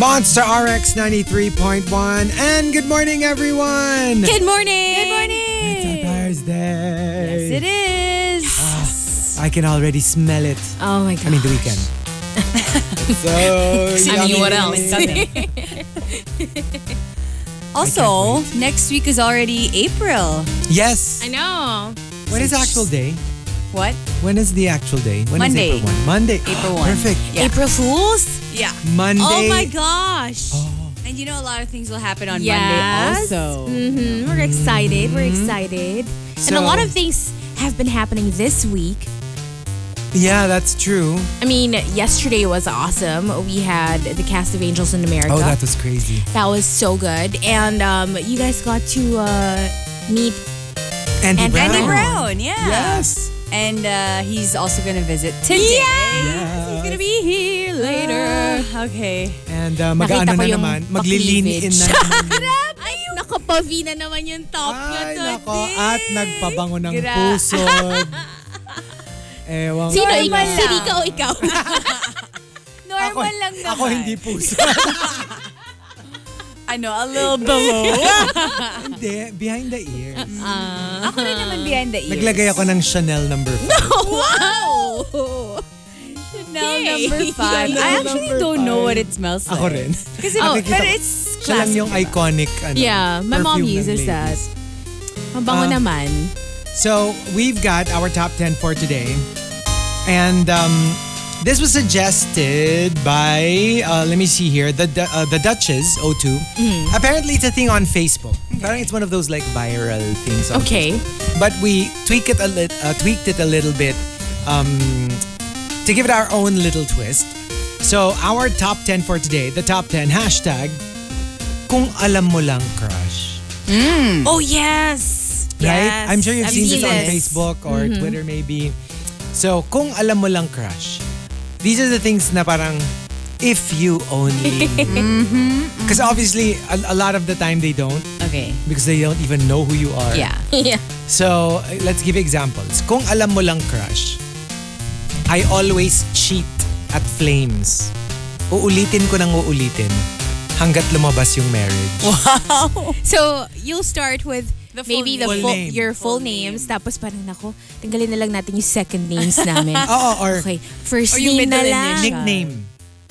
Monster RX 93.1. And good morning, everyone. Good morning. Good It's a morning. Thursday. Ah, Yes, it is. I can already smell it. Oh my god. I mean, the weekend. so, I mean, what else? also, next week is already April. Yes. I know. When is the actual day? What? When is the actual day? When is Monday. April 1? Monday. Ah, April 1. Perfect. Yeah. April Fools? Yeah. Monday. Oh my gosh. And you know, a lot of things will happen on Yes. Monday Oh. also. Mm-hmm. hmm We're excited. We're excited. and So- a lot of things have been happening this week. Yeah, that's true. I mean, yesterday was awesome. We had the cast of Angels in America. Oh, that was crazy. That was so good. And um, you guys got to uh, meet Andy And Brown. Andy Andy Brown, yeah. Yes. And uh, he's also going to visit today. Yes. He's gonna be here later. Later. okay. And uh, Nakita mag-ano ko na yung naman. Maglilin in cleavage. na Ah, naman. Ay, nakapavina naman yung top Ay, niya nako. today. At nagpabango ng Gra- puso. Ewan ko. Sino? ano, Ikaw, lang. sino ka o ikaw? Normal Ako, lang naman. ako hindi puso. Ano, a little below. hindi, behind the ears. Mm. ako rin naman behind the ears. Naglagay ako ng Chanel number 5. wow! Now Okay. number five. Yeah, now I actually number don't know five. what it smells like. Ako rin. Kasi, Oh, but nakikita- it's Siya lang classic. diba? yung iconic ano, Yeah, my mom perfume ng uses ladies. that. Mabango Ah. naman. So we've got our top 10 for today. And um, this was suggested by, uh, let me see here, the Du- uh, the Duchess, O2. Apparently it's a thing on Facebook. Apparently it's one of those like viral things. On Okay. Facebook. But we tweak it a lit- uh, tweaked it a little bit um, to give it our own little twist. So our top 10 for today, the top 10 hashtag, kung alam mo lang crush Oh, yes! Hmm. right? Yes. I'm sure you've I've seen this seen on this. Mm-hmm. Facebook or Twitter maybe. So, kung alam mo lang crush, these are the things na parang if you only. Mm-hmm. Because obviously, a, a lot of the time they don't Okay. because they don't even know who you are. Yeah. Yeah. So, uh, let's give examples. Kung alam mo lang crush, I always cheat at flames. Uulitin ko ng uulitin hanggat lumabas yung marriage. So, you'll start with The full maybe name. the Full full, name. your full, names. Tapos parang, nako, tanggalin na lang natin yung second names namin. Oo, or Okay, first Or yung name na middle lang. initial. nickname.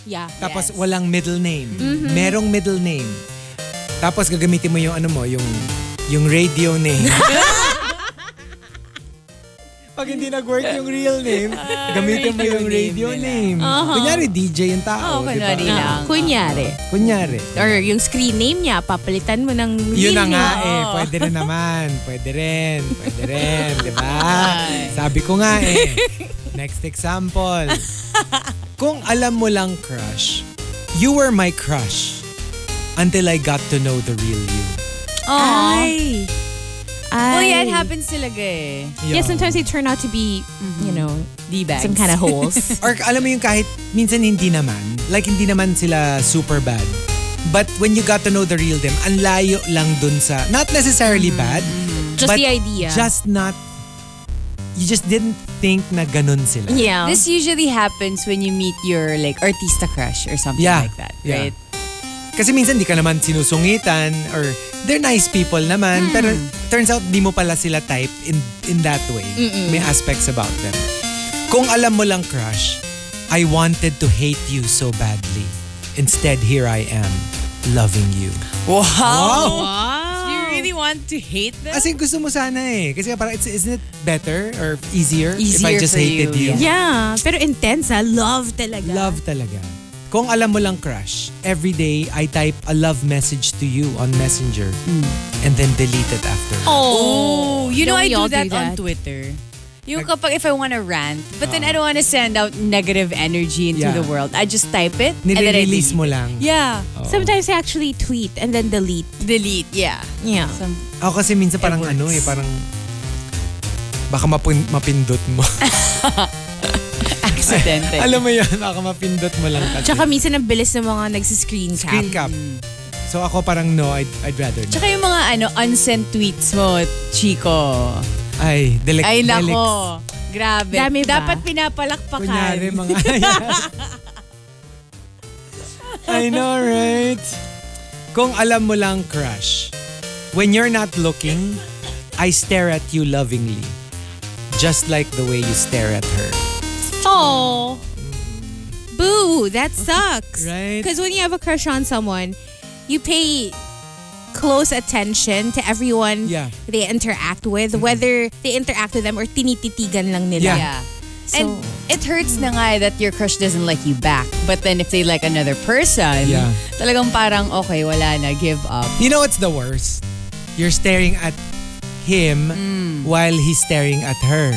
Yeah. Tapos Yes. walang middle name. Merong middle name. Tapos gagamitin mo yung ano mo, yung yung radio name. Pag hindi nag-work yung real name, gamitin mo yung radio radio name. Kunyari DJ yung tao, Oo, di ba? kunwari lang. Ah, kunyari. Kunyari. Or yung screen name niya, papalitan mo ng Yun na name nga niya. eh, pwede rin naman. Pwede rin, pwede rin, di ba? Sabi ko nga eh. Next example. Kung alam mo lang crush, you were my crush until I got to know the real you. Ay. Ay. Oh, yeah, it happens talaga eh. Yeah, sometimes they turn out to be, you know, D-bags. some kind of holes. Or alam mo yung kahit minsan hindi naman, like hindi naman sila super bad. But when you got to know the real them, ang layo lang dun sa, not necessarily bad, Mm. Just but the idea. just not, you just didn't think na ganun sila. yeah. This usually happens when you meet your like artista crush or something Yeah. like that, Yeah. right? Kasi minsan di ka naman sinusungitan or they're nice people naman Hmm. pero turns out di mo pala sila type in in that way. May aspects about them. Kung alam mo lang crush, I wanted to hate you so badly. Instead, here I am, loving you. Wow. wow. Do you really want to hate them? As in, gusto mo sana eh. Kasi parang, it's, isn't it better or easier, if I Easier just for hated you? you, Yeah, pero intense ah. Love talaga. Love talaga. Kung alam mo lang crush, every day I type a love message to you on Messenger Hmm. and then delete it after. Oh, you know Don't I we do all that, on Twitter. Yung kapag if I want to rant, but then Ah. I don't want to send out negative energy into Yeah. the world. I just type it and then I Nire-release delete. mo lang. Yeah. Oo. Sometimes I actually tweet and then delete. Delete, yeah. Yeah. Some, Ako kasi minsan parang It works. ano eh, parang baka mapun- mapindot mo. accidente. Alam mo yun, baka mapindot mo lang kasi. Tsaka minsan ang bilis ng mga nagsi-screen cap. Screen cap. So ako parang no, I'd, I'd rather not. Tsaka yung mga ano, unsent tweets mo, Chico. Ay, delect. Ay, delix. nako. Grabe. Dami ba? Dapat pinapalakpakan. Kunyari mga... I know, right? Kung alam mo lang, crush, when you're not looking, I stare at you lovingly. Just like the way you stare at her. Oh. Boo, that sucks. Right? Because when you have a crush on someone, you pay close attention to everyone Yeah. Mm-hmm. they interact with, whether they interact with them or tinititigan lang Yeah. nila. Yeah. So- and it hurts na nga eh that your crush doesn't like you back. But then if they like another person, Yeah. talagang parang okay, wala na, give up. You know what's the worst? You're staring at him Mm. while he's staring at her.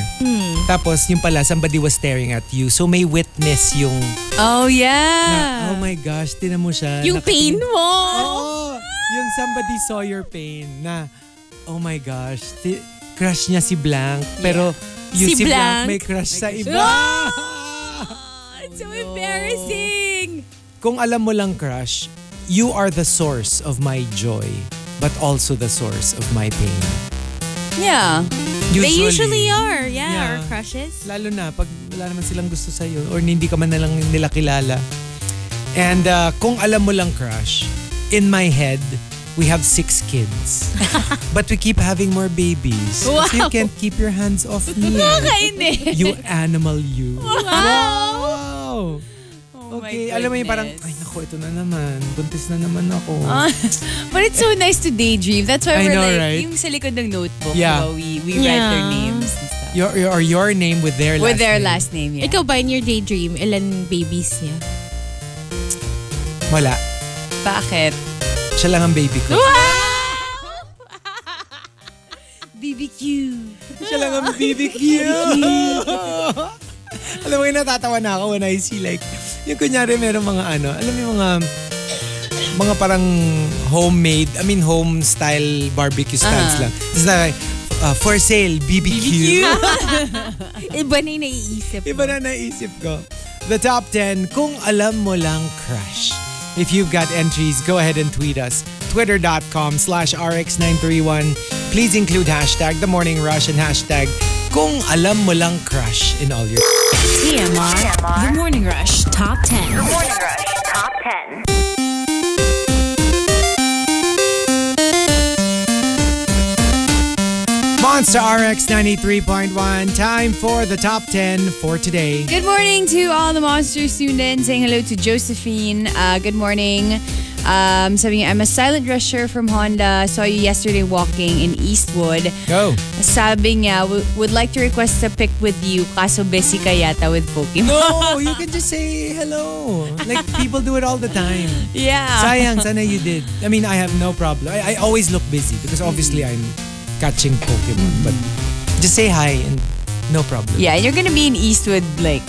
Tapos yung pala, somebody was staring at you. So may witness yung, Oh yeah. na, oh my Oh, gosh, tinan mo siya. Ah. Yung pain nakatingin- mo. Oo. Yung somebody saw your pain na, oh my gosh, ti- crush niya si Blank. Pero yung Si si, Blank, Blank. may crush sa iba. It's so embarrassing. Kung alam mo lang crush, you are the source of my joy but also the source of my pain. yeah. They usually are, yeah, Yeah. our crushes. Lalo na pag wala naman silang gusto sa'yo or hindi ka man na lang nila kilala. And uh, kung alam mo lang crush, in my head, we have six kids. But we keep having more babies. So you Wow. can't keep your hands off me. Nakakainis. You animal you. Wow. Wow! Oh my Okay, alam mo yung parang, ay goodness. Ah. nako, ito na naman. Buntis na naman ako. But it's so nice to daydream. That's why I we're know, like, right? yung sa likod ng notebook, Yeah. diba, we, we write Yeah. their names and stuff. your, your, or your name with their last With their name. last name, yeah. Ikaw ba in your daydream, ilan babies niya? Wala. Bakit? Siya lang ang baby ko. BBQ. Siya lang ang BBQ. alam mo yung natatawa na ako when I see like, yung kunyari meron mga ano, alam mo yung mga, mga parang homemade, I mean home style barbecue stands Aha. lang. It's like, uh, for sale, BBQ. Iba na yung naiisip. Iba na naisip ko. The top 10, kung alam mo lang crush. If you've got entries, go ahead and tweet us. Twitter.com slash RX931. Please include hashtag The Morning Rush and hashtag Kung alam mo lang crush in all your... E TMR, The Morning Rush Top 10. Morning Rush Top 10. Monster RX 93.1. Time for the top 10 for today. Good morning to all the monsters tuned in. Saying hello to Josephine. Uh, good morning. Um, sabi niya, I'm a silent rusher from Honda. Saw you yesterday walking in Eastwood. Go. Sabi niya, "W- would like to request a pic with you kaso busy ka yata with Pokemon. No, you can just say hello. Like people do it all the time. Yeah. Sayang, sana you did. I mean, I have no problem. I, I always look busy because obviously I'm catching Pokemon. But just say hi and no problem. Yeah, and you're gonna be in Eastwood like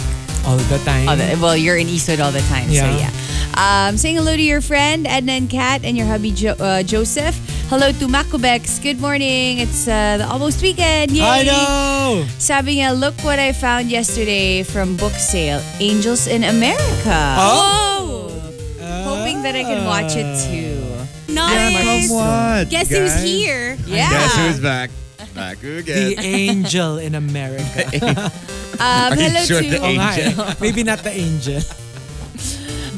All the time. all the, well, you're in Eastwood all the time. So Yeah. yeah. Um, saying hello to your friend Edna and Kat and your hubby jo- uh, Joseph. Hello to Makubex. Good morning. It's uh, the almost weekend. I Yay! know! Sabi niya, look what I found yesterday from book sale, Angels in America. Oh! Hoping that I can watch it too. Nice. What? Guess Ah. guys? who's here? Yeah. Guess who's back? Back Ah, The again. angel in America. Um, Are you hello sure to the Oh, hi. Angel. Maybe not the angel.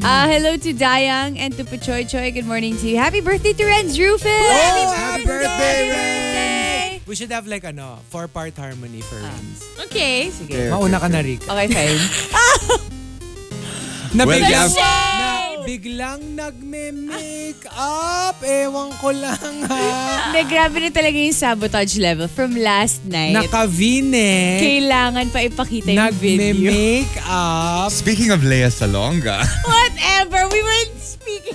uh, hello to Dayang and to Pachoy Choy. Good morning to you. Happy birthday to Renz Rufus. Oh, happy birthday, Renz! We should have like ano, four-part harmony for Ah. Renz. Okay. Okay, Mauna ka na, Rick. Okay, fine. Na Well, biglang, yeah. na biglang nagme-make up. Ewan ko lang ha. Na grabe na talaga yung sabotage level from last night. Eh, Nakavine. Kailangan pa ipakita yung video. Nagme-make up. Speaking of Lea Salonga, Whatever. We weren't speaking.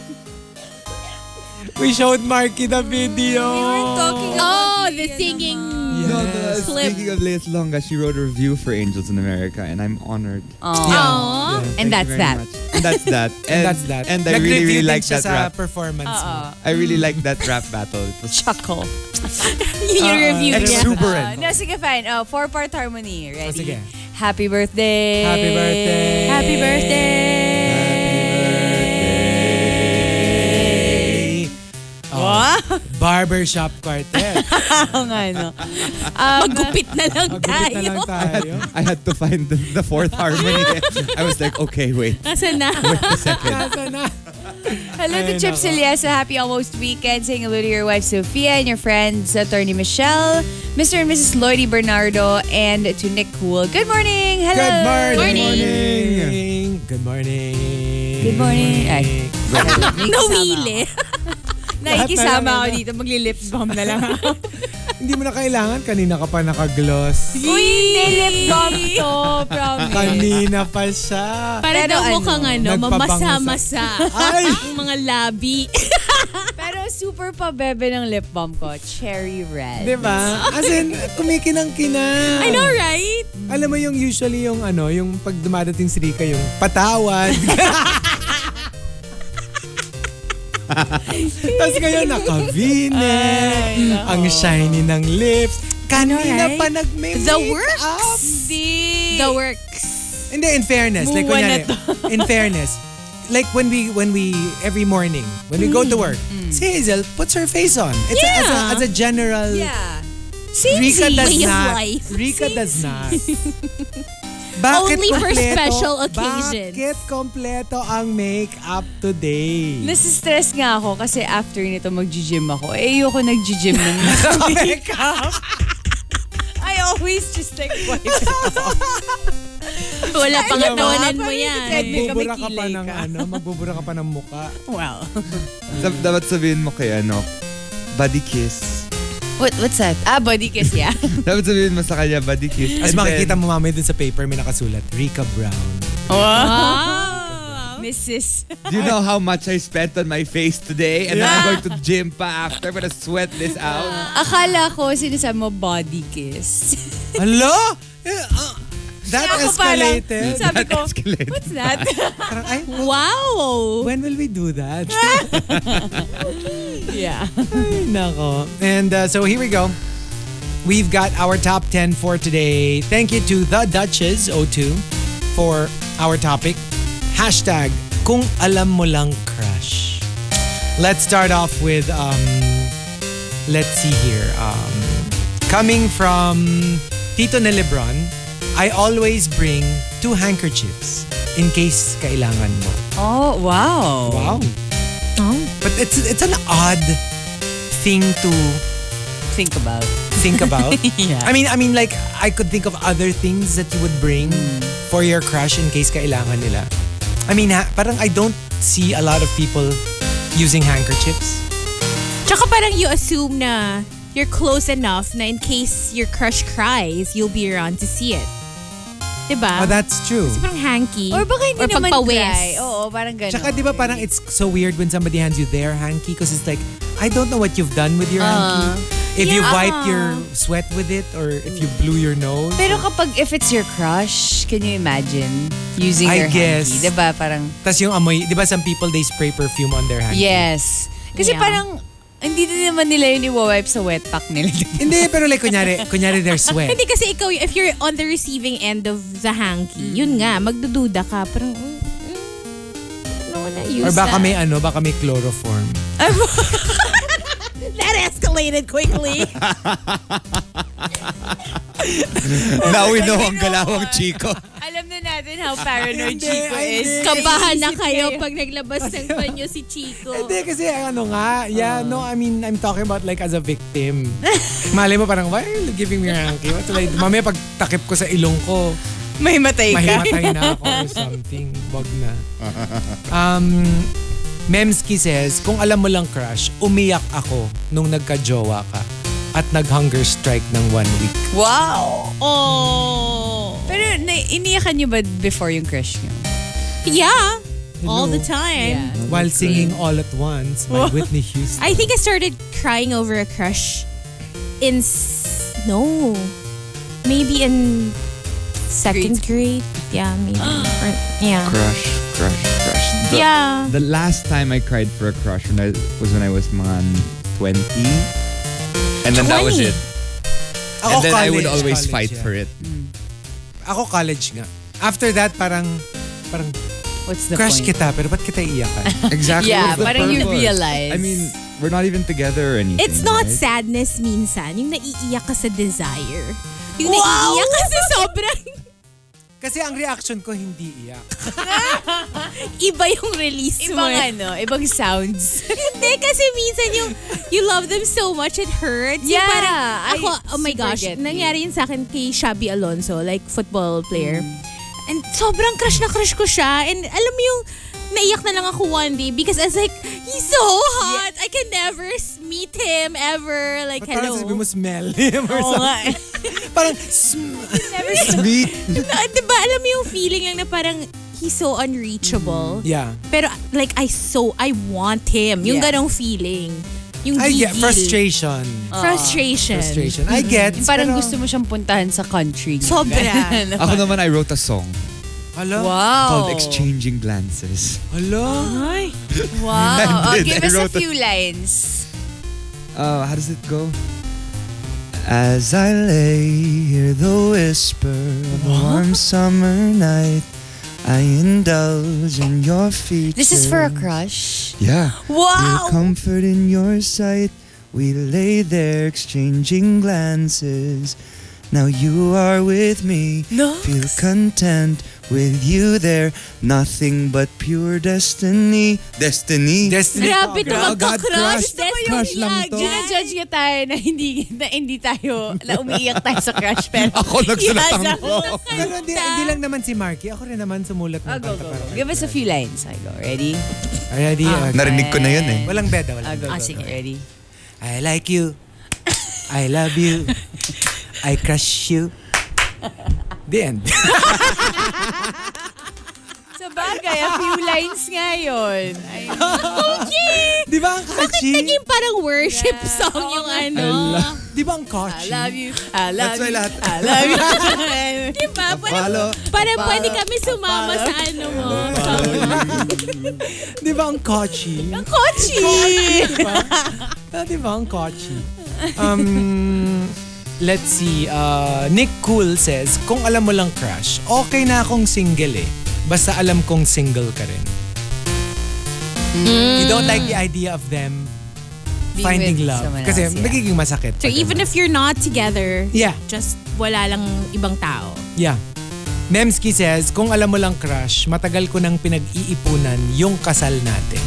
We showed Marky the video. Oh, the singing. Yes. no, the- Clip. speaking of Lea Salonga, she wrote a review for Angels in America, and I'm honored. Aww. Thank you And that's very that. much. And that's that. And, That's that. And I really, really like that sa rap. performance mo. I really like that rap battle. It was Chuckle. Yung review niya. exuberant. No, sige, fine. Oh, four-part harmony. Ready? Oh, sige. Happy birthday. Happy birthday. Happy Happy birthday. birthday. Wow. Oh. Barbershop Quartet. Oo nga, no? Um, Magupit na lang Magupit na tayo. lang tayo. I had to find the, the fourth harmony. I was like, okay, wait, Nasaan na? wait a second. Nasa na? Hello Ay, to Chip nako. Celiesa. Happy almost weekend. Saying hello to your wife, Sophia, and your friends, Attorney Michelle, Mr. and Mrs. Lloydie Bernardo, and to Nick Cool. Good morning. Hello. Good morning. Morning. Good morning. Good morning. Ay. Nawili. Nakikisama ako dito. Magli-lip balm na lang ako. Hindi mo na kailangan. Kanina ka pa nakagloss. Uy, hindi lip balm to. Promise. Kanina pa siya. Para Pero daw ano, mukhang ano, nagpapangasa. mamasa-masa. Ay! Ang mga labi. Pero super pabebe ng lip balm ko. Cherry red. Di ba? Diba? As in, kumikinang-kinang. I know, right? Alam mo yung usually yung ano, yung pag dumadating si Rika, yung patawad. Tapos ngayon, nakavine. ang shiny ng lips. Kanina right? pa nagme The works. Hindi. The works. Hindi, in fairness. like, Muwa na kunyari, in fairness, like when we, when we, every morning, when we go to work, si Hazel puts her face on. It's a- as, a, as a general, Yeah. Rika Way does of not. life. Rika does not. Bakit Only for kompleto- special occasions. Bakit kompleto ang makeup today? Nasistress nga ako kasi after nito mag-gym ako. Eh, ayoko nag-gym nung makeup. I always just like wipe it off. Wala pang Alam mo, tawanan mo parang yan. nag-treadmill. Magbubura ka pa May kamikilay ng ka. ano, magbubura ka pa ng muka. Wow. Dab- Dapat sabihin mo kay ano, body kiss. What, what's that? Ah, body kiss, yeah. Dapat sabihin mo sa kanya, body kiss. Tapos And makikita then, mo mamaya dun sa paper, may nakasulat, Rika Brown. Ah. Wow. Mrs. Do you know how much I spent on my face today? And I'm going to gym pa after. I'm gonna sweat this out. Akala ko sinasabi mo body kiss. Hello? Eh, ah, That Ako parang, escalated. Sabi That ko, escalated. what's that? Parang, ay, Wow. when will we do that? yeah. Nako. And uh, so here we go. We've got our top 10 for today. Thank you to The Duchess 02 for our topic. Hashtag kung alam mo lang crush. Let's start off with um let's see here. Um coming from Tito na Lebron, I always bring two handkerchiefs in case kailangan mo. Oh, wow. Wow. But it's it's an odd thing to Think about. think about. Yeah. I mean, I mean, like I could think of other things that you would bring for your crush in case kailangan nila. I mean, ha, parang I don't see a lot of people using handkerchiefs. Tsaka parang you assume na you're close enough na in case your crush cries, you'll be around to see it. Oh, Diba? that's true. Kasi parang hanky. Or baka hindi Or naman pagpawis. cry. Oo, parang ganun. Tsaka di ba parang it's so weird when somebody hands you their hanky because it's like, I don't know what you've done with your hanky. If you Yeah. wiped your sweat with it or if you blew your nose. Pero kapag if it's your crush, can you imagine using I your guess. hanky? Diba? Parang, Tapos yung amoy, di ba some people they spray perfume on their hanky? yes. Kasi Yeah. parang, hindi din naman nila yun i-wipe sa wet pack nila. Hindi, pero like kunyari, kunyari their sweat. Hindi kasi ikaw, if you're on the receiving end of the Mm. hanky, yun nga, magdududa ka. Parang, mm, mm, no na use Or baka that. may ano, baka may chloroform. That escalated quickly. Now we know ang galawang Chico. Alam na natin how paranoid Hindi, Chico ay, is. hindi. Kabahan na kayo pag naglabas ng banyo si Chico. Hindi kasi ano nga, Ah. yeah, no, I mean, I'm talking about like as a victim. Malay mo parang, why are you giving me your hanky? What's like, mamaya pag takip ko sa ilong ko, May matay mahimatay na ako or something. Wag na. Um, Memski says, kung alam mo lang crush, umiyak ako nung nagka-jowa ka at nag-hunger strike ng one week. Wow! Oh. Pero na, iniyakan niyo ba before yung crush niyo? Yeah. All Hello. the time. Oh, While singing All at Once by Whitney Houston. I think I started crying over a crush in s- no, maybe in second grade. Yeah, maybe. Or, yeah. Crush, crush, crush. The, Yeah. The last time I cried for a crush when I, was when I was man 20. And then that was 20. it. Oh, and then I would always fight for it. Ako college nga. After that, parang, parang, What's the crush point? kita, pero ba't kita iiyakan? Exactly. Yeah, what's the parang you purpose? realize. I mean, we're not even together or anything. It's not right? sadness minsan. Yung naiiyak ka sa desire. Yung Wow! naiiyak ka sa sobrang Kasi ang reaction ko, hindi iyak. iba yung release mo. Ibang ano, ibang sounds. Hindi, kasi minsan yung you love them so much it hurts. Yung Yeah, parang I ako, oh my super gosh, get you. nangyari yun sa akin kay Shabby Alonso, like football player. Mm. And sobrang crush na crush ko siya. And alam mo yung naiyak na lang ako one day because I was like, he's so hot. I can never s- meet him ever. Like, Ba't parang hello. sabi mo smell him or Oo something? nga. eh. Parang sm- sweet. no, diba, alam mo yung feeling lang na parang he's so unreachable. Mm. Yeah. Pero like, I so, I want him. Yung Yeah. ganong feeling. Yung I get gigil. frustration. Frustration. Frustration. I get. Parang pero- gusto mo siyang puntahan sa country. Ano? Sobra. Ganun. Ako naman, I wrote a song Hala? wow. called Exchanging Glances. Hala? Wow. Oh, I did. give I us a wrote it. few lines. Uh, how does it go? As I lay here, the whisper of a warm summer night, I indulge in your features. This is for a Oh. crush. Yeah. Your Wow. comfort in your sight, we lay there exchanging glances. Now you are with me. No. Feel content with you there. Nothing but pure destiny. Destiny. Destiny. Grabe to Oh, God, magka-crush. crush. Destiny Crush lang yan. to. Ginajudge ka tayo na hindi, na hindi tayo, na umiiyak tayo sa crush. Pero Ako nagsulat ang ko. Pero hindi, hindi lang naman si Marky. Ako rin naman sumulat ng Ah, go, kanta go, para go. kay Give us a Marky. few lines. I go. Ready? Ready? Okay. Narinig ko na yun eh. Walang beda, Ah, walang go, beda. go, go. Ready? I like you. I love you. I crush you. The end. Sa bagay, a few lines nga yun. Ay, Di ba ang catchy? Naging parang worship song yung ano. Di ba ang Ah. I catchy? love you. I love That's why you. lahat. I love you. Diba? Parang, Follow. parang pwede kami sumama sa ano mo. Di ba ang catchy? Kochi! Ah, Di ba ang catchy? Um, let's see. Uh, Nick Cool says, Kung alam mo lang crush, okay na akong single eh. Basta alam kong single ka rin. You don't like the idea of them Being finding with love. someone Kasi else, yeah. magiging masakit. So pag even if you're not together, Yeah. just wala lang ibang tao. Yeah. Memski says, kung alam mo lang crush, matagal ko nang pinag-iipunan yung kasal natin.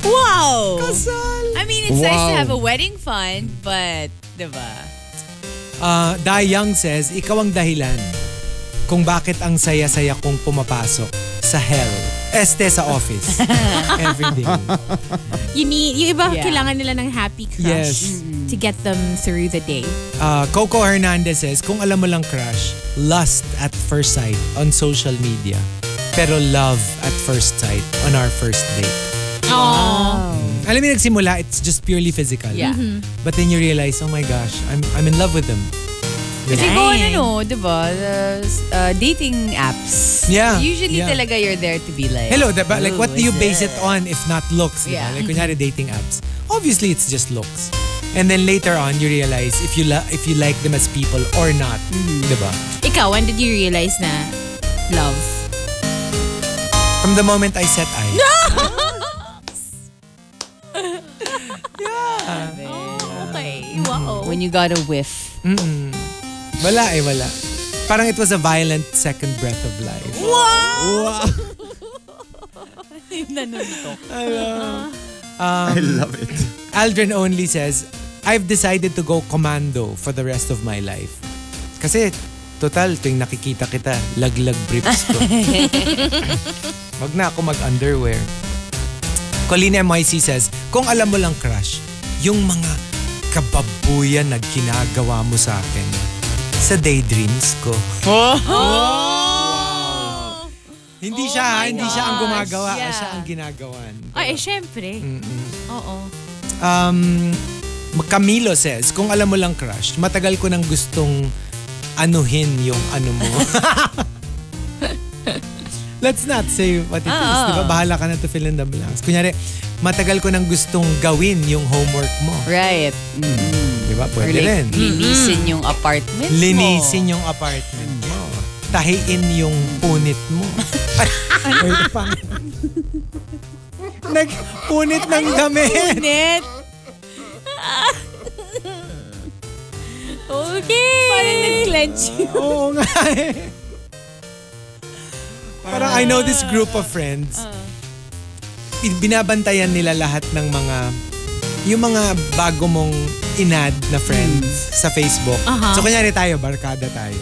Wow! Kasal! I mean, it's nice to Wow. have a wedding fund, but, diba? di ba? Uh, Dayang says, ikaw ang dahilan kung bakit ang saya-saya kong pumapasok sa hell. Este sa office. Every day. You need, yung iba Yeah. kailangan nila ng happy Yes. crush to get them through the day. Uh, Coco Hernandez says, kung alam mo lang crush, lust at first sight on social media. Pero love at first sight on our first date. Aww. Alam mo, nagsimula, it's just purely physical. Yeah. But then you realize, oh my gosh, I'm I'm in love with them. Kasi Dang. kung ano, no, di ba? Uh, s- uh, dating apps. Yeah, Usually yeah. talaga you're there to be like, Hello, diba? Like, "Ooh, what do you base what's it up?" on if not looks? diba? Yeah. Like, kunyari, dating apps. Obviously, it's just looks. And then later on, you realize if you la- if you like them as people or not. Diba? Ikaw, when did you realize na love? From the moment I set eyes. Okay. Wow. When you got a whiff. Wala eh, wala. Parang it was a violent second breath of life. Wow! I love it. Aldrin only says, I've decided to go commando for the rest of my life. Kasi, total, tuwing nakikita kita, laglag briefs ko. Wag na ako mag-underwear. Colleen MYC says, Kung alam mo lang, crush, yung mga kababuyan na ginagawa mo sa akin sa daydreams ko. Hindi siya, ha? hindi siya ang gumagawa, yeah. siya ang ginagawan. Ay, eh, syempre. Oo. Um, Camilo says, kung alam mo lang crush, matagal ko nang gustong anuhin yung ano mo. Let's not say what it is. Oo. Diba? Bahala ka na to fill in the blanks. Kunyari, matagal ko nang gustong gawin yung homework mo. Right. Diba? Or Pwede rin. like, linisin yung apartment mo. Linisin yung apartment mo. Tahiin yung punit mo. Ay, pwede pa. Nagpunit ng damit. Net. Okay. Parang nag-clench. Oo nga eh. Parang I know this group of friends. I- Binabantayan nila lahat ng mga yung mga bago mong inad na friends sa Facebook. Aha. So kunyari tayo, barkada tayo.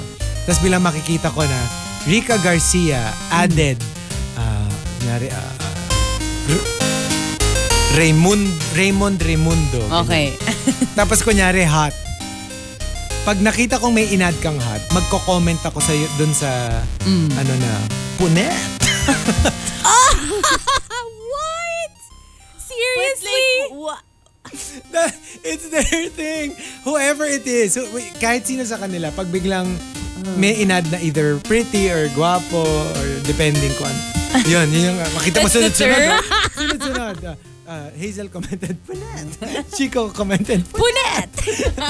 Tapos bilang makikita ko na Rica Garcia added ah, kunyari ah, ah, R- Raymond Raymond Raimundo. Okay. Tapos kunyari hot. Pag nakita kong may inad kang hot, magko-comment ako sa doon sa Mm. ano na punet. What? Seriously? Na- It's their thing. Whoever it is, who- wait, kahit sino sa kanila, pag biglang Ah. may inad na either pretty or guwapo or depending kung ano. Yun, yun yung uh, makita mo That's the sunod-sunod. term. ah. Sunod-sunod. ah. Ah, Hazel commented, punet. Chico commented, Punet!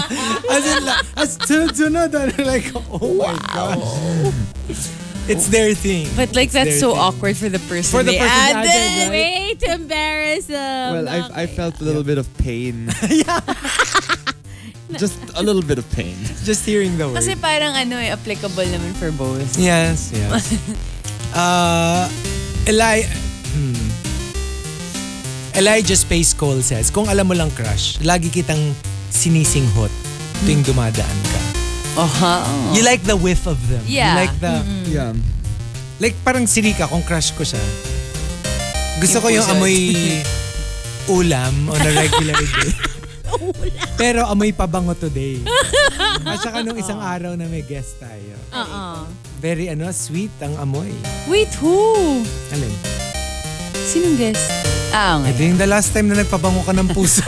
As in, la- as sunod-sunod. ah. like, oh my gosh. It's their thing. But like that's Their so thing. awkward for the person. For the they person added. added, right? Way to embarrass them. Well, I, I felt a little bit of pain. Just a little bit of pain. Just hearing the word. Kasi parang ano eh, applicable naman for both. yes, yes. uh, Eli... Hmm. Elijah Space Cole says, Kung alam mo lang crush, lagi kitang sinisinghot tuwing dumadaan ka. Oh, ha? Oh. You like the whiff of them. Yeah. Mm-hmm. You like the... Yeah. Like parang si Rika, kung crush ko siya, gusto ko yung Yung puso. amoy ulam on a regular day. Pero amoy pabango today. At saka nung isang araw na may guest tayo. Uh-uh. Very ano, sweet ang amoy. Wait, who? Alin? Sinong guest? Ah, nga. Ito yung the last time na nagpabango ka ng puso.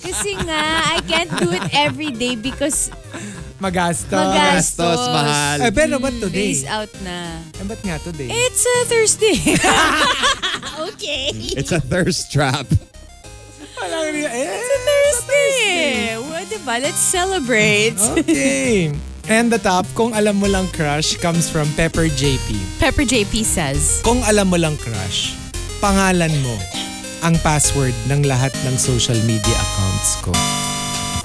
Kasi nga, I can't do it every day because Magastos. Magastos. Gastos, mahal. Eh, pero ba't today? uh, days out na. Eh, ba't nga today? It's a Thursday. Okay. It's a thirst trap. Parang, eh, Thursday. Well, diba? Let's celebrate. Okay. And the top, kung alam mo lang crush, comes from Pepper JP. Pepper JP says, Kung alam mo lang crush, pangalan mo ang password ng lahat ng social media accounts ko.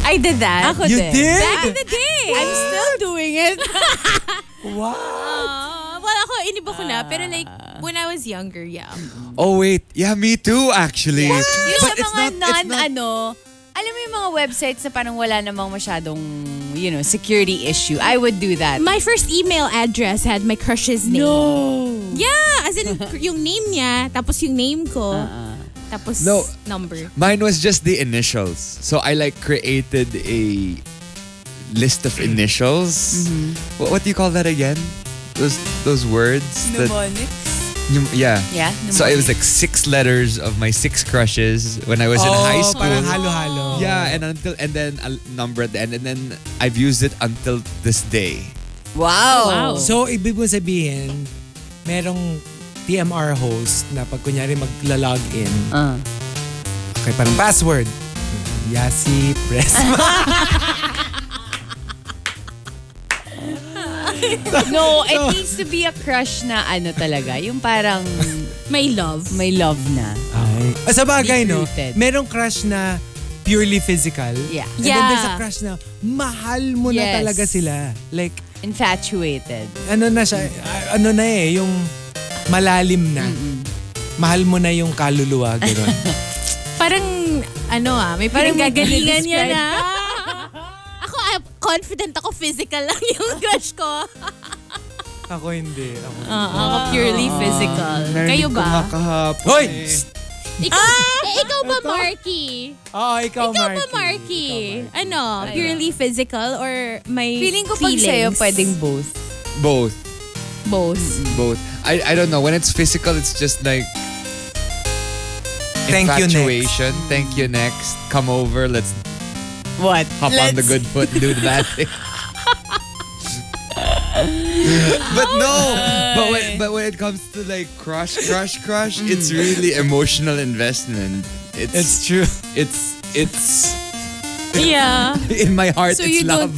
I did that. Ako You din. did? Back in the day. I'm still doing it. Wow! Ah, well, ako, iniba ko na. Pero like, when I was younger, yeah. Oh wait, yeah, me too actually. Yung But sa it's mga not- it's non, not- ano, alam mo yung mga websites na parang wala namang masyadong, you know, security issue. I would do that. My first email address had my crush's name. No. Yeah, as in yung name niya, tapos yung name ko, tapos No. number. Mine was just the initials. So I like created a list of initials. What, what do you call that again? Those those words that Pneum- yeah. Yeah, So it was like six letters of my six crushes when I was in high Oh, Parang school. halo-halo. Yeah, and until and then a number at the end, and then I've used it until this day. Wow. So, ibig mo sabihin, merong TMR host na pag kunyari magla-log in, Ah. okay, parang password, Yasi Presma. No, it needs to be a crush na ano talaga. Yung parang My love. may love na. Ah, Sa bagay, no? Recruited. Merong crush na purely physical. Yeah. And then there's a Yeah. crush na mahal mo na Yes. talaga sila. Like, Infatuated. ano na siya, ah, ano na eh, yung malalim na. Mahal mo na yung kaluluwa, gano'n. Parang, ano ah, may Parang parang mag-describe. gagalingan niya na. ako, ah, confident ako physical lang yung crush ko. ako hindi. Ako. Ah, Ako purely Ah. physical. Kayo ba? Kahapon Hoy! eh. Psst! Ikaw, eh, ikaw ba, Marky? Oo, ikaw, Ikaw Marky. ba, Marky? Ikaw, Marky. Ano, purely physical or may Feeling ko pag feelings? sa'yo, pwedeng both. Both. both. Both. I, I don't know. When it's physical, it's just like Thank you, next. infatuation. Thank you next. Come over. Let's What? hop on the good foot, do the bad thing. but Oh no. But when but when it comes to like crush, crush, crush, it's really emotional investment. It's Mm. It's true. it's it's Yeah. in my heart. So it's you don't- love.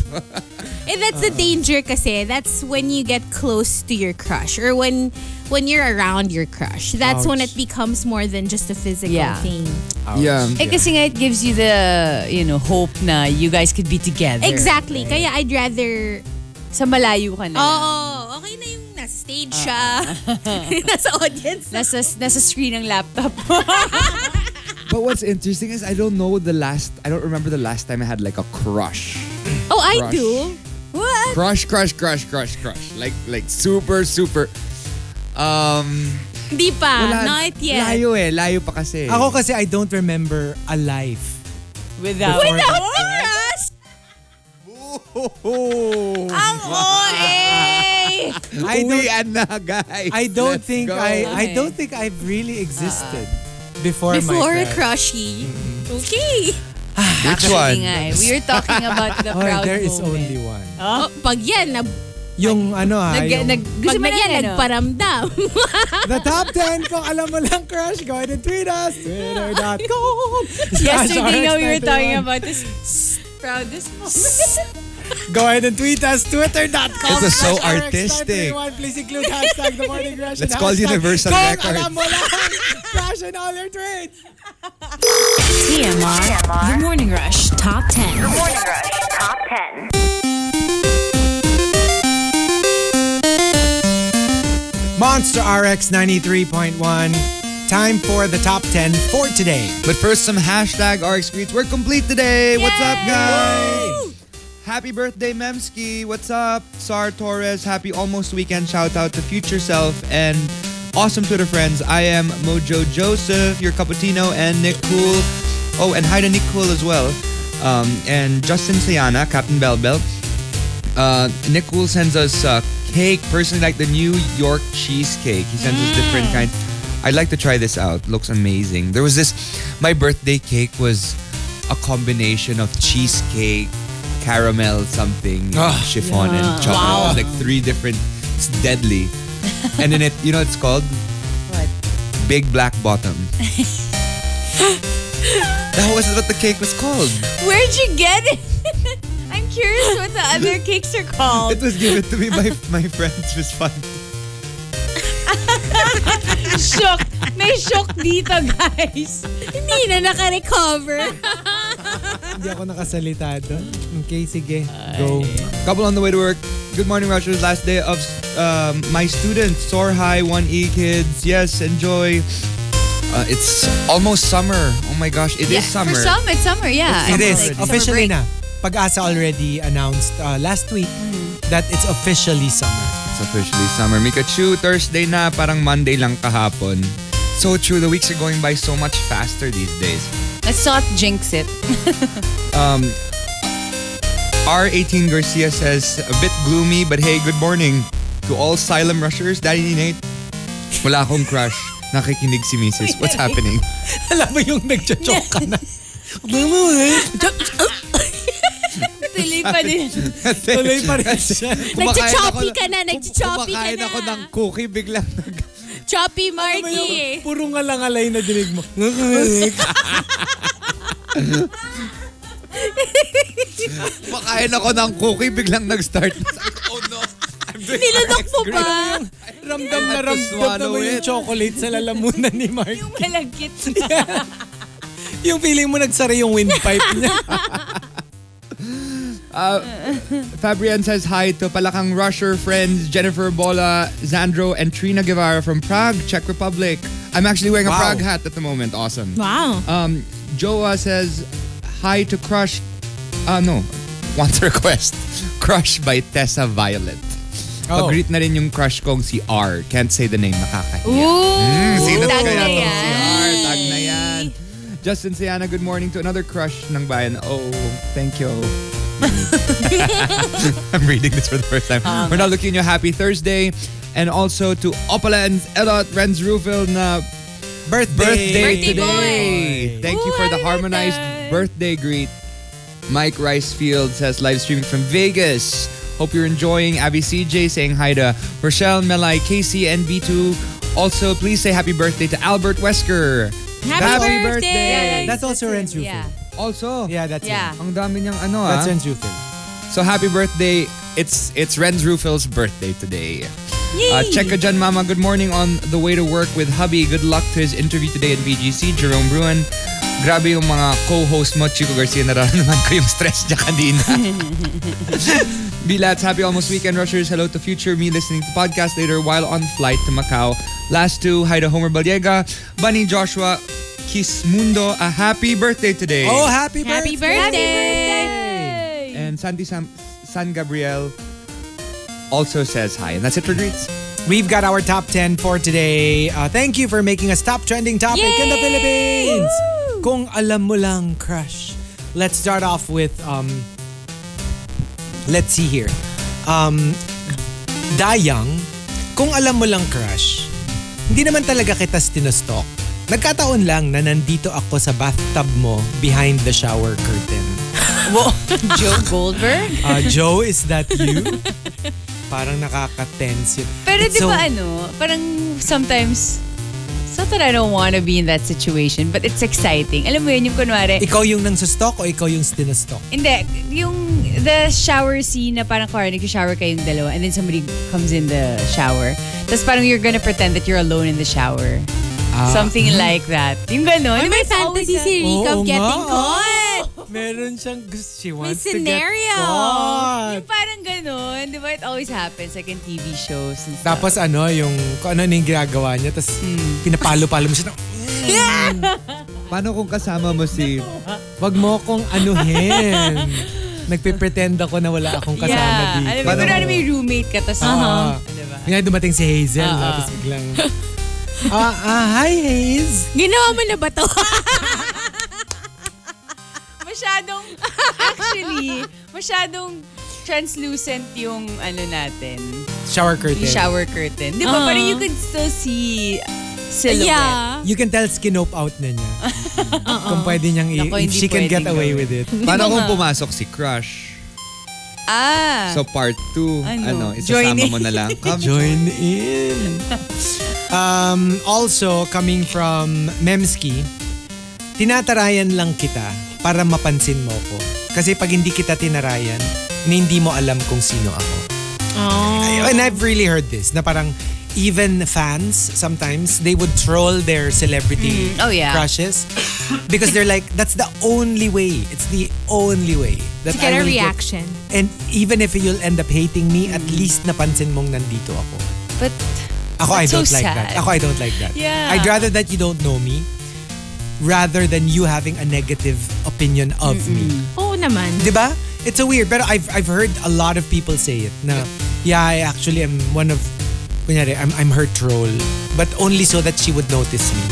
And that's the danger kasi. That's when you get close to your crush or when when you're around your crush. That's when Ouch. it becomes more than just a physical Yeah. thing. Yeah. Eh, kasi nga, it gives you the, you know, hope na you guys could be together. Exactly. Kaya I'd rather Sa malayo ka na. Oo, oh, okay na yung nasa stage siya. Uh-uh. nasa audience. Nasa, nasa screen ng laptop. But what's interesting is I don't know the last. I don't remember the last time I had like a crush. oh, I Crush. do. What? Crush, crush, crush, crush, crush. Like like super super. Um. Di Ah, pa. wala- Not yet. Layo eh, layo pa kasi. Ako kasi I don't remember a life. Without. Before Without that. crush? Oh, Ah, Ang OA! I uwi don't, na, guys. I don't Let's think go. I Okay. I don't think I've really existed before, Before my a crushy. Mm-hmm. Okay. Which Actually one? nga eh, we were talking about the Or proud there is moment. only one. Oh, pag yan, nag, Yung ano ha, Nag, yung, nag, gusto pag mo na na yan, yan, ano? nagparamdam. the top 10 kung alam mo lang crush, go ahead and tweet us. Twitter.com. Yesterday nga we were talking RX91. about this s- proudest moment. Go ahead and tweet us. Twitter.com. This is so slash artistic. RX931. Please include hashtag The Morning Crush. Let's and call hashtag Universal kung Records. alam mo lang crush in all your tweets. TMR. The Morning Rush Top 10. Morning Rush Top 10. Monster RX 93.1. Time for the top 10 for today. But first, some hashtag RX tweets. We're complete today. What's up, guys? Happy birthday, Memski. What's up, Sar Torres? Happy almost weekend. Shout out to future self and awesome Twitter friends. I am Mojo Joseph, your cappuccino, and Nick Cool. Oh, and hi to Nick Cool as well. Um, and Justin Siana, Captain Bell Bell. Uh, Nick Cool sends us uh, cake, personally like the New York cheesecake. He sends us different kind. I'd like to try this out. Looks amazing. There was this. My birthday cake was a combination of cheesecake, caramel, something, Ah. chiffon, and chocolate. It was like three different. It's deadly. and then it, you know, what it's called What? Big Black Bottom. that was what the cake was called. Where'd you get it? I'm curious what the other cakes are Oh. called. It was given to me by my friends. It was fun. shook. May shook dito, guys. Hindi na naka-recover. Hindi ako nakasalita doon. Okay, sige. Go. Couple on the way to work. Good morning, Rushers. Last day of um, my students, Soar High 1E E Kids. Yes, enjoy. Uh, it's almost summer. Oh my gosh, it is summer. For some, it's summer, yeah. It is. I think summer Officially break. na. Pag-asa already announced uh, last week Mm. that it's officially summer. It's officially summer. Mikachu, Thursday na, parang Monday lang kahapon. So true, the weeks are going by so much faster these days. Let's not jinx it. Um, R18 Garcia says, a bit gloomy, but hey, good morning to all Xylem Rushers. Daddy ni Nate, wala akong crush. Nakikinig si Mrs. What's happening? Alam mo yung nagchachoke ka na. Tuloy pa din. Tuloy pa rin siya. Nag-choppy ka na, nag-choppy ka Kumakain na. ako ng cookie, biglang nag... Alam Choppy mo yung Marky. Puro ngalangalay na dinig mo. Kumakain ako ng cookie, biglang nag-start. oh no. I'm doing Nilunok mo ba? ramdam na ramdam na I had to mo swallow yung it. chocolate sa lalamunan ni Mark. Malagkit. Yung feeling mo nagsara yung windpipe niya. Fabrian says hi to Palakang Rusher friends Jennifer Bola, Zandro, and Trina Guevara from Prague, Czech Republic. I'm actually wearing a Wow. Prague hat at the moment. Awesome. Wow. Um, Joa says hi to Crush. Uh, no, wants request. Crush by Tessa Violet. Oh. Pag-greet na rin yung crush kong si R. Can't say the name, nakakahiya. Ooh. Mm, Sino Tag kaya na tong yan. si R? Tag na yan. Justin Siana, good morning to another crush ng bayan. Oh, thank you. I'm reading this for the first time. Um, We're not looking you happy Thursday. And also to Opala and Elot Renz Rufil na Birthday. birthday Birthday today. boy. Thank you Ooh, for the happy harmonized birthday. birthday greet. Mike Ricefield says live streaming from Vegas. Hope you're enjoying. Abby CJ saying hi to Rochelle, Melai, Casey, and B2. Also, please say happy birthday to Albert Wesker. Happy, Happy birthday. birthday. That's also Renz Rufil. Yeah. Also, Yeah, that's Yeah. it. ang dami niyang ano That's ah. Renz Rufil. So happy birthday. It's it's Renz Rufil's birthday today. Uh, check Jan Mama, good morning on the way to work with hubby. Good luck to his interview today at BGC. Jerome Bruin, grabe yung mga co-host mo, Chico Garcia. Nararamdaman ko yung stress niya kanina. Bilats, happy almost weekend, rushers. Hello to future me listening to podcast later while on flight to Macau. Last two, hi to Homer Baliega, Bunny Joshua, Kismundo, a happy birthday today. Oh, happy, birthday! Happy birthday! And Sandy Sam- San Gabriel also says hi. And that's it for greets. We've got our top 10 for today. Uh, thank you for making us top trending topic in the Philippines. Kung alam mo lang, crush. Let's start off with um Let's see here. Um Dayang, kung alam mo lang, crush. Hindi naman talaga kita stinostalk. Nagkataon lang na nandito ako sa bathtub mo behind the shower curtain. Joe Goldberg? Uh, Joe, is that you? Parang nakaka-tense yun. Pero It's di so- ba ano, parang sometimes, it's not that I don't want to be in that situation, but it's exciting. Alam mo yun, yung kunwari, Ikaw yung nang-stalk o ikaw yung stinostalk? Hindi, yung the shower scene na parang kaya nag-shower kayong dalawa and then somebody comes in the shower. Tapos parang you're gonna pretend that you're alone in the shower. Ah. Something like that. Yung gano'n. Or Diba, may it's always fantasy a- si Rick of Mm-hmm. Oo getting nga. caught. Meron siyang gusto. She wants to scenario. get caught. Yung parang gano'n. Di ba? It always happens like in TV shows and stuff. Tapos ano, yung kung ano na yung ginagawa niya. Tapos pinapalo-palo mo siya. na, Paano kung kasama mo si... Wag mo akong anuhin. Nagpe-pretend ako na wala akong kasama yeah. dito. Alam mo, Paano- kunwari may roommate ka. Tapos, Ah. Di ba? Ngayon dumating si Hazel. Ah, ah. Tapos biglang... Ah, ah, hi Haze. Ginawa mo na ba to? Masyadong, actually, masyadong translucent yung ano natin. Shower curtain. Yung shower curtain. Di ba? Ah. Parang you could still see silhouette. yeah. You can tell skinope out na niya. Kung pwede niyang i- Nako, if hindi she can get pwedeng away gawin. with it. Paano kung pumasok si Crush? Ah. So part 2, ano, Ano? isasama Join mo na lang. Come. Join in. Um, also, coming from Memski, tinatarayan lang kita para mapansin mo ko. Kasi pag hindi kita tinarayan, na hindi mo alam kung sino ako. And I've really heard this, na parang even fans sometimes, they would troll their celebrity Mm. Oh, yeah. crushes because they're like, that's the only way. It's the only way. That To get I a will get- reaction. And even if you'll end up hating me, at least napansin mong nandito ako. But, Ako, That's I don't so like sad. that. Ako, I don't like that. Yeah. I'd rather that you don't know me rather than you having a negative opinion of me. Oo naman. Di ba? It's so weird. Pero I've, I've heard a lot of people say it na, yeah, I actually am one of, kunyari, I'm, I'm her troll. But only so that she would notice me.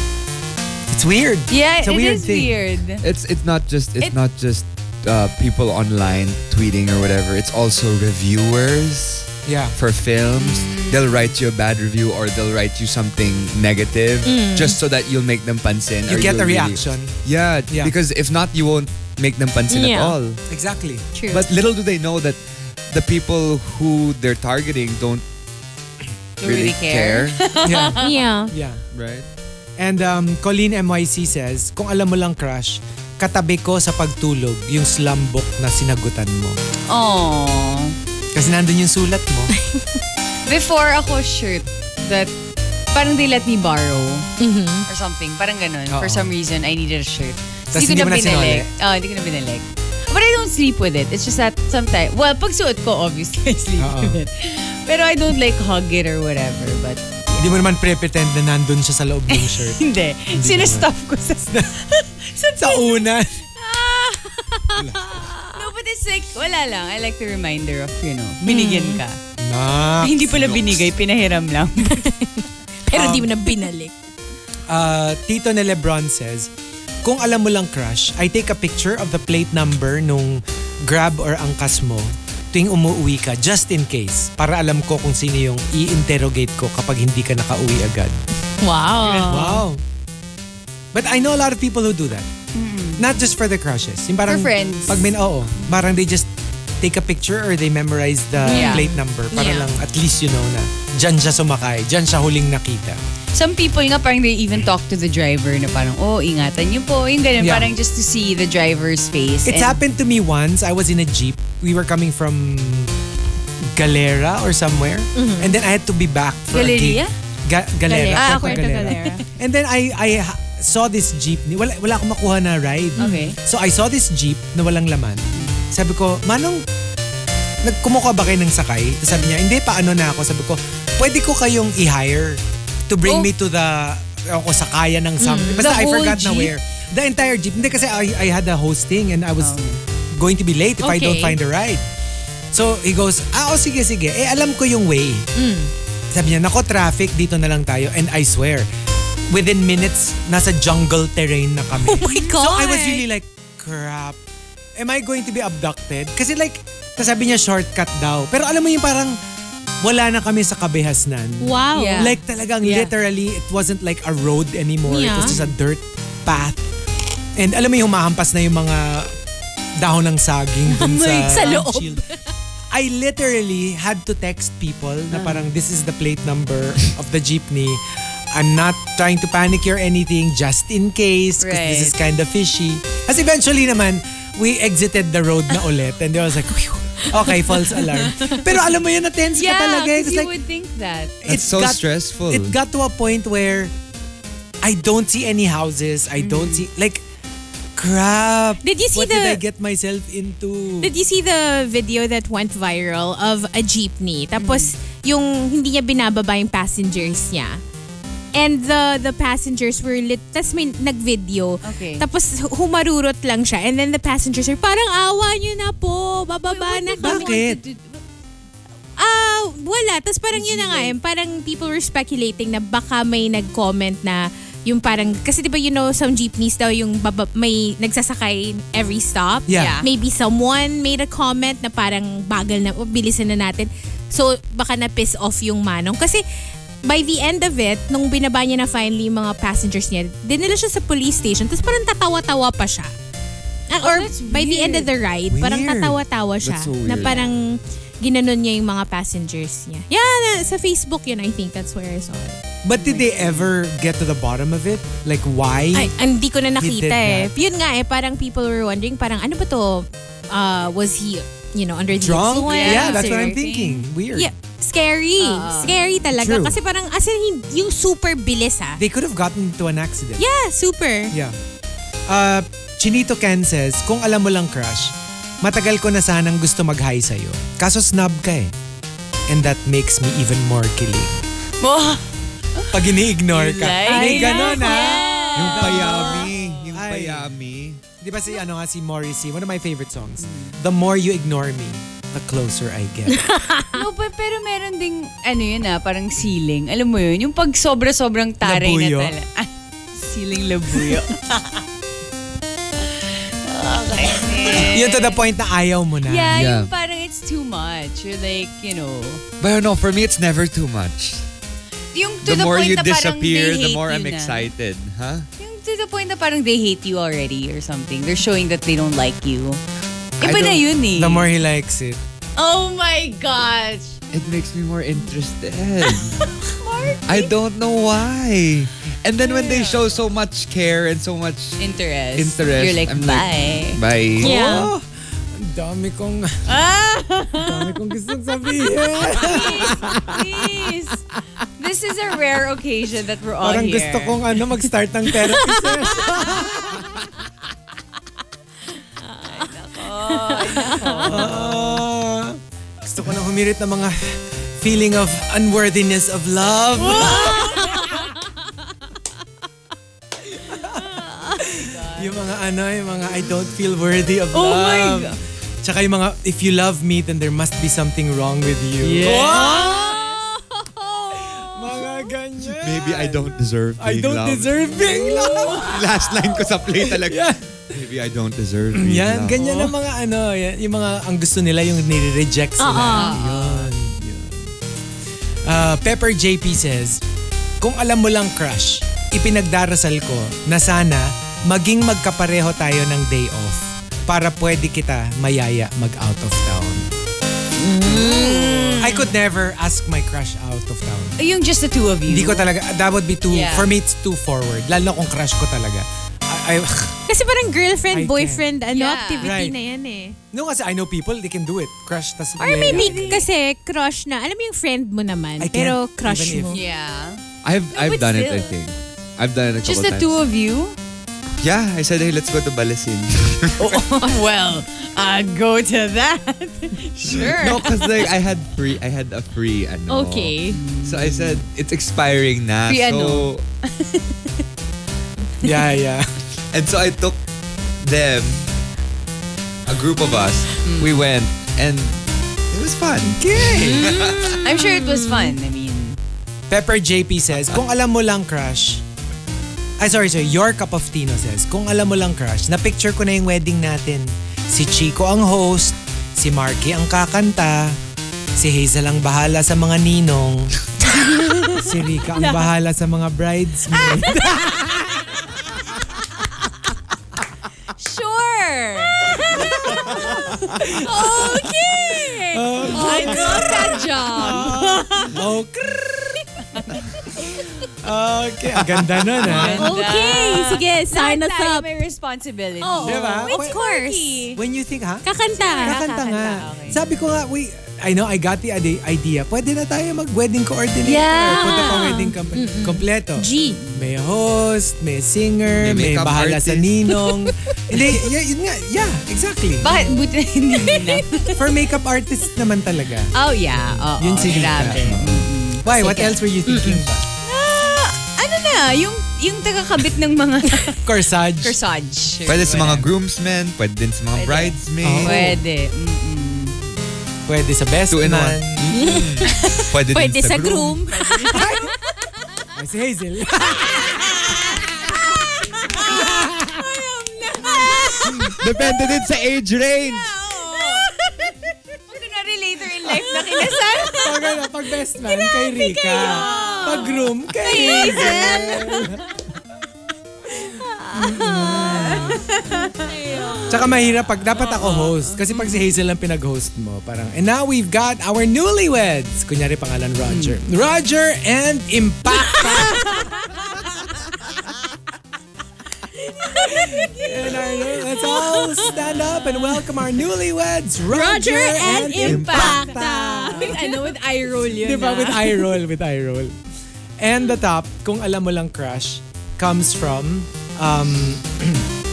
It's weird. yeah, It's a it weird is thing. weird. It's it's not just it's It- not just uh, people online tweeting or whatever. It's also reviewers Yeah. for films. They'll write you a bad review or they'll write you something negative Mm. just so that you'll make them pansin. You or get a you'll really- reaction. yeah, Yeah. because if not, you won't make them pansin at Yeah. all. Exactly. True. But little do they know that the people who they're targeting don't Don't really, really care. Yeah. yeah. yeah. right? And um, Colleen MYC says, kung alam mo lang, crush, katabi ko sa pagtulog yung slambok na sinagutan mo. Oh. Kasi nandun yung sulat mo. Before ako shirt that parang they let me borrow or something. Parang ganun. For Oo. some reason, I needed a shirt. Tas Mm-hmm. Tapos hindi ko hindi na mo na binalik. Oh, hindi ko na binalik. But I don't sleep with it. It's just that sometimes, well, pag suot ko, obviously, I sleep Oo. with it. Pero I don't like hug it or whatever. But Hindi mo naman pre-pretend na nandun siya sa loob ng shirt. hindi. Sinustuff ko sa... sa sa una. No, but it's like, wala lang. I like the reminder of, you know, binigyan ka. Na. Hindi pala binigay, pinahiram lang. Pero di mo na binalik. Uh, Tito na Lebron says, kung alam mo lang crush, I take a picture of the plate number nung grab or angkas mo tuwing umuwi ka just in case para alam ko kung sino yung i-interrogate ko kapag hindi ka nakauwi agad. Wow. Wow. But I know a lot of people who do that. Not just for the crushes. Yung parang, For friends. Pag min, oo. Parang they just take a picture or they memorize the Yeah. plate number para Yeah. lang at least you know na Diyan siya sumakay. Diyan siya huling nakita. Some people nga parang they even talk to the driver na parang, oh, ingatan niyo po. Yung ganun, Yeah. parang just to see the driver's face. It's And- happened to me once. I was in a jeep. We were coming from Galera or somewhere. And then I had to be back for Mm-hmm. Galeria? a gig. Ga- Galera. Galera. Ah, Puerto Puerto Galera. And then I I ha- saw this jeep. ni- Wala, wala akong makuha na ride. Okay. So I saw this jeep na walang laman. Sabi ko, Manong, nagkumukuha ba kayo ng sakay? Tapos sabi niya, hindi, paano na ako? Sabi ko, pwede ko kayong i-hire to bring Oh. Mm, me to the, ako, sakaya ng something. Basta The I whole forgot na jeep? where. The entire jeep. Hindi kasi I, I had a hosting and I was Oh. going to be late if I don't Okay. find a ride. So he goes, ah, oh, sige, sige. Eh, alam ko yung way. Mm. Sabi niya, nako, traffic, dito na lang tayo. And I swear, within minutes, nasa jungle terrain na kami. Oh my God! So I was really like, crap. Am I going to be abducted? Kasi like, tas sabi niya shortcut daw. Pero alam mo yung parang, wala na kami sa kabihasnan. Wow. Yeah. Like talagang Yeah. literally, it wasn't like a road anymore. It Yeah. was just a dirt path. And alam mo yung mahampas na yung mga dahon ng saging dun sa, Amoy, sa loob. windshield. I literally had to text people na Ah. parang this is the plate number of the jeepney. I'm not trying to panic you or anything just in case because this is kind of fishy. As eventually naman, we exited the road na ulit and I was like, "Phew, okay, false alarm. Pero alam mo yun, na-tense ka yeah, talaga. eh. because It's you like, would think that. That's it's so got- stressful. It got to a point where I don't see any houses. I don't see like crap. Mm-hmm. Did you see what did the- I get myself into? Did you see the video that went viral of a jeepney? Tapos Mm-hmm. yung hindi niya binababa yung passengers niya. And the the passengers were lit. Tapos may nag-video. Okay. Tapos hu- humarurot lang siya. And then the passengers are parang awa niyo na po. Bababa na kami. Bakit? Ah, wala. Tapos parang yun na nga Mm-hmm. eh. Parang people were speculating na baka may nag-comment na yung parang, kasi di ba you know some jeepneys daw yung baba, may nagsasakay every stop. Yeah. Maybe someone made a comment na parang bagal na, o bilisan na natin. So baka na-piss off yung manong. Kasi by the end of it, nung binaba niya na finally yung mga passengers niya, dinala siya sa police station. Tapos parang tatawa-tawa pa siya. Ah, or Oh, that's by the end weird. of the ride, parang Weird. tatawa-tawa siya. That's so Na weird. parang ginanon niya yung mga passengers niya. Yeah, na- sa Facebook yun, I think. That's where I saw it. But did they ever get to the bottom of it? Like why? Ay, hindi ko na nakita eh. did Yun nga eh, parang people were wondering, parang ano ba to? Uh, was he, you know, under the Drunk? influence? yeah, that's what or- I'm thinking. Weird. Yeah, scary. Scary talaga. True. Kasi parang, as in, hin- yung super bilis ah. They could have gotten into an accident. yeah, super. Yeah. Uh, Chinito Ken says, kung alam mo lang crush, matagal ko na sanang gusto mag-hi sa'yo. Kaso snub ka eh. And that makes me even more kilig. Pag ini-ignore ka. Like May Ay, ganun ha. yung payami. Yung Ay. payami. Di ba si, ano nga, si Morrissey, one of my favorite songs. The more you ignore me, the closer I get. no, but, pero meron ding, ano yun ah, parang ceiling. Alam mo yun, yung pag sobra-sobrang taray Labuyo? na talaga. Ah, ceiling labuyo. Yun to the point na ayaw mo na. yeah, Yeah. yung parang it's too much. You're like, you know. But no, for me, it's never too much. Yung to the, The, more point you na parang they disappear, hate the more you I'm na. excited. Huh? Yung to the point na parang they hate you already or something. They're showing that they don't like you. Iba na don't- yun eh. The more he likes it. oh my gosh. It makes me more interested. I don't know why. And then when they show so much care and so much Interest. interest, You're like, I'm bye. like, bye. Oh, Yeah. ang dami kong, ang Ah, dami kong gustong sabihin. Please. This is a rare occasion that we're all Parang here. gusto kong ano, mag-start ng therapy session. Ah, gusto ko na humirit ng mga feeling of unworthiness of love. yung mga ano, yung mga I don't feel worthy of Oh my love. God. Tsaka yung mga, if you love me, then there must be something wrong with you. Mga ganyan. Maybe I don't deserve I being don't loved. deserve being loved. Last line ko sa play talaga. Maybe I don't deserve being Yan, loved. ganyan ang mga ano, yan, yung mga ang gusto nila yung nire-reject sila. Yun, yun. Ah, Pepper JP says, Kung alam mo lang crush, ipinagdarasal ko na sana maging magkapareho tayo ng day off para pwede kita mayaya mag out of town. I could never ask my crush out of town. Yung just the two of you. Hindi ko talaga, that would be too, Yeah. for me it's too forward. Lalo na kung crush ko talaga. I, I, Kasi parang I girlfriend, can. boyfriend, ano, Yeah. activity Right. na yan eh. no, kasi I know people, they can do it. Crush, tas Or maybe kasi crush na. Alam mo yung friend mo naman, I can't, pero crush even if- mo. Yeah. I've I've but done it. still. I think I've done it a Just couple the times. two of you? Yeah, I said, hey, let's go to Balasin. well, I go to that. sure. no, because like I had free, I had a free. Ano, Okay. So I said it's expiring na. Free so ano? Yeah, yeah. and so I took them, a group of us. We went and it was fun. I'm sure it was fun. I mean, Pepper JP says, kung alam mo lang crush, ay sorry, sorry, your cup of tino says, kung alam mo lang crush, na-picture ko na yung wedding natin. Si Chico ang host, si Marky ang kakanta, si Hazel ang bahala sa mga ninong, si Rika ang bahala sa mga bridesmaids. sure. okay. I love that job. oh, okay, ang ganda nun ah. ha. Okay, sige, sign Lahat us tayo up. May responsibility. Oo. Diba? Oh, Of course. When you think, ha? Ah, Kakanta. Kakanta nga. okay. Sabi ko nga, we, I know, I got the ide- idea. Pwede na tayo mag-wedding coordinator. Yeah. Punta pa wedding company. Kompleto. G. May host, may singer, May may, makeup bahala sa artist. ninong. Hindi, yeah, yun nga. Yeah, exactly. Bakit? Buti na hindi na. For makeup artist naman talaga. Oh, yeah. Oo. Yun si Rita. Grabe. Why? What else were you thinking ba? Ah, ano na, yung yung taga-kabit ng mga Corsage. corsage. Pwede sa mga groomsmen, pwede din sa mga bridesmaids. Pwede. Mm-mm. Pwede sa best Two in man. one. Pwede, Pwede din sa, sa groom. Ay, si Hazel. Depende din sa age range. Oh. Pag kunwari later in life na kinasal. pag, ano, pag best man, kay Rika. Pag groom, kay Hazel. Tsaka mahirap pag dapat ako host. Kasi pag si Hazel ang pinag-host mo, parang, and now we've got our newlyweds. Kunyari pangalan Roger. Roger and Impacta. and our, let's all stand up and welcome our newlyweds, Roger, Roger and Impacta. Impacta. ano, with eye roll yun. ah. Di ba? With eye roll, with eye roll. And the top, kung alam mo lang crush, comes from, um,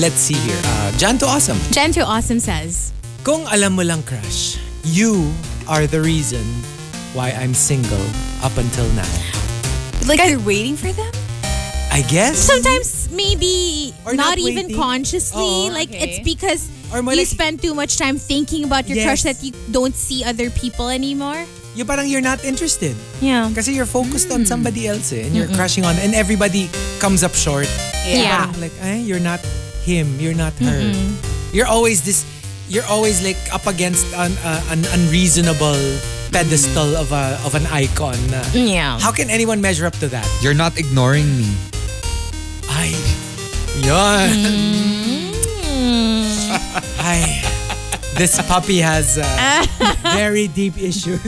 let's see here, uh, Jan to Awesome. Jen to Awesome says, Kung alam mo lang crush, you are the reason why I'm single up until now. Like, you're waiting for them? I guess? sometimes maybe Or not, Oh, not even waiting. consciously Oo. like Okay. it's because Or more you like- spend too much time thinking about your crush Yes. that you don't see other people anymore Yung parang you're not interested. yeah Kasi you're focused on somebody else eh, and you're crushing on, and everybody comes up short. Yeah. Parang like, eh, you're not him, you're not her. You're always this, you're always like up against an, uh, an unreasonable pedestal of a of an icon. na, yeah How can anyone measure up to that? You're not ignoring me. Ay, yun. Hmm. Ay, this puppy has uh, very deep issues.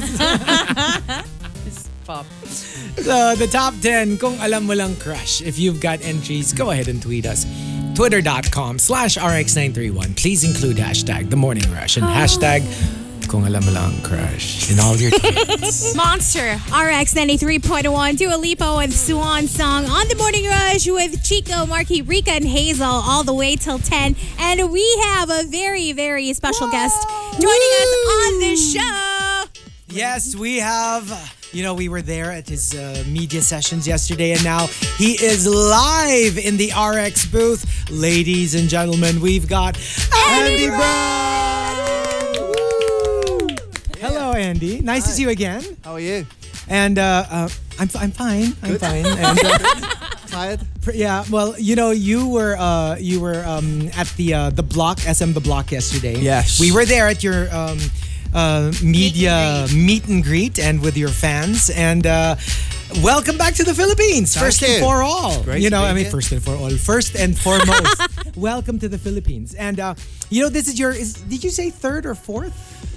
Pop. So, uh, the top 10, kung alam mo lang crush. If you've got entries, go ahead and tweet us. Twitter.com slash RX931. Please include hashtag The Morning Rush and hashtag kung alam mo lang crush in all your tweets. Monster RX 93.1 Dua Lipa with Swan Song on the Morning Rush with Chico, Marky, Rika, and Hazel all the way till 10. And we have a very, very special guest joining us on this show. yes, we have. You know, we were there at his uh, media sessions yesterday, and now he is live in the RX booth. Ladies and gentlemen, we've got Andy Brown! Woo! Hello, Andy. Nice to see you again. How are you? And uh, uh, I'm, I'm fine. I'm fine. And, uh, Tired? pr- yeah. Well, you know, you were uh, you were um, at the uh, the block SM the block yesterday. Yes. We were there at your um, uh, media meet and, greet and with your fans and. Uh, Welcome back to the Philippines, first and you. for all. Great you know, to be I mean, here. first and for all, first and foremost. welcome to the Philippines, and uh, you know, this is your. Is, did you say third or fourth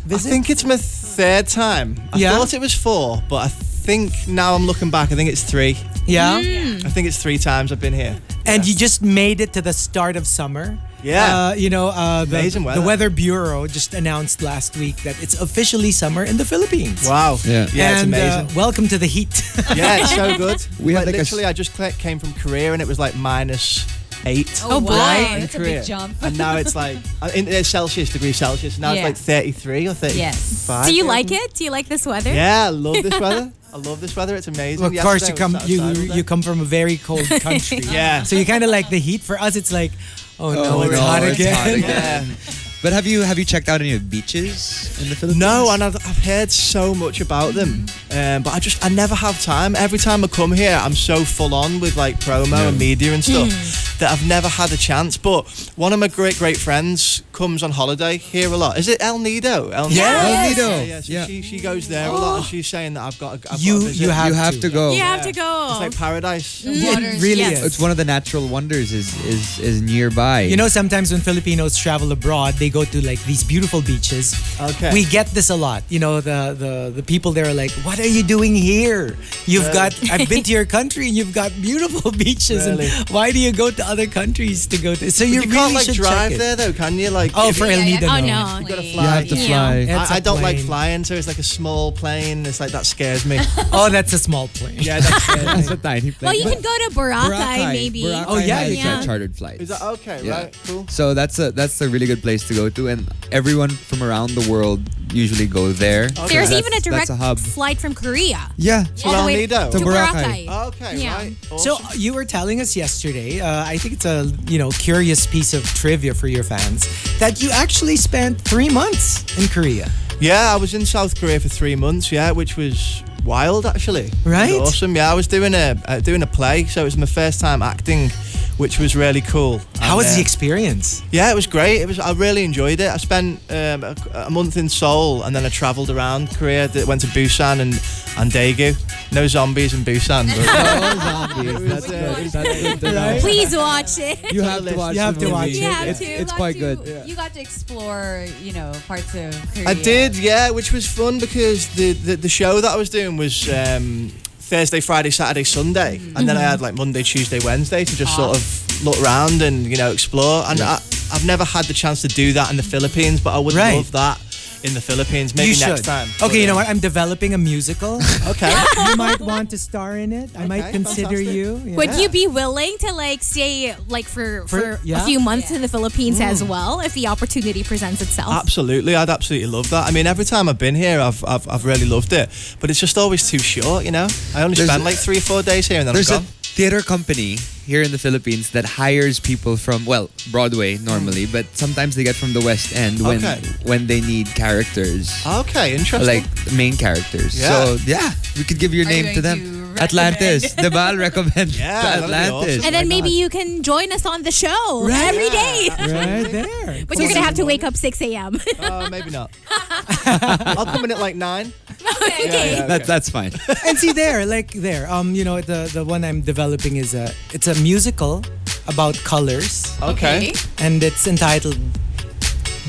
I think it's my third time. I Yeah? thought it was four, but I think now I'm looking back, I think it's three. Yeah? Hmm. I think it's three times I've been here. And you just made it to the start of summer. Yeah. Uh, you know, uh, the, Amazing weather. the Weather Bureau just announced last week that it's officially summer in the Philippines. Wow. Yeah. Yeah, it's and, amazing. Uh, welcome to the heat. yeah, it's so good. We had like, like a s- literally, I just cl- came from Korea and it was like minus eight. Oh, boy. right, in That's a Korea. big jump. And now it's like uh, in uh, Celsius degrees Celsius. Now Yeah. it's like 33 or 35. Yes. Do you like it? Do you like this weather? Yeah, I love this weather. I love this weather. It's amazing. of course, you Yesterday I come was you outside all day. you come from a very cold country. Oh, Yeah. So you kind of like the heat. For us, it's like, oh no, Oh, it's no, hot it's again. hot again. Yeah. But have you have you checked out any of the beaches in the Philippines? No, and I've, I've heard so much about them, um, but I just I never have time. Every time I come here, I'm so full on with like promo and media and stuff that I've never had a chance. But one of my great great friends comes on holiday here a lot. Is it El Nido? El Nido. El Yes. Nido. Yeah, yeah, so Yeah. She, she goes there a lot, and she's saying that I've got. A, I've You- got a visit. you have you have to, to go. You have to go. It's like paradise. It really yes. is. It's one of the natural wonders is is is nearby. You know, sometimes when Filipinos travel abroad, they go to like these beautiful beaches. Okay. We get this a lot. You know, the the, the people there are like, "What are you doing here? You've got I've been to your country and you've got beautiful beaches. Really? And why do you go to other countries to go to?" So you, You, really can't like should check it. drive there though, can you? Like, Oh, if for you- El Nido, Oh, no. no. You gotta you have to fly. fly. Yeah. It's I, I a don't like plane. flying, so it's like a small plane. It's like that scares me. Oh, that's a small plane. yeah, that scares me. That's a tiny Well, plane. you can go to Boracay, Boracay. maybe. Boracay Oh, yeah, has you can. that chartered flights. Is that okay? Yeah. Right, cool. So that's a that's a really good place to go to, and everyone from around the world usually go there. There's That's- even a direct That's a hub. flight from Korea. Yeah. To Oh, El way Nido. to To Boracay. Boracay. Okay, Yeah. right. So Awesome. uh, you were telling us yesterday. Uh, I think it's a you know curious piece of trivia for your fans that you actually spent three months in Korea. yeah, I was in South Korea for three months. Yeah, which was wild actually. It was Right? awesome. Yeah, I was doing a uh, doing a play, so it was my first time acting, which was really cool. How And, was the uh, experience? Yeah, it was great. It was. I really enjoyed it. I spent um, a, a month in Seoul, and then I travelled around Korea. Did- Went to Busan and and Daegu. No zombies in Busan. But That's good. That's good to know. Please watch it. You have to watch. You have the to movie. watch it. You have It's, to. it's Got quite to. good. You got to explore, you know, parts of Korea. I did, yeah, which was fun because the, the, the show that I was doing was um, Thursday, Friday, Saturday, Sunday, and then I had like Monday, Tuesday, Wednesday to just sort of look around and you know explore. And I, I've never had the chance to do that in the Philippines, but I would Right. love that in the Philippines. you Maybe should. next time. Okay, you know what? I'm developing a musical. Okay. you might want to star in it. I might Okay, consider you. fantastic. Yeah. Would you be willing to like stay like for For- for, yeah. a few months in the Philippines as well if the opportunity presents itself? Absolutely, I'd absolutely love that. I mean, every time I've been here, I've I've, I've really loved it, but it's just always too short, you know. I only There's spend a- like three or four days here, and then I'm There's a gone. theater company here in the Philippines that hires people from well Broadway normally, but sometimes they get from the West End when Okay. when they need characters. okay, interesting. like main characters. Yeah. So yeah, we could give your Are you name going to them. to Atlantis, the I'll recommend Yeah, to that'd be Atlantis. awesome. and then maybe you can join us on the show every day. Right there. But you're gonna have to wake up 6 a.m. Oh, maybe not. I'll come in at like nine. okay. That, that's fine. and see there, like there. Um, you know, the the one I'm developing is a it's a musical about colors, Okay. and it's entitled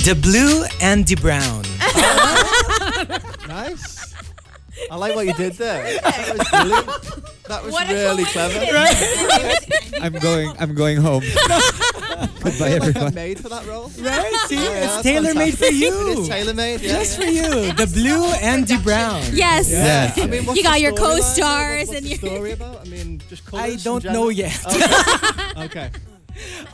"The Blue and the Brown." Nice. I like what you did there. That was brilliant. That was really clever. I'm going. I'm going home. Goodbye, everyone. I'm made for that role. Right? See, it's that's tailor made for It is you. tailor made. Yeah. Just for you. The blue and the brown. Yes. Yes. I mean, what's You got the your storyline? co-stars What's and the your- story about? I mean, just colours I in don't general? know yet. Okay.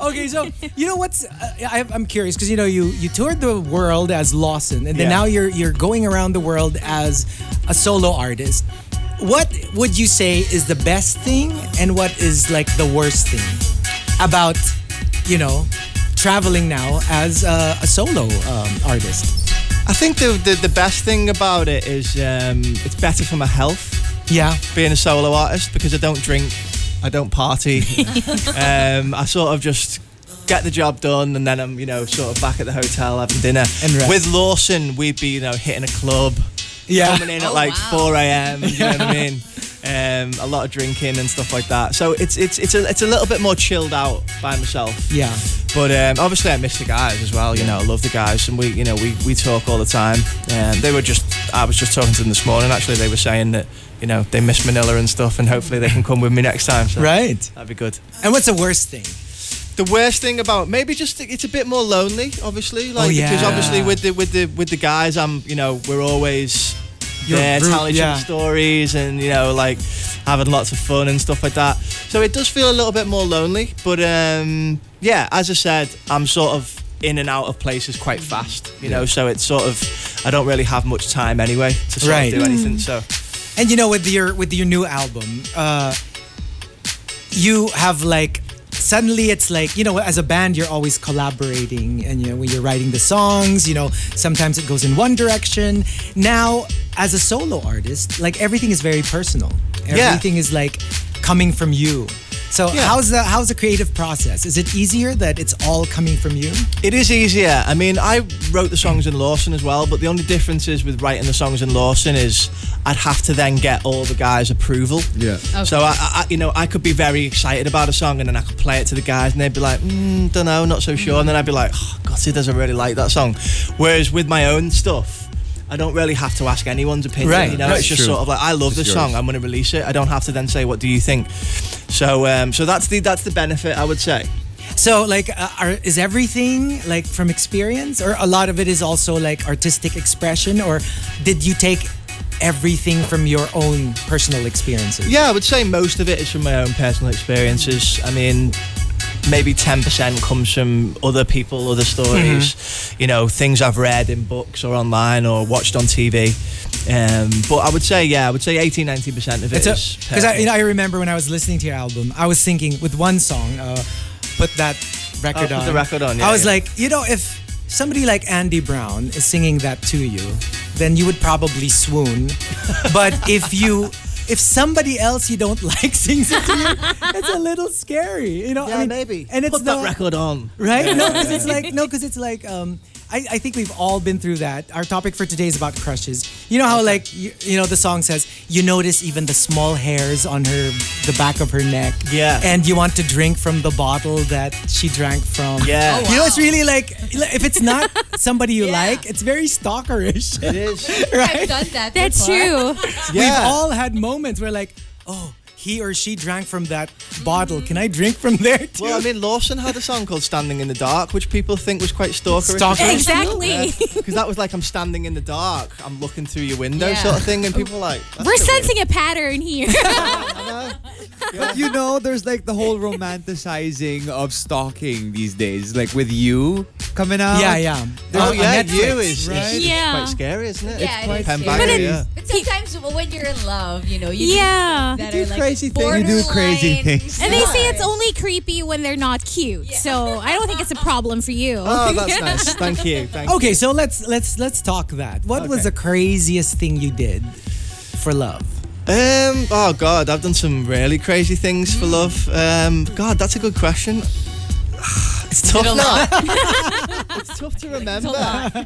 Okay, so you know what's uh, I, I'm curious because you know you you toured the world as Lawson, and then Yeah. now you're you're going around the world as a solo artist. What would you say is the best thing, and what is like the worst thing about you know traveling now as a, a solo um, artist? I think the, the the best thing about it is um, it's better for my health. Yeah, being a solo artist because I don't drink, I don't party. um, I sort of just get the job done and then I'm, you know, sort of back at the hotel having dinner. And rest. With Lawson, we'd be, you know, hitting a club, yeah. coming in at like 4 a.m., you know what I mean? um, a lot of drinking and stuff like that. So it's it's it's a it's a little bit more chilled out by myself. Yeah. But um, obviously, I miss the guys as well. You know, I love the guys, and we, you know, we, we talk all the time. Um, they were just, I was just talking to them this morning. Actually, they were saying that, you know, they miss Manila and stuff, and hopefully they can come with me next time. So Right. That'd be good. And what's the worst thing? The worst thing about maybe just it's a bit more lonely, obviously. Like Oh, yeah. because obviously with the with the with the guys, I'm, you know, we're always You're there group- telling each yeah. other stories and you know like having lots of fun and stuff like that. So it does feel a little bit more lonely, but um, yeah, as I said, I'm sort of in and out of places quite fast, you know. So it's sort of I don't really have much time anyway to sort Right. of do anything. So And you know, with your with your new album, uh, you have like suddenly it's like you know, as a band, you're always collaborating, and you know, when you're writing the songs, you know, sometimes it goes in one direction. Now, as a solo artist, like everything is very personal. Yeah. Everything is like coming from you. So Yeah. how's the how's the creative process? Is it easier that it's all coming from you? It is easier. I mean, I wrote the songs in Lawson as well, but the only difference is with writing the songs in Lawson is I'd have to then get all the guys' approval. Yeah. So I, I, you know, I could be very excited about a song and then I could play it to the guys and they'd be like, mm, don't know, not so sure, and then I'd be like, oh, God, he doesn't really like that song. Whereas with my own stuff. I don't really have to ask anyone's opinion. Right. You know, That's it's just true. sort of like I love It's this yours. song. I'm going to release it. I don't have to then say what do you think. So, um, so that's the that's the benefit I would say. So, like, uh, are, is everything like from experience, or a lot of it is also like artistic expression, or did you take everything from your own personal experiences? Yeah, I would say most of it is from my own personal experiences. I mean, maybe 10% comes from other people, other stories, Mm-hmm. you know, things I've read in books or online or watched on TV. Um, but I would say, yeah, I would say 18, 90% of it It's is. because I, personal. you know, I remember when I was listening to your album, I was thinking with one song, uh, put that record Oh, on. put the record on, yeah, I was yeah. like, you know, if somebody like Andy Brown is singing that to you, then you would probably swoon. but if you if somebody else you don't like sings it to you, it's a little scary. You know, yeah, I mean, maybe. And it's Put that not- record on. right? No, because it's like no, because it's like um, I, I think we've all been through that. Our topic for today is about crushes. You know how like you, you know the song says you notice even the small hairs on her the back of her neck. Yeah. And you want to drink from the bottle that she drank from. Yeah. You know it's really like if it's not somebody you like, it's very stalkerish, It is. right? done that. That's true. We've Yeah. all had moments where like, oh, he or she drank from that bottle. Can I drink from there too? Well, I mean, Lawson had a song called Standing in the Dark, which people think was quite stalkerish. Stalkerish? exactly. Because that was like, I'm standing in the dark, I'm looking through your window Yeah. sort of thing. And people were like, "That's We're a bit weird." sensing a pattern here. But you know, there's like the whole romanticizing of stalking these days, like with you coming out. yeah, yeah. Oh, On- on yeah, Netflix, you is, right? is Yeah. quite scary, isn't it? Yeah, it is Pen scary. back, But it- yeah. But sometimes when you're in love, you know, you yeah. do that You do are like crazy things. You do crazy borderline things. And they say smart. it's only creepy when they're not cute. So I don't think it's a problem for you. Oh, that's nice. Thank you. Thank Okay, so let's let's let's talk that. What was the Okay. craziest thing you did for love? you. Um, oh God, I've done some really crazy things for love. Um, God, that's a good question. It's tough now. it's tough to remember.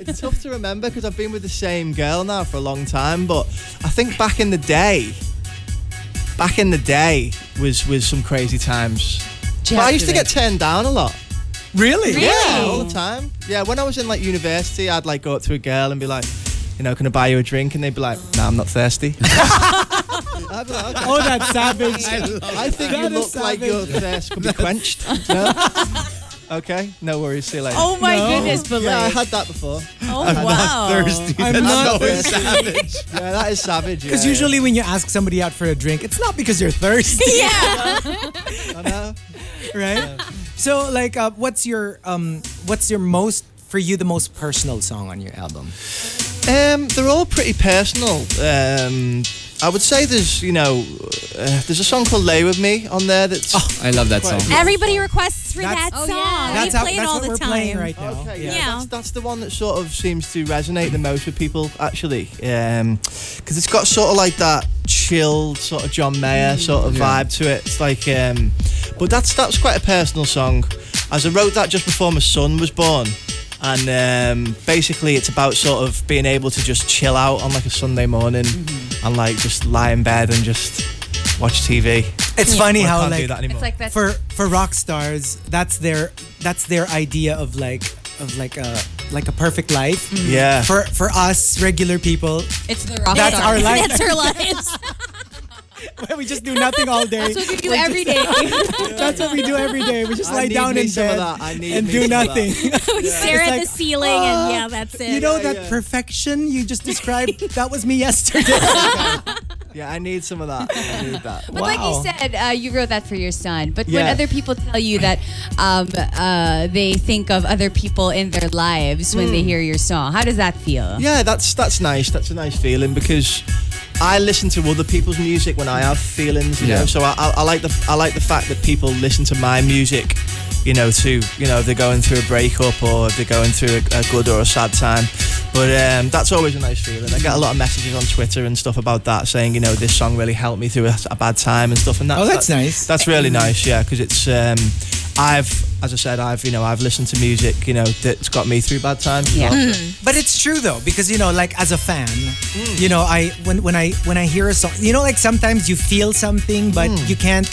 It's, tough to remember because I've been with the same girl now for a long time. But I think back in the day, back in the day was was some crazy times. But I used to get turned down a lot. Really? Yeah, all the time. Yeah, when I was in like university, I'd like go up to a girl and be like, you know, can I buy you a drink? And they'd be like, no, nah, I'm not thirsty. I'd be like, okay. Oh, that's savage. I think you That is look like your thirst could be quenched. No? Okay, no worries. See you later. Oh my goodness, but yeah, I like, had that before. oh wow. Thirsty. I'm That's not always thirsty. savage. Yeah, that is savage. Because yeah, usually when you ask somebody out for a drink, it's not because you're thirsty, yeah. yeah. I know. right? So, like, uh, what's your um, what's your most for you the most personal song on your album? Um, they're all pretty personal. Um, I would say there's, you know, uh, there's a song called "Lay with Me" on there. That's Oh. I love that Quite- song. Everybody requests for That's- that Oh, song. yeah. We that's play it that's all what the we're time. playing right now. Okay, yeah. Yeah. That's, that's the one that sort of seems to resonate the most with people, actually. Because it's got sort of like that chilled, sort of John Mayer sort of vibe to it. It's like, um, but that's that's quite a personal song. As I wrote that just before my son was born. And um, basically, it's about sort of being able to just chill out on like a Sunday morning and like just lie in bed and just watch TV. It's funny Well, I how can't do like that anymore. It's like that. for for rock stars, that's their that's their idea of like of like a like a perfect life. yeah. For for us regular people, it's the rock that's our life. That's her lives. we just do nothing all day. That's what you do every day. That's what we do every day. We just I lie need down me in some of bed that. I need and me do some of that. nothing. We stare at like, the ceiling and yeah, that's it. you know Yeah, that yeah. perfection you just described? that was me yesterday. yeah, I need some of that. I need that. But like you Wow. said, uh, you wrote that for your son. But when Yeah. other people tell you that um, uh, they think of other people in their lives when Mm. they hear your song, how does that feel? Yeah, that's that's nice. That's a nice feeling because I listen to other people's music when I have feelings, you Yeah. know. So I, I, I like the I like the fact that people listen to my music, you know, too. You know, if they're going through a breakup or if they're going through a, a good or a sad time. But um, that's always a nice feeling. I get a lot of messages on Twitter and stuff about that, saying you know this song really helped me through a, a bad time and stuff. And that, Oh, that's that- nice. That's really nice, yeah, because it's. Um, I've, as I said, I've you know I've listened to music, you know, that's got me through bad times. Yeah. But it's true though, because you know, like as a fan, you know, I when when I when I hear a song, you know, like sometimes you feel something, but you can't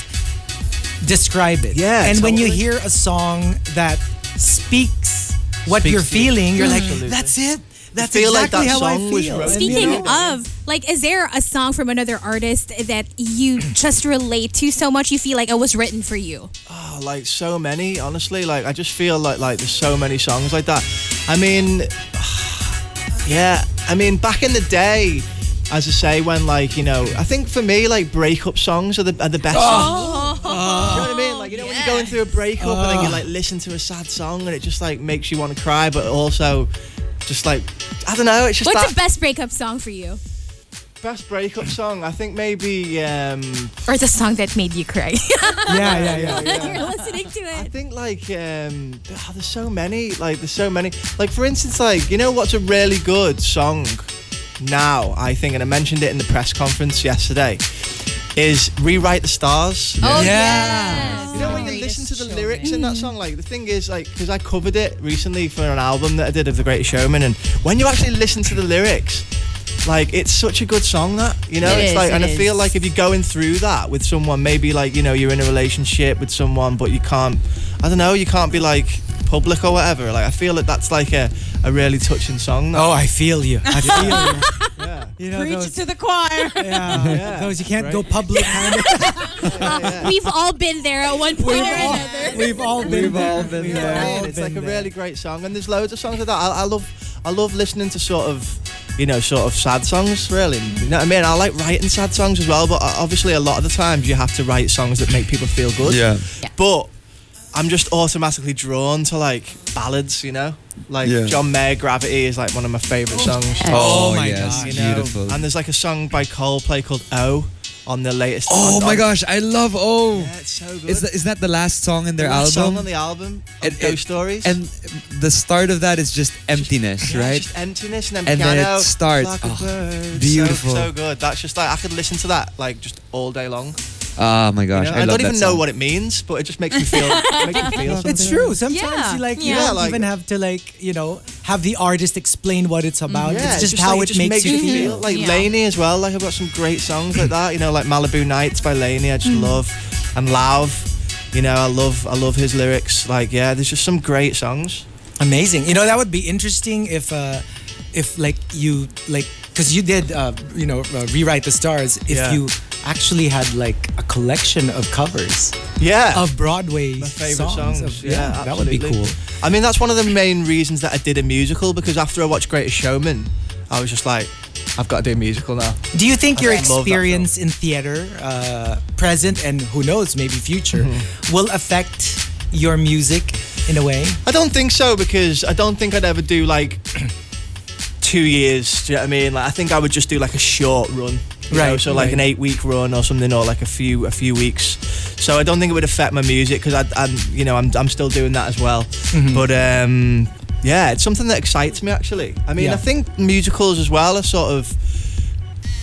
describe it. Yeah, And when you totally. hear a song that speaks what Speaks you're to you. feeling, you're Absolutely. like, that's it. That's feel like exactly that how I song was feel. wrote- And, you Speaking know, of, like, is there a song from another artist that you just relate to so much you feel like it was written for you? Oh, like so many, honestly. Like I just feel like like there's so many songs like that. I mean, yeah. I mean, back in the day, as I say, when like you know, I think for me, like breakup songs are the are the best. Oh. songs. Do you know what I mean? Like you know when you're going through a breakup and then you like listen to a sad song and it just like makes you want to cry, but also just like I don't know. It's just What's that the best breakup song for you? best breakup song. I think maybe. um Or the song that made you cry? yeah, yeah, yeah. You're listening to I it. think like um, oh, there's so many. Like there's so many. Like for instance, like you know what's a really good song now? I think, and I mentioned it in the press conference yesterday. Is rewrite the stars. Oh, Yeah. yes. You know when you Greatest listen to the showman. lyrics in that song, like the thing is, like because I covered it recently for an album that I did of The Greatest Showman, and when you actually listen to the lyrics, like it's such a good song that you know It it's is, like, it and I is. feel like if you're going through that with someone, maybe like you know you're in a relationship with someone, but you can't, I don't know, you can't be like public or whatever. Like I feel that that's like a a really touching song. That, Oh, I feel you. I feel yeah. you. You know Mm, Preach those, to the choir. yeah, Yeah. those you can't Right. go public. We've all been there at one point or another. We've all been We've there. all been We've there. all Yeah, it's been like a there. really great song, and there's loads of songs like that. I, I love, I love listening to sort of, you know, sort of sad songs. Really, you know what I mean? I like writing sad songs as well, but o- obviously a lot of the times you have to write songs that make people feel good. Yeah. But I'm just automatically drawn to like ballads, you know, like Yeah. John Mayer, "Gravity" is like one of my favorite songs. Oh my yes, gosh. You know? beautiful. And there's like a song by Coldplay called "Oh" on the latest. oh on- my on- gosh, I love Oh. Yeah, it's so good. Is that, is that the last song in their The last album? song on the album? And- And, Ghost and- Stories. and the start of that is just emptiness, Yeah, right? Just emptiness and then And then piano. it starts. Like a Oh, bird. beautiful. So, so good. That's just like I could listen to that like just all day long. Oh my you gosh, know? I, I, love don't even that know song. what it means, but it just makes me feel. makes me feel something. It's true. Sometimes Yeah. you like you Yeah. don't like- even have to like you know have the artist explain what it's about. Mm-hmm. Yeah, it's just, how like, it, just makes, you feel. Like Laney as well. Like I've got some great songs like that. You know, like Malibu Nights by Laney. I just love and Lauv. You know, I love I love his lyrics. Like yeah, there's just some great songs. Amazing. You know that would be interesting if uh if like you like because you did uh you know uh, rewrite the stars if Yeah. you actually had like a collection of covers Yeah. of Broadway my favorite songs. songs. of- yeah, that would be absolutely. cool. I mean, that's one of the main reasons that I did a musical because after I watched Greatest Showman, I was just like, I've got to do a musical now. Do you think I your love that film. experience in theater, uh, present and who knows maybe future, will affect your music in a way? I don't think so because I don't think I'd ever do like two years. Do you know what I mean? Like, I think I would just do like a short run. you know, Right, so like right. an eight-week run or something, or like a few a few weeks. So I don't think it would affect my music because I, I'm, you know, I'm, I'm still doing that as well. Mm-hmm. But um, yeah, it's something that excites me actually. I mean, Yeah. I think musicals as well are sort of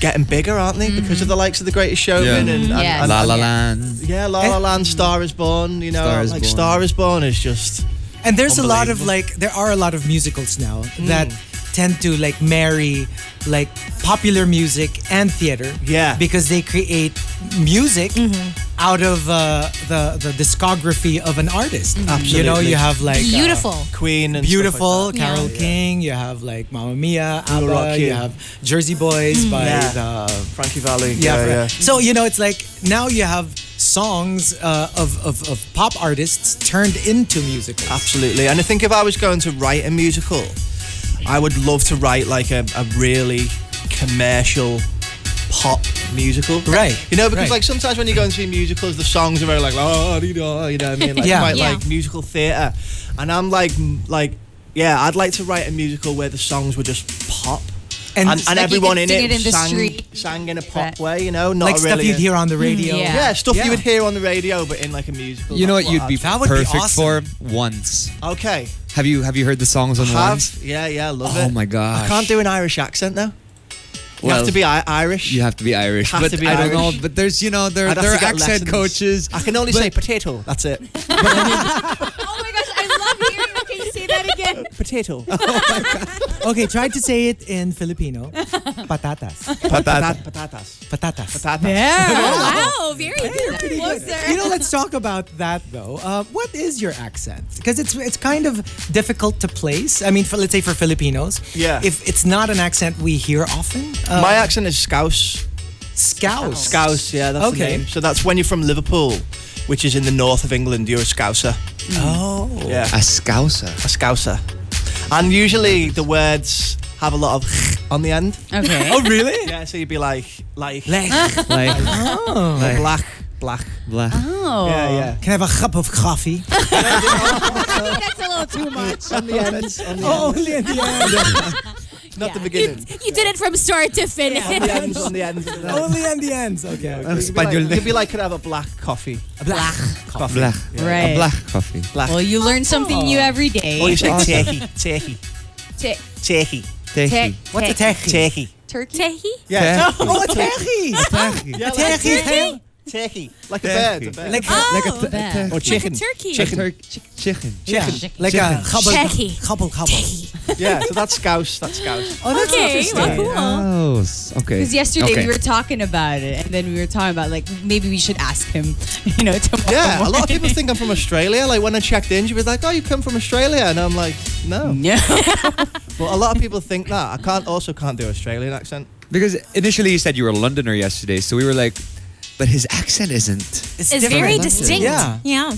getting bigger, aren't they? Because Mm-hmm. of the likes of The Greatest Showman Yeah. and, and, Yes. and- La La and- Land. yeah, La La Eh? Land, Star Is Born. You know, Star Is like Born. Star Is Born is just. And there's a lot of Unbelievable. Hmm. like there are a lot of musicals now that tend to like marry like popular music and theater. Yeah. Mm-hmm. Because they create music out of uh, the the discography of an artist. You know, Mm-hmm. Absolutely. you have like uh, Beautiful. Queen and stuff like Beautiful, that. Carol Yeah. King. You have like Mamma Mia, ABBA. Rock you you. have Jersey Boys by Yeah. the Frankie Valley. yeah, for- So you know, it's like now you have songs uh, of, of of pop artists turned into musicals. Absolutely. And I think if I was going to write a musical, I would love to write like a, a really commercial pop musical. Right, You know, because right. like sometimes when you go and see musicals, the songs are very like, "Oh, la di da, you know what I mean? Like, Yeah. quite Yeah. like musical theatre. And I'm like, m- like, yeah, I'd like to write a musical where the songs were just pop. And And, and, it's like you everyone could in sing it, it in the sang, street. sang in a pop Right. way, you know? Not like really Mm, stuff you'd a- hear on the radio. yeah. Yeah, stuff Yeah. you would hear on the radio, but in like a musical. You know That's what you'd be I'd- That would be perfect awesome. for? Once. Okay. Have you have you heard the songs on Have Once? yeah, yeah, love Oh it. my gosh. I can't do an Irish accent though. You Well, have to be I- Irish. You have to be Irish, Have but to be I don't Irish. know. But there's you know there I'd have there to are get accent lessons. coaches. I can only but- say potato. That's it. Oh my gosh, I love hearing you. Can you say that again? potato. Okay, try to say it in Filipino. Patatas. Patata. Patatas. Patatas. Patatas. Oh, wow. Very good. You know, let's talk about that though. Uh, what is your accent? Because it's it's kind of difficult to place. I mean, for, let's say for Filipinos, Yeah. If it's not an accent we hear often, uh, My accent is Scouse. Scouse. Scouse, yeah, that's the Okay. name. So that's when you're from Liverpool, which is in the north of England, you're a Scouser. Oh, Yeah. A scouser. A Scouser. And usually the words have a lot of on the end. Okay. oh, really? Ah. Yeah, so you'd be like, like, Lech. Like, like black, black. black. Oh. Yeah, yeah. Can I have a cup of coffee? That's a little too much. On the end. On the oh, only at the end. end. Not the beginning. You did it from start to finish. On the ends, on the ends. of the words. only at the ends. Okay. okay. Ang You'd be like- Spanyol. You'd be like, could I have a black coffee? Black. Coffee. Black. Right. A black coffee. Black. Well, you learn something new every day. Or you Oh. say turkey, turkey, Te- turkey, te- Tehi. What's a te- techi? turkey. Turkey? Tehi? Yeah. Tehi. Oh, a techi. Tehi. Yeah, like, Techi. hen. turkey. Like a bird. Turkey. A bird. Like Like a te- bad. te- or Like a chicken. turkey. Chicken. Turk- Chicken. yeah. Like a hubble. Techi. Hubble, hubble. Yeah, so that's scouse. That's scouse. Oh, that's Okay, well, cool. Oh, s- okay. Because yesterday Okay. we were talking about it, and then we were talking about like maybe we should ask him, you know, tomorrow. Yeah, a lot of morning. people think I'm from Australia. Like when I checked in, she was like, "Oh, you come from Australia," and I'm like, "No." Yeah. But a lot of people think that. I can't also can't do Australian accent. because initially you said you were a Londoner yesterday, so we were like, but his accent isn't. It's very different. distinct. Yeah. Yeah.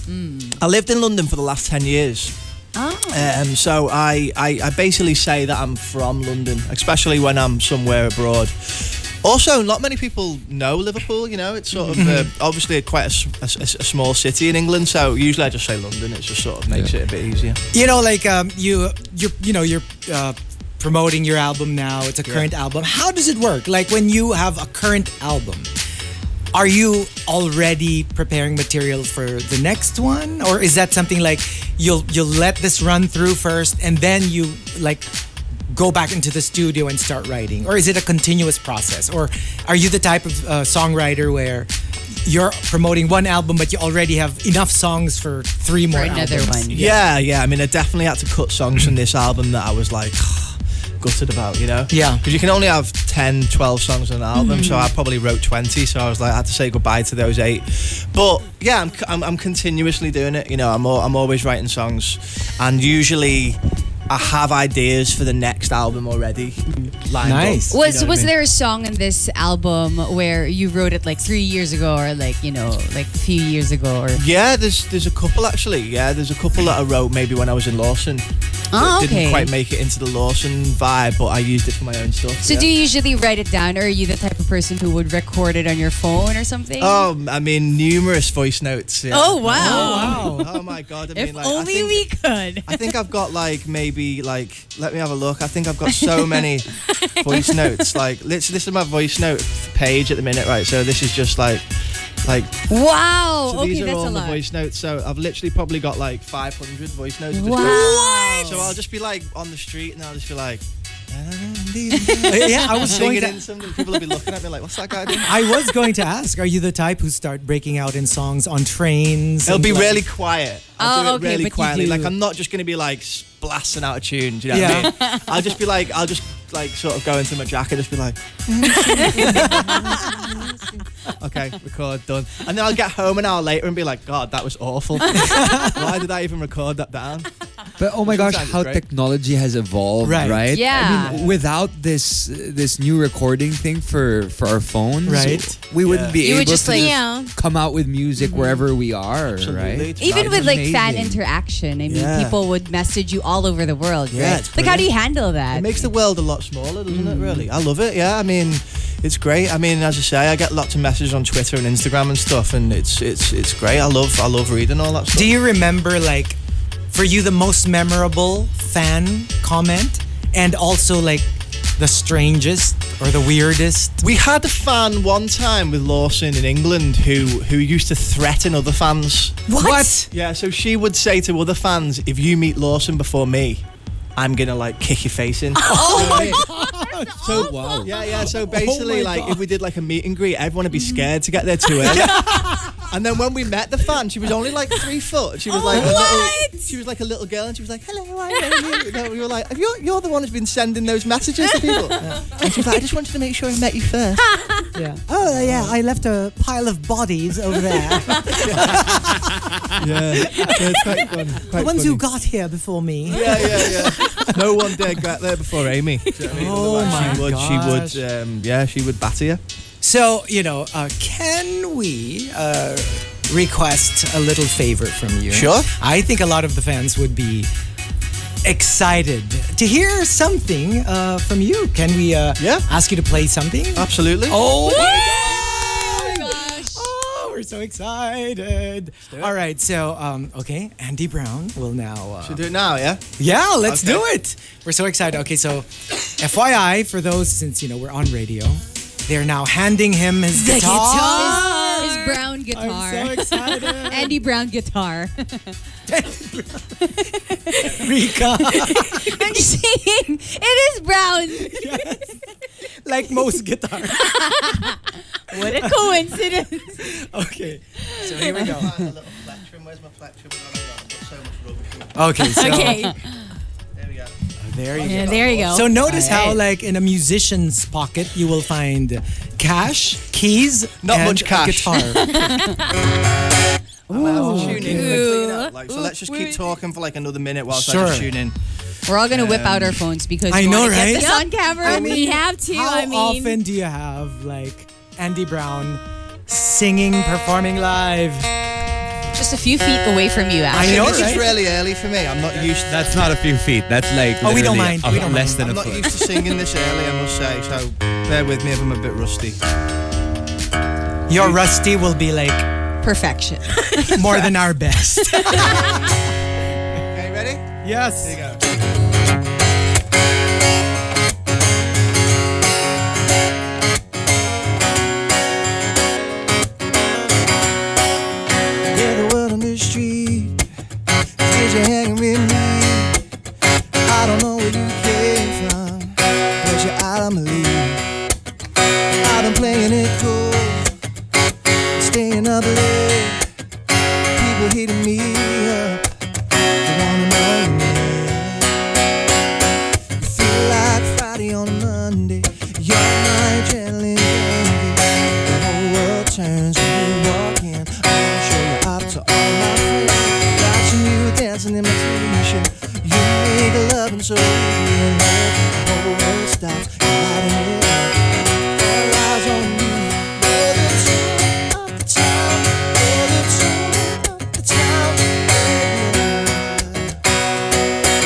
I lived in London for the last ten years. Um, so I, I, I basically say that I'm from London, especially when I'm somewhere abroad. Also, not many people know Liverpool. You know, it's sort of uh, obviously quite a s- a, s- a small city in England. So usually I just say London. It just sort of makes it a bit easier. You know, like um, you, you, you know, you're uh, promoting your album now. It's a current album. How does it work? Like when you have a current album, are you already preparing material for the next one, or is that something like you'll you'll let this run through first, and then you like go back into the studio and start writing, or is it a continuous process, or are you the type of uh, songwriter where you're promoting one album, but you already have enough songs for three more Or another albums? one. Yeah, yeah. I mean, I definitely had to cut songs from this album that I was like gutted about, you know? Yeah. Because you can only have 10, 12 songs on an album. Mm. So I probably wrote 20. So I was like, I had to say goodbye to those eight. But yeah, I'm, I'm, I'm continuously doing it. You know, I'm, al- I'm always writing songs. And usually I have ideas for the next album already. Lined up, Nice. you know Was what I was mean? there a song in this album where you wrote it like three years ago, or like you know, like a few years ago, or Yeah, there's there's a couple actually. Yeah, there's a couple that I wrote maybe when I was in Lawson. Ah, that okay. Didn't quite make it into the Lawson vibe, but I used it for my own stuff. So yeah. do you usually write it down, or are you the type of person who would record it on your phone or something? Oh, I mean, numerous voice notes. yeah. Oh, wow! Oh, oh my god! I mean, If like, I only think, we could. I think I've got like maybe like let me have a look. I think I've got so many voice notes. Like this, this is my voice note page at the minute, right? So this is just like like Wow. so okay, these are that's all a the lot. voice notes. So I've literally probably got like 500 voice notes. of just Wow. So I'll just be like on the street and I'll just be like, yeah, I was Sing going it to in something. People will be looking at me like, what's that guy doing? I was going to ask, are you the type who start breaking out in songs on trains? It'll and be like- really quiet. I'll Oh, do it okay, really but you quietly. do. Like I'm not just gonna be like s- blasting out a tune. Do you know what I mean? I'll just be like, I'll just like sort of go into my jacket, just be like, okay, record done. And then I'll get home an hour later and be like, God, that was awful. Why did I even record that down? But oh my gosh, Sometimes it's how great. technology has evolved, Right. right? Yeah. I mean, without this this new recording thing for for our phones, Right. We wouldn't be You able would just, to like- Yeah. come out with music wherever we are, Absolutely. right? Even That's with like fan amazing. interaction, I mean, Yeah. people would message you all over the world, Yeah, right? it's Like, how do you handle that? It makes the world a lot smaller, doesn't Mm. it? Really, I love it. Yeah, I mean, it's great. I mean, as I say, I get lots of messages on Twitter and Instagram and stuff, and it's it's it's great. I love I love reading all that stuff. Do you remember, like, for you, the most memorable fan comment? And also, like, the strangest or the weirdest? We had a fan one time with Lawson in England who who used to threaten other fans. What? Yeah, so she would say to other fans, "If you meet Lawson before me, I'm gonna like kick your face in." So wow. Yeah, yeah. So basically, Oh my like if we did like a meet and greet, everyone would be scared to get there too early. and then when we met the fan, she was only like three foot. She was like a little, she was like a little girl, and she was like, "Hello, I know you." And we were like, "You're you're the one who's been sending those messages to people." And she was like, "I just wanted to make sure I met you first. Oh, yeah, I left a pile of bodies over there. Yeah, quite fun. the ones who got here before me. Yeah, yeah, yeah. no one dared go out there before Amy. Oh my she would, gosh. She would, um, yeah, she would batter you. So, you know, uh, can we uh, request a little favor from you? Sure. I think a lot of the fans would be excited to hear something uh, from you. Can we uh, Yeah. ask you to play something? Absolutely. Oh, my gosh! Oh, we're so excited. All right, so, um, okay, Andy Brown will now. Uh, Should we do it now, yeah? yeah, let's Okay. do it. We're so excited. Okay, so FYI, for those, since, you know, we're on radio, they're now handing him his guitar. His brown guitar. I'm so excited. Andy Brown guitar. Rika, I'm just saying, it is brown. like most guitars. What a coincidence. Okay. So here we go. Find a little plectrum. Where's my plectrum? I've got so much rubbish. Okay, so Okay. There we go. there you go. Yeah, there you go. So notice All how, right. like in a musician's pocket, you will find cash, keys, Not and much a cash. guitar. Oh. Tune in quickly now. Like, so let's just keep talking for like another minute whilst I just Sure. tune in. We're all going to whip out our phones because I we know, wanna right? Get this Yup. on camera. I mean, we have to, how I mean. often do you have like Andy Brown singing, performing live? just a few feet away from you, I Ash. know, This right? is really early for me. I'm not used to That's not a few feet. That's like Oh, we don't literally mind. a- We don't less mind. than I'm a not foot. used to singing this early, I must say, so bear with me if I'm a bit rusty. Your rusty will be like Perfection. more than our best. Okay, ready? yes. Here you go. Yeah, the world on the street. Did you hang with me? I don't know where you came from, but you're out of my league. I've been playing it cool, staying up late. People hitting me up, they wanna know your name. You feel like Friday on Monday, you're my adrenaline junkie. The whole world turns when you walk in. I'm sure you're up to all my friends. Watching you dancing in my t-shirt. You make love and so easy and love. The whole world stops. You're lighting it up. All eyes on you. You're the talk of the town. You're the talk of the town.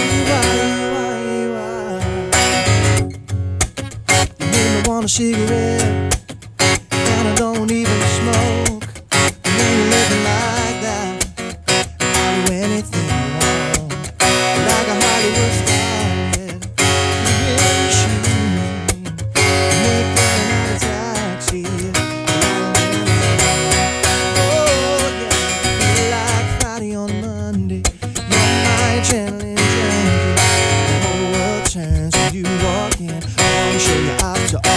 You are, you are, you are. You make me want a cigarette and I don't even smoke. And when you're looking like that, I'll do anything wrong. Like a Hollywood star, yeah. You really shoot me. Make love in a taxi. Oh, yeah. Feel like Friday on Monday. You're my adrenaline junkie. The whole world turns when you walk in. All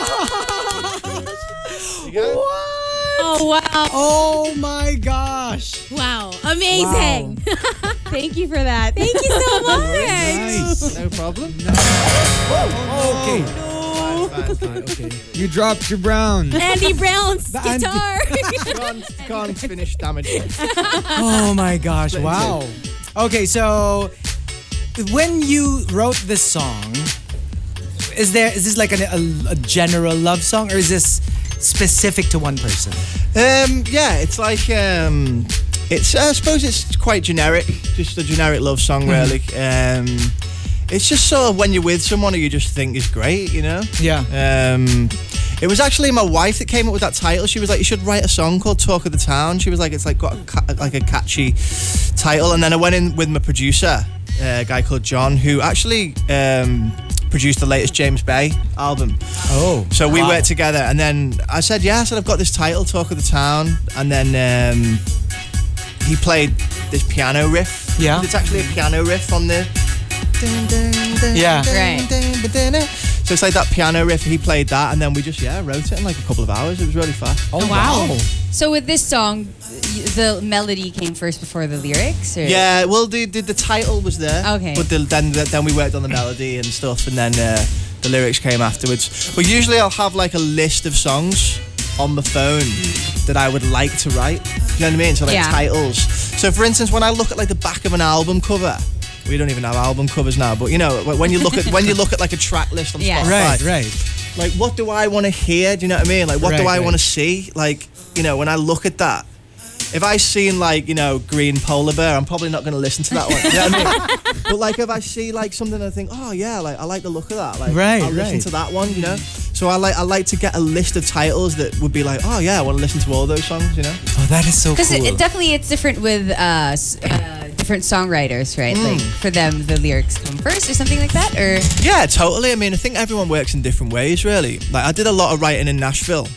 Oh you go. Oh, wow. Oh my gosh! Wow. Amazing. Thank you for that. Thank you so much. Nice. No problem. Okay. Fine, fine, okay. You dropped your brown. Andy Brown's The Andy- guitar. Can't, can't finish damaging. Oh my gosh! Wow. Okay, so when you wrote this song, is there is this like an, a, a general love song, or is this specific to one person? Um, yeah, it's like um, it's. I suppose it's quite generic, just a generic love song, really. Um, it's just sort of when you're with someone who you just think is great, you know. Yeah. Um, it was actually my wife that came up with that title. She was like, "You should write a song called Talk of the Town." She was like, "It's like got a ca- like a catchy title." And then I went in with my producer, uh, a guy called John, who actually um, produced the latest James Bay album. Oh. So we wow. worked together, and then I said, "Yeah," I said, "I've got this title, Talk of the Town," and then um, he played this piano riff. Yeah. it's actually a piano riff on the. Yeah. Right. So it's like that piano riff. He played that, and then we just yeah wrote it in like a couple of hours. It was really fast. Oh wow. So with this song, the melody came first before the lyrics? Or? Yeah, well, the, the the title was there. Okay. But the, then then we worked on the melody and stuff, and then uh, the lyrics came afterwards. But usually I'll have like a list of songs on the phone that I would like to write. You know what I mean? So like Yeah. titles. So for instance, when I look at like the back of an album cover. We don't even have album covers now, but you know wh- when you look at when you look at like a track list on Yeah. Spotify, Right, right. like what do I want to hear? Do you know what I mean? Like what do Right, I right. want to see? Like you know when I look at that, if I seen like you know green polar bear, I'm probably not going to listen to that one. You know what I mean? but like if I see like something, I think oh yeah, like I like the look of that. Like Right, I'll listen right. to that one. You know. So I like I like to get a list of titles that would be like oh yeah, I want to listen to all those songs. You know. Oh, that is so cool. Because it, definitely it's different with uh, s- uh, different songwriters, right? Like for them, the lyrics come first or something like that? Or Yeah, totally. I mean, I think everyone works in different ways, really. Like, I did a lot of writing in Nashville,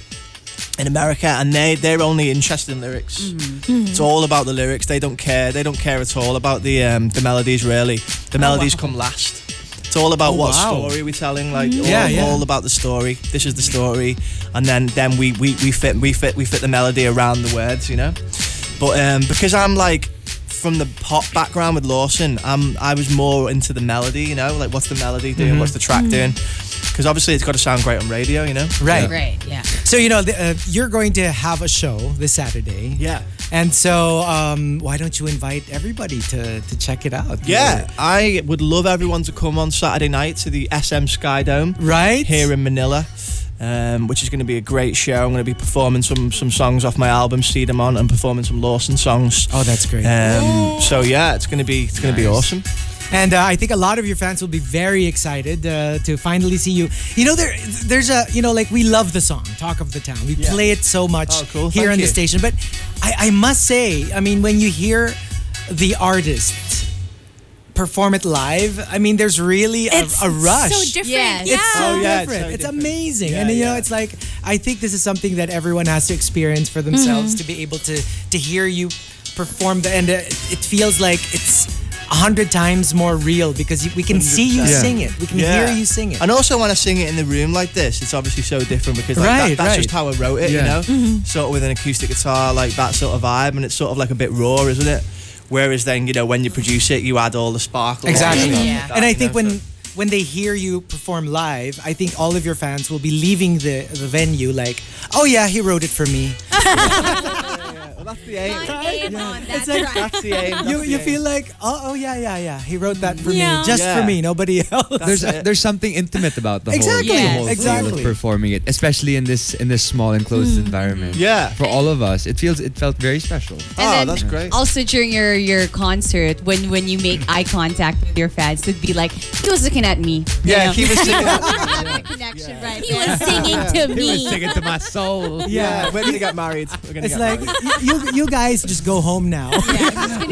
in America, and they they're only interested in lyrics. Mm-hmm. It's all about the lyrics. They don't care. They don't care at all about the um, the melodies. Really, the melodies come last. It's all about Oh, what wow. Mm-hmm. story we're telling. Like, all, Yeah, yeah. all about the story. This is the story, and then then we we, we fit we fit we fit the melody around the words. You know, but um, because I'm like from the pop background with Lawson, um, I was more into the melody, you know, like what's the melody Mm-hmm. doing, what's the track doing, because obviously it's got to sound great on radio, you know. right. Right, yeah. So you know, the, uh, you're going to have a show this Saturday. Yeah. And so, um, why don't you invite everybody to to check it out? Yeah, I would love everyone to come on Saturday night to the SM Sky Dome Right. here in Manila, um, which is going to be a great show. I'm going to be performing some some songs off my album See Them On and performing some Lawson songs. Oh, that's great. Um, so yeah, it's going to be it's going to be awesome. And uh, I think a lot of your fans will be very excited uh, to finally see you. You know, there, there's a, you know, like we love the song "Talk of the Town." We play it so much Oh, cool. here Thank on the you. station. But I, I must say, I mean, when you hear the artist perform it live, I mean, there's really a, It's a rush. so different. Yes. Yeah. It's so Oh, yeah, it's different. so It's, different. amazing. Yeah, and you know, yeah. it's like I think this is something that everyone has to experience for themselves to Mm-hmm. be able to to hear you perform the and uh, it feels like it's a hundred times more real because you, we can see you 100%. sing it. We can hear you sing it. And also when I sing it in the room like this, it's obviously so different because like Right, that, that's right. just how I wrote it, Yeah. you know? Sort of with an acoustic guitar, like that sort of vibe, and it's sort of like a bit raw, isn't it? Whereas then, you know, when you produce it, you add all the sparkle. all the Exactly. stuff like that, And I you think know, when so- when they hear you perform live, I think all of your fans will be leaving the, the venue like, oh yeah, he wrote it for me. Well, that's the aim. It's like That's the aim. you, that's you the feel like, oh, oh yeah, yeah, yeah, he wrote that for Yeah. me, just for Yeah. me, nobody else. There's it. there's something intimate about the Exactly, whole, the Yes. whole feel exactly. of performing it, especially in this in this small enclosed environment. Yeah. for all of us, it feels it felt very special. aim. And Oh, then that's great. Also during your, your concert, when, when you make eye contact with your fans, it'd be like, he was looking at me. You Yeah, know? he was singing that. connection right He was singing to me. to my soul. Yeah. Yeah, we're going to get married. We're going to It's get like married. y- you, you guys just go home now.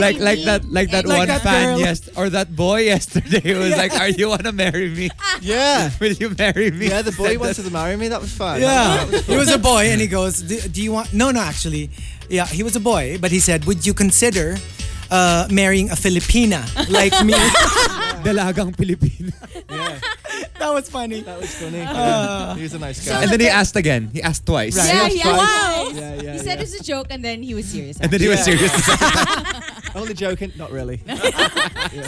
Like like that like that Like one that fan girl. yes or that boy yesterday was like, "Are you wanna marry me? Yeah. Will you marry me?" Yeah, the boy wanted to marry me. That was fun. Yeah, he was a boy, and he goes, do, "Do you want?" No, no, actually, yeah, he was a boy, but he said, "Would you consider uh, marrying a Filipina like me?" Dalagang Pilipino. That was funny. That was funny. Uh. he was a nice So- guy. And then he asked again. He asked twice. Right. Yeah, Yes, yeah, right. wow. yeah, yeah, He said it yeah. was a joke and then he was serious. And then he was Yeah. serious. Only joking. Not really.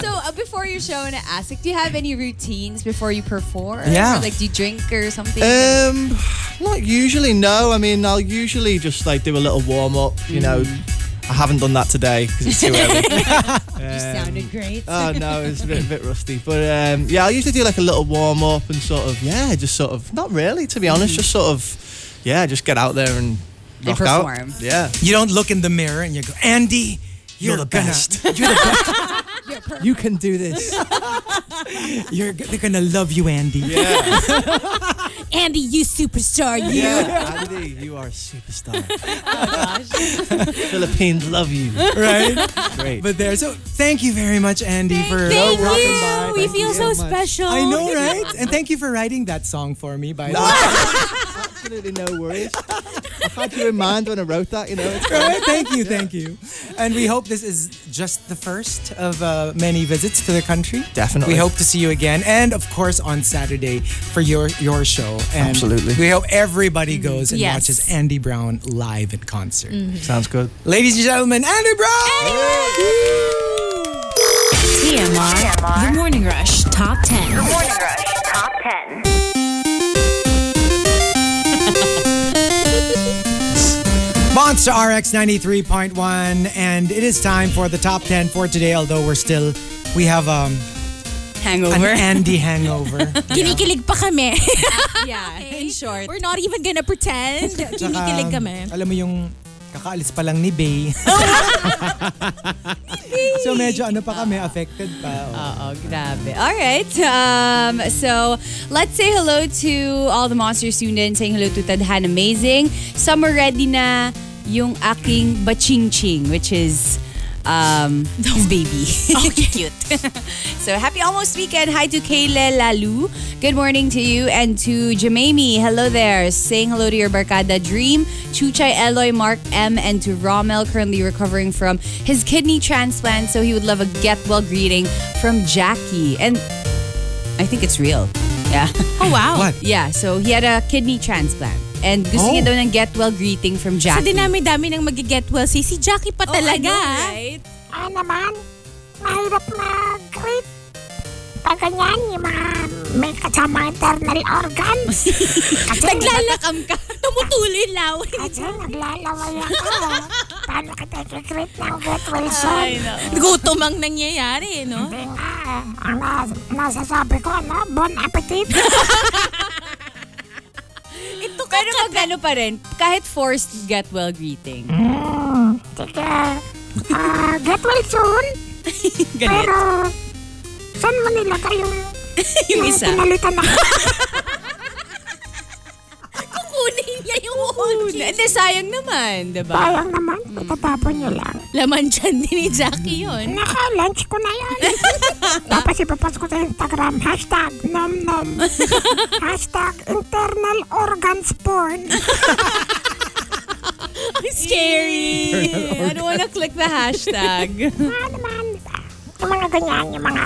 So uh, before your show and I ask, like, do you have any routines before you perform? Yeah. Or, like do you drink or something? Um, not usually. No, I mean I'll usually just like do a little warm up. You know, I haven't done that today because it's too early. you sounded great. oh no, it's a bit, a bit rusty. But um, yeah, I usually do like a little warm up and sort of yeah, just sort of not really to be honest, just sort of yeah, just get out there and And rock perform. out. Yeah, You don't look in the mirror and you go, Andy, you're, You're the gonna- best." You're the best. you can do this. You're, g- they're going to love you, Andy. yeah, Andy, you superstar, you. yeah, Oh, Andy, you are a superstar. Philippines love you. Right? Great. But there. So thank you very much, Andy, for. Thank No, rocking by. you. We Thank feel you so so much. special. I know, right? And thank you for writing that song for me, by the way. Absolutely no worries. I had you in mind when I wrote that. You know, it's Right? Thank you, thank you. And we hope this is just the first of uh, many visits to the country. Definitely. We hope to see you again. And of course, on Saturday for your, your show. And Absolutely. We hope everybody goes and Yes. watches Andy Brown live in concert. sounds good. Ladies and gentlemen, Mm-hmm. Andy Brown! TMR. The Morning Rush Top 10. Morning Rush Top 10. Monster RX 93.1. And it is time for the top 10 for today, although we're still, we have um, an Hangover. Andy hangover. Kinikilig pa kami. yeah. In short. We're not even gonna pretend. Kinikilig Um, kami. Alam mo yung kakaalis pa lang ni Bay. so medyo ano pa kami, affected pa. Oh. Oh, grabe. All right. Um, so let's say hello to all the Monster students saying hello to Tadhan Amazing. Summer ready na yung aking bachingching, which is um, his baby. Okay, cute. so happy almost weekend. Hi to Kayle Lalu. Good morning to you and to Jamami. Hello there. Saying hello to your Barkada Dream, Chuchay Eloy, Mark M, and to Rommel, currently recovering from his kidney transplant. So he would love a get well greeting from Jackie. And I think it's real. Yeah. Oh, wow. What? Yeah, so he had a kidney transplant. And gusto Oh. niya daw ng get well greeting from Sa Jackie. dinami-dami ng mag-get well si si Jackie pa Oh, I talaga. know, right? Ah, naman, mahirap mag-quit. Pag ganyan, yung mga may kasamang internal organs. Kasi, Naglalakam ka. Tumutuloy lawa. kasi naglalaway ako. Paano kita i-quit ng get well soon? oh. Gutom ang nangyayari, no? Hindi nga, eh. ang nas- nasasabi ko, ano, bon appetit. Ito ka Pero magano pa rin, kahit forced get well greeting. Sige, ah, eh, get well soon. Pero, saan mo nilagay yung, Yung yung isa. pinalitan ako? kukunin niya yung Una, Hindi, sayang naman, di ba? Sayang naman, itatapon niyo lang. Laman dyan din ni Jackie yun. Naka, Nah, lunch ko na yan. Tapos ipapost ko sa Instagram, hashtag nomnom. hashtag internal organs porn. Scary! I don't wanna click the hashtag. Ano naman, ah, yung mga ganyan, yung mga...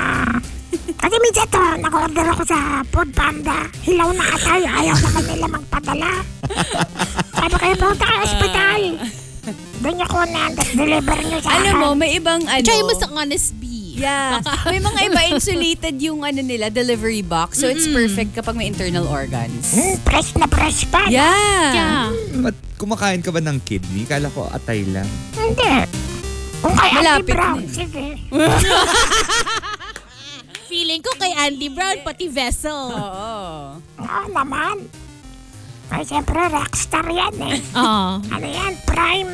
Kasi minsan to, nag-order ako sa Food Panda. Hilaw na atay, ayaw naman nila magpadala. Sabi kayo, punta kayo ospital. Doon niyo ko na, tapos deliver niyo sa Alam akin. mo, may ibang ano. Try mo sa honest bee. Yeah. May mga iba insulated yung ano nila, delivery box. So it's perfect kapag may internal organs. Hmm, fresh na fresh pa. Yeah. Yeah. Ba't kumakain ka ba ng kidney? Kala ko atay lang. Hindi. Kung kay Ate Malapit Brown, na eh. sige. Feeling ko kay Andy Brown, pati Vessel. Oo. Oo naman. Ay, siyempre, rockstar yan eh. Oo. Ano yan? Prime,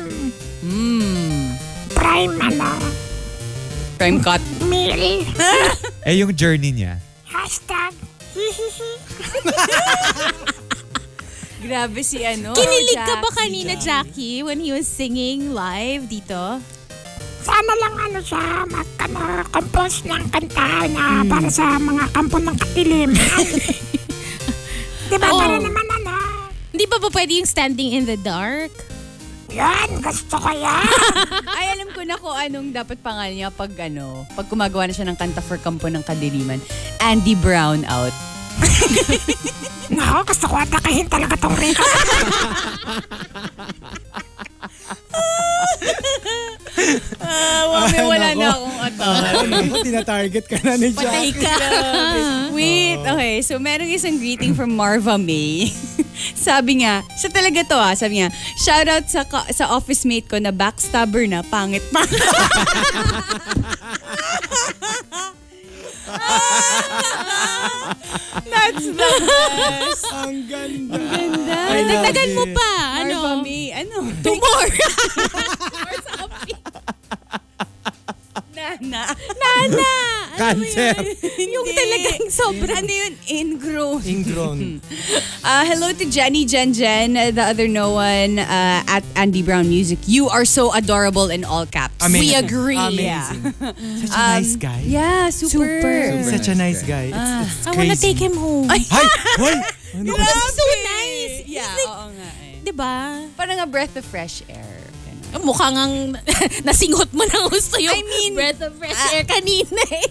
Mm. prime ano, Prime cut. meal. Eh, yung journey niya. Hashtag, hihihi. Grabe si ano. Kinilig ka ba Jackie. kanina, Jackie, when he was singing live dito? Sana lang ano siya, mag, ano, compose ng kanta na para sa mga kampo ng katiliman. Di ba? Oo. Para naman ano, Hindi ba ba pwede yung standing in the dark? yan, gusto ko yan. Ay, alam ko na kung ano. anong dapat pangalan niya pag ano, pag gumagawa na siya ng kanta for kampo ng kadiliman. Andy Brown out. Nako, gusto ko atakahin talaga tong Rico. Ah, mami, Ay, wala nako. na akong atal. Ako, tinatarget ka na ni Jack. Patay ka. Wait, okay. So, merong isang greeting from Marva May. sabi nga, siya talaga to ah, sabi niya, shoutout sa, ka- sa office mate ko na backstabber na, pangit pa. That's the best. Ang ganda. Ganda. Dagdagan mo pa. Ano? Marva Ano? May, ano? Two more. Nana. Nana. Oh, Concept. Yung talagang sobra. Ano yun? Ingrown. Ingrown. Uh, hello to Jenny Jen Jen, uh, the other no one uh, at Andy Brown Music. You are so adorable in all caps. Amazing. We agree. Amazing. Such Um, a nice guy. Um, Yeah, super. Super. Such a nice guy. It's, it's Ah, I crazy. wanna take him home. Hi! Hoy! Ano? He's so nice. Yeah, He's like, oo nga eh. diba? Parang a breath of fresh air. Ganun. Mukha ngang nasinghot mo ng gusto yung I mean, ah, breath of fresh air kanina eh.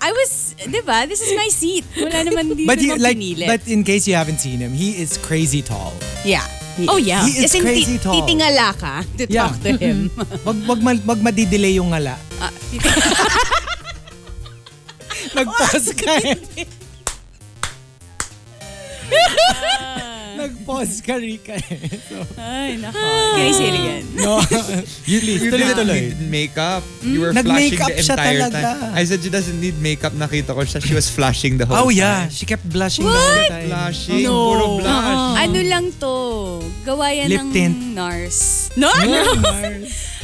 I was, di ba? This is my seat. Wala naman dito But, he, naman like, pinilit. but in case you haven't seen him, he is crazy tall. yeah. Oh, yeah. He is As in, crazy ti- tall. Titingala ka to Yeah. talk to him. Wag, wag, ma- wag madidelay yung ngala. Nag-pause ka eh. Nag-pause ka, Rika eh. Ay, nako. Crazy rin. No. You, you tuloy, didn't tuloy. Hmm? need makeup. You were flashing Nag-makeup the siya entire talaga. time. I said she doesn't need makeup. Nakita ko siya. She was flashing the whole Oh time. yeah, she kept blushing the whole time. Flashing. No. Uh-uh. Puro blush. Ano lang to? Gawa yan Lip ng tint. NARS. No?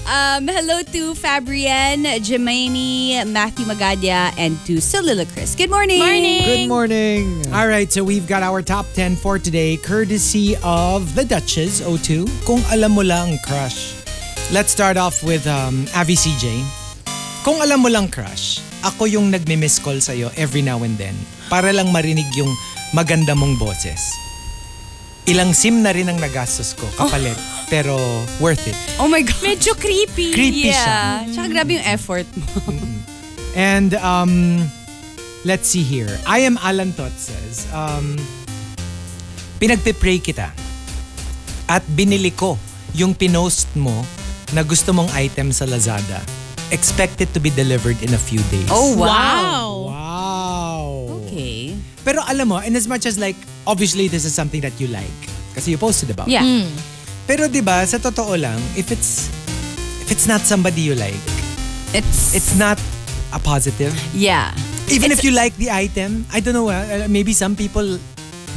Um, hello to Fabrienne, Jemaine, Matthew Magadia, and to Soliloquist. Good morning. Good morning. All right, so we've got our top 10 for today, courtesy of the Duchess O2. Kung alam mo lang, crush. Let's start off with um, Avi CJ. Kung alam mo lang, crush, ako yung nagme-miss call sa'yo every now and then para lang marinig yung maganda mong boses. Ilang sim na rin ang nagastos ko, kapalit. Pero worth it. Oh my God. Medyo creepy. Creepy siya. yeah. Tsaka grabe yung effort mo. And um, let's see here. I am Alan Tot says, um, pinagpe-pray kita at binili ko yung pinost mo na gusto mong item sa Lazada. Expected to be delivered in a few days. Wow. Wow. Oh, Okay. Pero alam mo, and as much as like, obviously this is something that you like. Kasi you posted about. Yeah. Pero 'di ba sa totoo lang, if it's if it's not somebody you like, It's, it's not a positive. yeah. Even if you like the item, I don't know, uh, maybe some people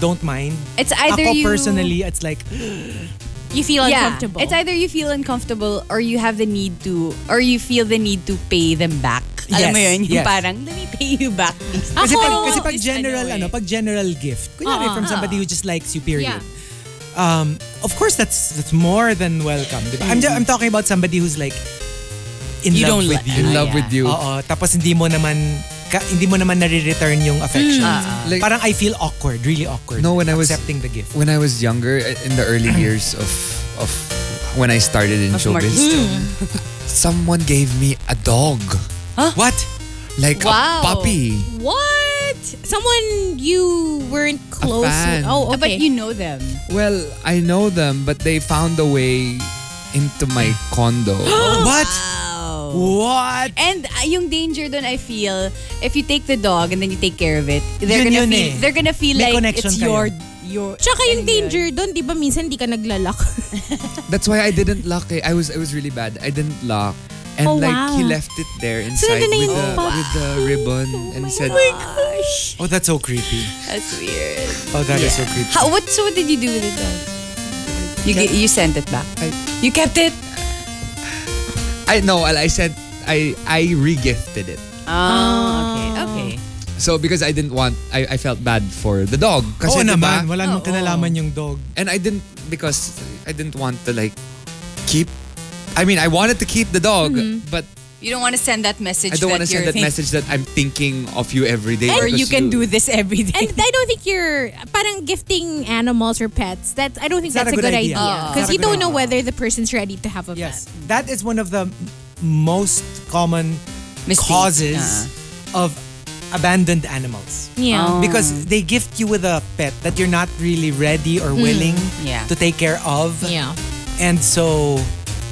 don't mind. It's either Ako you... personally, it's like, You feel Yeah. uncomfortable. It's either you feel uncomfortable or you have the need to, or you feel the need to pay them back. Alam Yes, mo yun? Yung yes. parang, let me pay you back. kasi pag, Ako, kasi pag it's general, ano eh. Ah. ano, pag general gift, kunyari Oo, from somebody who just likes you, period. Yeah. Um, of course, that's that's more than welcome. Diba? I'm, ju- I'm talking about somebody who's like, in You love don't with li- you. In love yeah. with Oh, you. Oo, tapos hindi mo naman, ka- hindi mo naman nare-return yung affection. Mm. Ah, Like- Parang I feel awkward, really awkward. No, when I was- Accepting the gift. when I was younger, in the early years of of when I started in Of showbiz, someone gave me a dog, What? like Wow. a puppy. What? Someone you weren't close fan. with. Oh, okay. Uh, But you know them. Well, I know them, but they found a way into my condo. What? Ah. Oh. Wow. What? And uh, yung danger doon I feel if you take the dog and then you take care of it, they're Yun gonna yun feel eh. they're gonna feel May like connection it's kayo. your your Tsaka and, yung uh, danger doon, di ba minsan di ka naglalak? That's why I didn't lock it. I was I was really bad. I didn't lock. And Oh, like he wow. left it there inside nandun na with yung the, puppy. with the ribbon Oh and said, gosh. Oh, that's so creepy. That's weird. Oh, that is so creepy. How, what so what did you do with the dog? You gi- you sent it back. I- you kept it. "I no." well, I said, "I I regifted it." Oh, okay, okay. So because I didn't want, I, I felt bad for the dog. Oo Kasi, diba, naman, wala nang Oo. kinalaman yung dog. And I didn't because I didn't want to like keep. I mean, I wanted to keep the dog, but You don't want to send that message. I don't want that to send Mm-hmm. you're that message that I'm thinking of you every day. Or because you can do this every day. And I don't think you're, parang gifting animals or pets, that's, I don't think It's not a that's a good good idea. idea. Oo. It's Because not a you good don't know idea. whether the person's ready to have a Yes. pet. That is one of the m- most common Mistakes. causes of abandoned animals. Yeah. Oh. Because they gift you with a pet that you're not really ready or willing Mm. yeah. to take care of. Yeah. And so,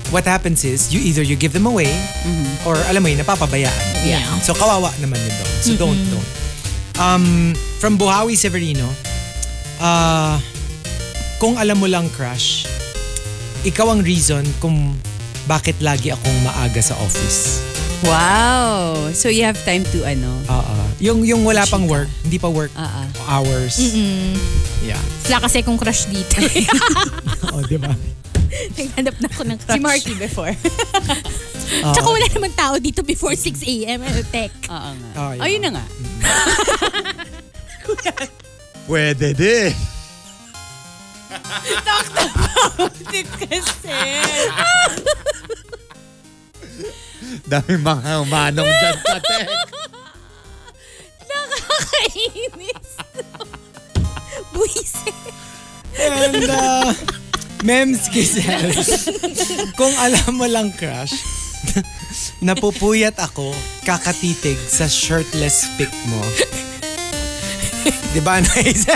what happens is, you either you give them away, Mm-hmm. or alam mo yun, napapabayaan. Yeah. So, kawawa naman yun dog. So, don't, Mm-hmm. don't. Um, from Buhawi Severino, uh, kung alam mo lang, crush, ikaw ang reason kung bakit lagi akong maaga sa office. Wow. So you have time to ano? Oo. Yung, yung wala pang work, hindi pa work Ah, ah. hours. Yeah. Wala kasi kong crush dito. Oh, di ba? Naghanap na ako ng Si crush. Marky before. Tsaka wala namang tao dito before 6 a.m. Ano, Tek? Oo nga. Oh, yeah. Ayun na nga. Pwede din. Tip kasi. Dami mga manong dyan sa tek. Nakakainis. Buisit. And, uh, Mems Giselle, kung alam mo lang, crush, napupuyat ako kakatitig sa shirtless pic mo. Di ba, nice?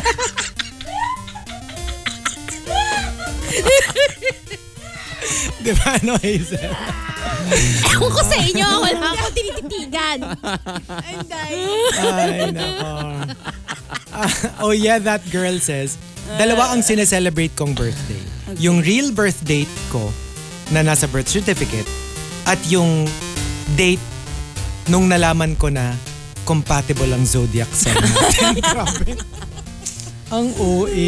Di ba, ano, Hazel? Ewan ko sa inyo. Wala akong tinititigan. Ay, nako. Ah, oh yeah, that girl says, dalawa ang sineselebrate kong birthday. Yung real birth date ko na nasa birth certificate at yung date nung nalaman ko na compatible ang zodiac sign natin. Grabe. Ang E. OA.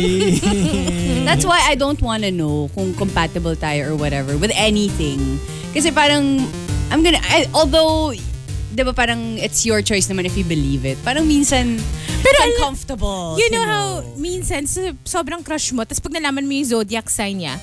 That's why I don't wanna know kung compatible tayo or whatever with anything. Kasi parang, I'm gonna, I, although, di ba parang it's your choice naman if you believe it. Parang minsan, Pero alam- uncomfortable. You know how, minsan, so- sobrang crush mo, tapos pag nalaman mo yung zodiac sign niya,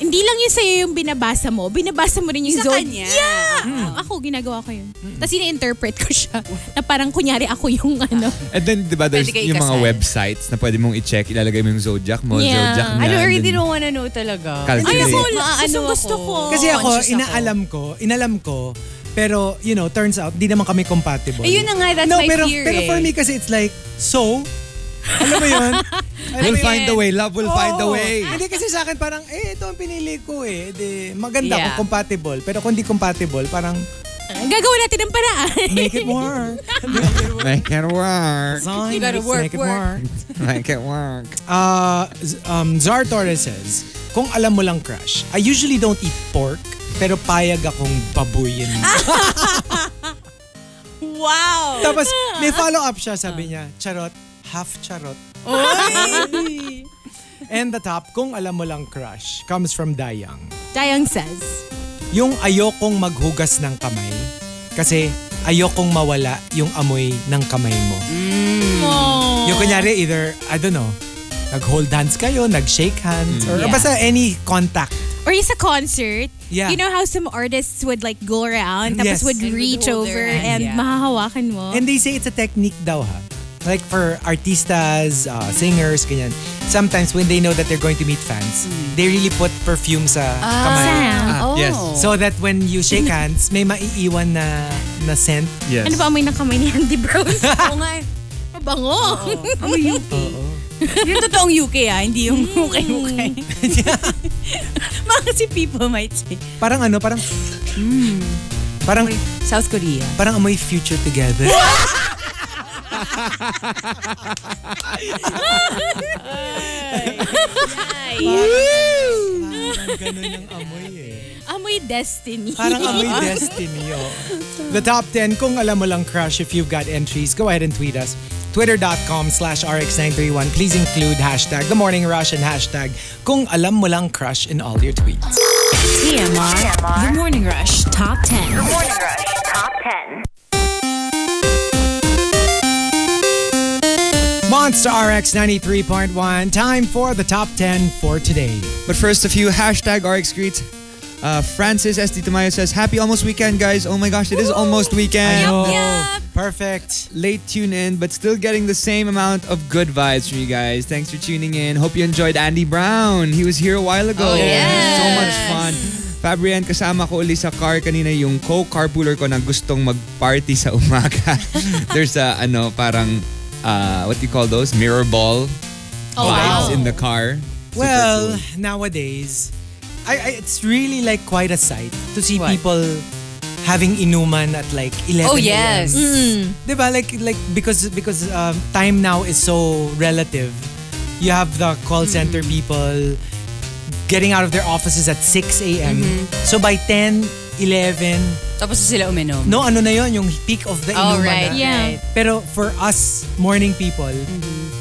hindi lang yun sa'yo yung binabasa mo, binabasa mo rin yung Sa zodiac. kanya. Yeah! Ako, ginagawa ko yun. Tapos ini-interpret ko siya na parang kunyari ako yung ano. And then, di ba, there's Pwede kayo yung mga ikasal. websites na pwede mong i-check. Ilalagay mo yung zodiac mo, Yeah. zodiac I don't, niya. Ano, I and really then- don't wanna know talaga. Calculate. Ay, ako, ano Kasi- Maaano gusto ako. ko. Kasi ako, Conscious inaalam ko, inalam ko, pero, you know, turns out, di naman kami compatible. Eh, yun na nga, that's no, my pero, fear Pero eh. for me kasi, it's like, so, alam mo yun? Alam mo We'll yun? find a way. Love will find a Oo. way. Hindi kasi sa akin parang, eh, ito ang pinili ko eh. Di, maganda Yeah. kung compatible. Pero kung di compatible, parang Gagawa natin ng paraan. make it work. Make it work. Design, You gotta let's work, make it work. work. Make it work. Uh, Z- um, Zar Torres says, kung alam mo lang crush, I usually don't eat pork, pero payag akong babuyin. Wow! Tapos may follow-up siya, sabi niya, charot, half charot. And the top, kung alam mo lang crush, comes from Dayang. Dayang says. yung ayokong maghugas ng kamay kasi ayokong mawala yung amoy ng kamay mo. Yung kunyari, either, I don't know, nag-hold hands kayo, nag-shake hands, or, or Yeah. basta any contact. Or yung sa concert, Yeah. you know how some artists would like go around, Yes. tapos would And would reach hold over their hand, yeah. and mahahawakan mo. And they say it's a technique daw ha. Like for artistas, uh, singers, ganyan. Sometimes when they know that they're going to meet fans, they really put perfume sa kamay. Oh. Ah, yes. So that when you shake hands, may maiiwan na, na scent. Yes. ano ba amoy ng kamay ni Andy Brown? Oo nga eh. Mabango. Ang UK. Yung totoong UK ah, hindi yung mukay-mukay. Mga si people might say. Parang ano, parang... Parang, South Korea. parang amoy future together. Parang ganun yung amoy eh. amoy destiny. Parang amoy destiny, oh. The top 10, kung alam mo lang crush, if you've got entries, go ahead and tweet us. Twitter.com slash RX931. Please include hashtag The Morning Rush and hashtag Kung Alam Mo Lang Crush in all your tweets. TMR. The Morning Rush Top 10. Morning Rush Top 10. Monster RX 93.1. Time for the top 10 for today. But first, a few hashtag RX greets. Uh, Francis S. Titamayo says, Happy almost weekend, guys. Oh my gosh, it is almost weekend. Yup, Oh, Perfect. Late tune in, but still getting the same amount of good vibes from you guys. Thanks for tuning in. Hope you enjoyed Andy Brown. He was here a while ago. Oh, yes. So much fun. Fabrian, kasama ko uli sa car kanina yung co-carpooler ko na gustong mag-party sa umaga. There's a, ano, parang, uh, what do you call those? Mirror ball Oh, wow. vibes in the car. Super Well, cool. nowadays, I, I, it's really like quite a sight to see What? people having inuman at like 11 Oh, yes. a.m. Diba? Like, like because because um, time now is so relative. You have the call center people getting out of their offices at 6 a.m. So by 10, 11, Tapos sila uminom. no ano na yon yung peak of the Oh, inuman right. na. Yeah. right. Pero for us morning people,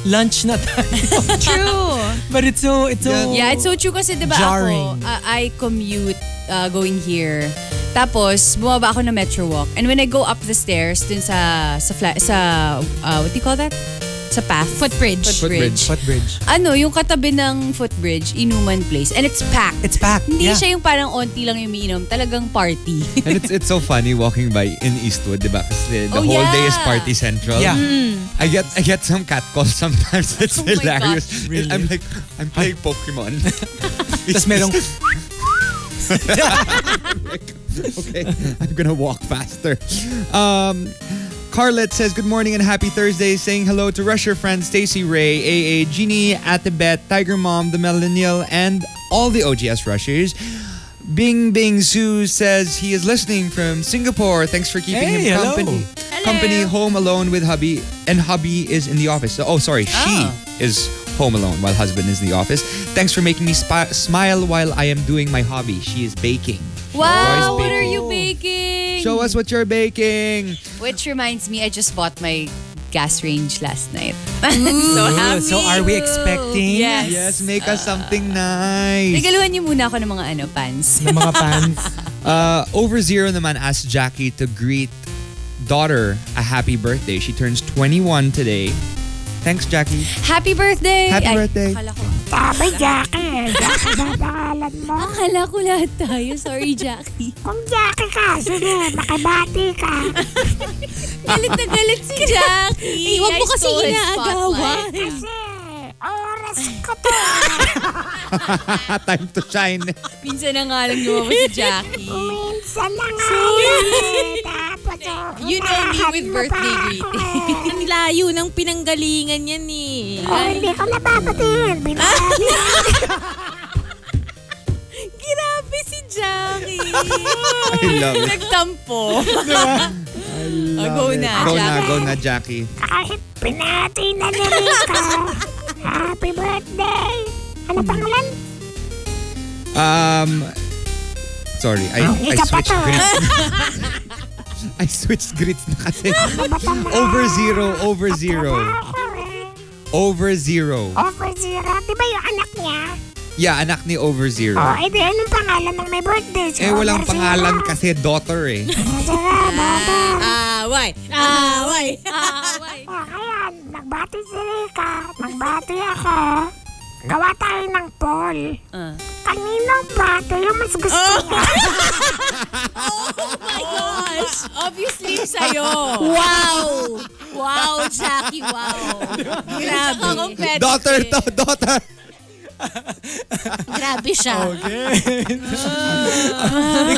lunch na tayo. True. But it's so it's so Yeah, it's so true kasi 'di ba Jarring. ako, uh, I commute uh, going here. Tapos bumaba ako ng Metro Walk. And when I go up the stairs dun sa sa fla- sa uh, what do you call that? Sa path, Footbridge. footbridge. footbridge. Ano, yung katabi ng footbridge, inuman place. And it's packed. It's packed. yeah. Hindi siya yung parang onti lang yung umiinom. Talagang party. And it's, it's so funny walking by in Eastwood, diba? Kasi Oh, the whole day is yeah. party central. Yeah. I get I get some cat calls sometimes. It's Oh my hilarious. gosh. Really? I'm like, I'm playing Pokemon. Tapos merong okay, I'm gonna walk faster. Um, Carlet says, Good morning and happy Thursday. Saying hello to Rusher friends Stacy Ray, AA, Jeannie, Atabet, Tiger Mom, The Millennial, and all the OGS Rushers. Bing Bing Zhu says he is listening from Singapore. Thanks for keeping Hey, him hello. company. Company home alone with hubby, and hubby is in the office. So- oh, sorry, she is home alone while husband is in the office. Thanks for making me spi- smile while I am doing my hobby. She is baking. wow, Joy's what are baking. you baking? Show us what you're baking. Which reminds me, I just bought my gas range last night. so happy. so are we expecting Mm. Yes. Yes, make us something nice. Regaluhan niyo muna ako ng mga ano, pants. ng mga fans? Uh, Over Zero naman asked Jackie to greet daughter a happy birthday. She turns 21 today. Thanks, Jackie. Happy birthday! Happy birthday. Akala ko, Sabi, Ah, Jackie. Jackie ba ang pangalan mo? akala ko lahat tayo. Sorry, Jackie. Kung Jackie ka, sige, makibati ka. galit na galit si Jackie. Eh, huwag mo I kasi stole his inaagawan. spotlight. Kasi, oras ko to. Hot time to shine. Minsan na nga lang lumabas si Jackie. Minsan na nga yan. eh. Tapos, oh, You know me umahat with mo birthday pa greeting. ako eh. Ang layo ng pinanggalingan yan eh. Oh, hindi ko nababatiin. Binahagi. Grabe si Jackie. I love it. Nagtampo. Oh, go na, Go na, Jackie. go na, Jackie. Kahit pinati na ni Rico. Happy birthday. Ano pangalan? Um, sorry, I, I Isa Ah, pa switched to. grits. I switched grits na kasi. Ano ba pangalan? Over zero, over zero, Ako eh. over zero. Over zero. Di ba yung anak niya? Yeah, anak ni over zero. Oh, edi anong pangalan ng may birthday? Si Eh, walang Over Zero. pangalan kasi daughter eh. Over Zero, daughter. Away. Away. Away. Oh, ayan. Nagbati si Rica. Nagbati ako. Gawa tayo ng poll. Ah. Oh. Kaninong bati yung mas gusto niya? My gosh. Obviously, sa'yo. Wow! Wow, Jackie, wow. Grabe. Competitive. Daughter to, daughter! Grabe siya.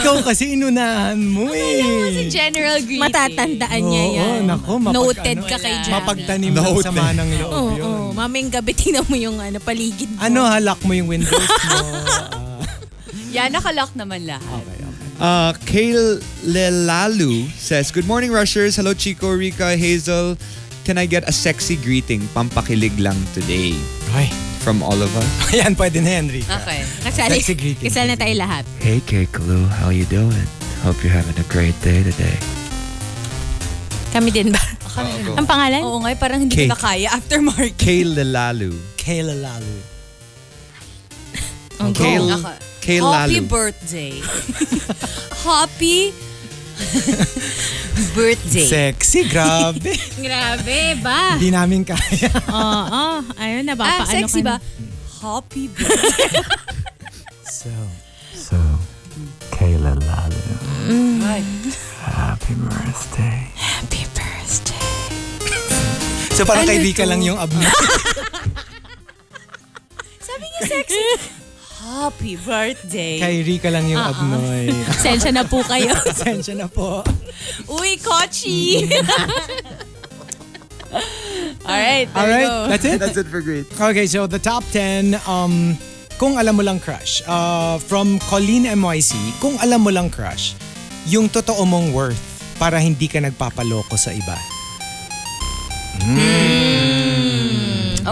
Ikaw kasi inunahan mo Si eh. General greeting. Matatandaan niya Oo, yan. nako, mapag- Noted ano, ka kay wala. Jackie. Mapagtanim ng Noted. sama ng loob Oo, yun. oo. Maming gabi, tingnan mo yung ano, paligid mo. Ano, halak mo yung windows mo. Yan, nakalock naman lahat. Uh, Lelalu says, Good morning, Rushers. Hello, Chico, Rika, Hazel. Can I get a sexy greeting? Pampakilig lang today. Ay, From all of us. ayan, pwede na Henry. Okay. Kasali, Sexy greeting. kasali na tayo lahat. Hey, Cake Lou. How you doing? Hope you're having a great day today. Kami din ba? Ang pangalan? Oo nga, eh, parang hindi Cake. ko na kaya after market. Kailalalu. Kayla Lalo. Okay. Oh. Kail- Naka- Kail Happy Lalo. birthday. Happy birthday. Sexy, grabe. Grabe ba? Hindi namin kaya. Oo, Ah, ayun, napapaano sexy ba? ka na. Happy birthday. So, So, Kayla Lalu, Ay, happy birthday. Happy birthday. so parang kay Rika lang yung abno. Sabi niya sexy. Happy birthday. Kay Rika lang yung Ah, ah. abnoy. Sensya na po kayo. Pasensya na po. Uy, Kochi! Alright, there Alright, you go. that's it? That's it for grades. Okay, so the top 10, um, kung alam mo lang crush. Uh, from Colleen MYC, kung alam mo lang crush, yung totoo mong worth para hindi ka nagpapaloko sa iba.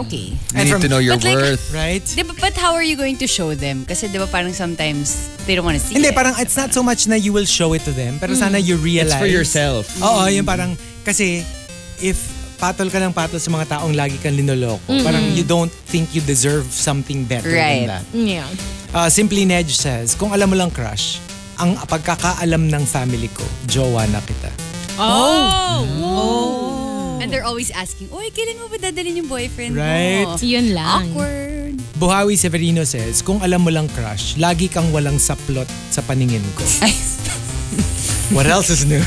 okay. You And need from- to know your But like- worth. Right? Di ba, but how are you going to show them? Kasi di ba parang sometimes they don't want to see Hindi, it. parang it's not so much na you will show it to them, pero sana you realize. Mm. It's for yourself. Mm. Oo, yung parang, kasi if patol ka ng patol sa mga taong lagi kang linoloko, parang you don't think you deserve something better Right. than that. yeah. Uh, Simply Nedge says, kung alam mo lang crush, ang pagkakaalam ng family ko, jowa na kita. Oh! And they're always asking, Uy, kailan mo ba dadalhin yung boyfriend Right. mo? Yun lang. Oh. Awkward. Buhawi Severino says, kung alam mo lang crush, lagi kang walang saplot sa paningin ko. What else is new?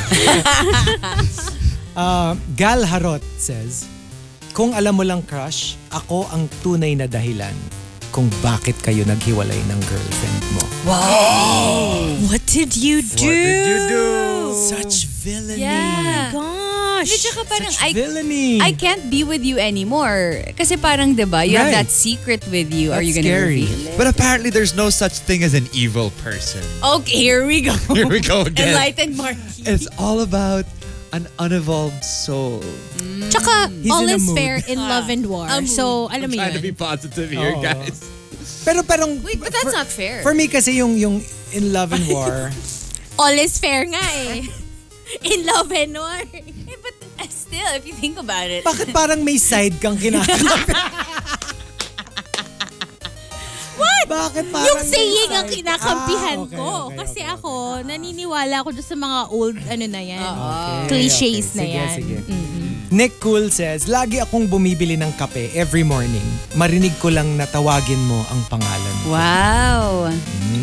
uh, Gal Harot says, kung alam mo lang crush, ako ang tunay na dahilan kung bakit kayo naghiwalay ng girlfriend mo. What did you do? you do? Such villainy. Yeah. Hindi, Gosh. tsaka parang, Such I, villainy. I can't be with you anymore. Kasi parang, di ba, you have Right. that secret with you. are That's you gonna scary. reveal it? But apparently, there's no such thing as an evil person. Okay, here we go. Here we go again. Enlightened Marky. It's all about an unevolved soul. Tsaka, He's all in a is mood. fair in love and war. So, alam mo Trying to be yun. positive here, Oo. guys. Pero parang, Wait, but that's for, not fair. for me kasi yung, yung in love and war, All is fair nga eh. in love and war. Eh, but uh, still, if you think about it, bakit parang may side kang kinakanta? What? Bakit parang Yung may saying ang side- kinakampihan Ah, okay, ko. okay, Kasi okay. ako, naniniwala ako dun sa mga old, ano na yan. Okay, okay. cliches na Sige, yan. sige. Mm-mm. Nick Cool says, Lagi akong bumibili ng kape every morning. Marinig ko lang na tawagin mo ang pangalan. ko." Wow.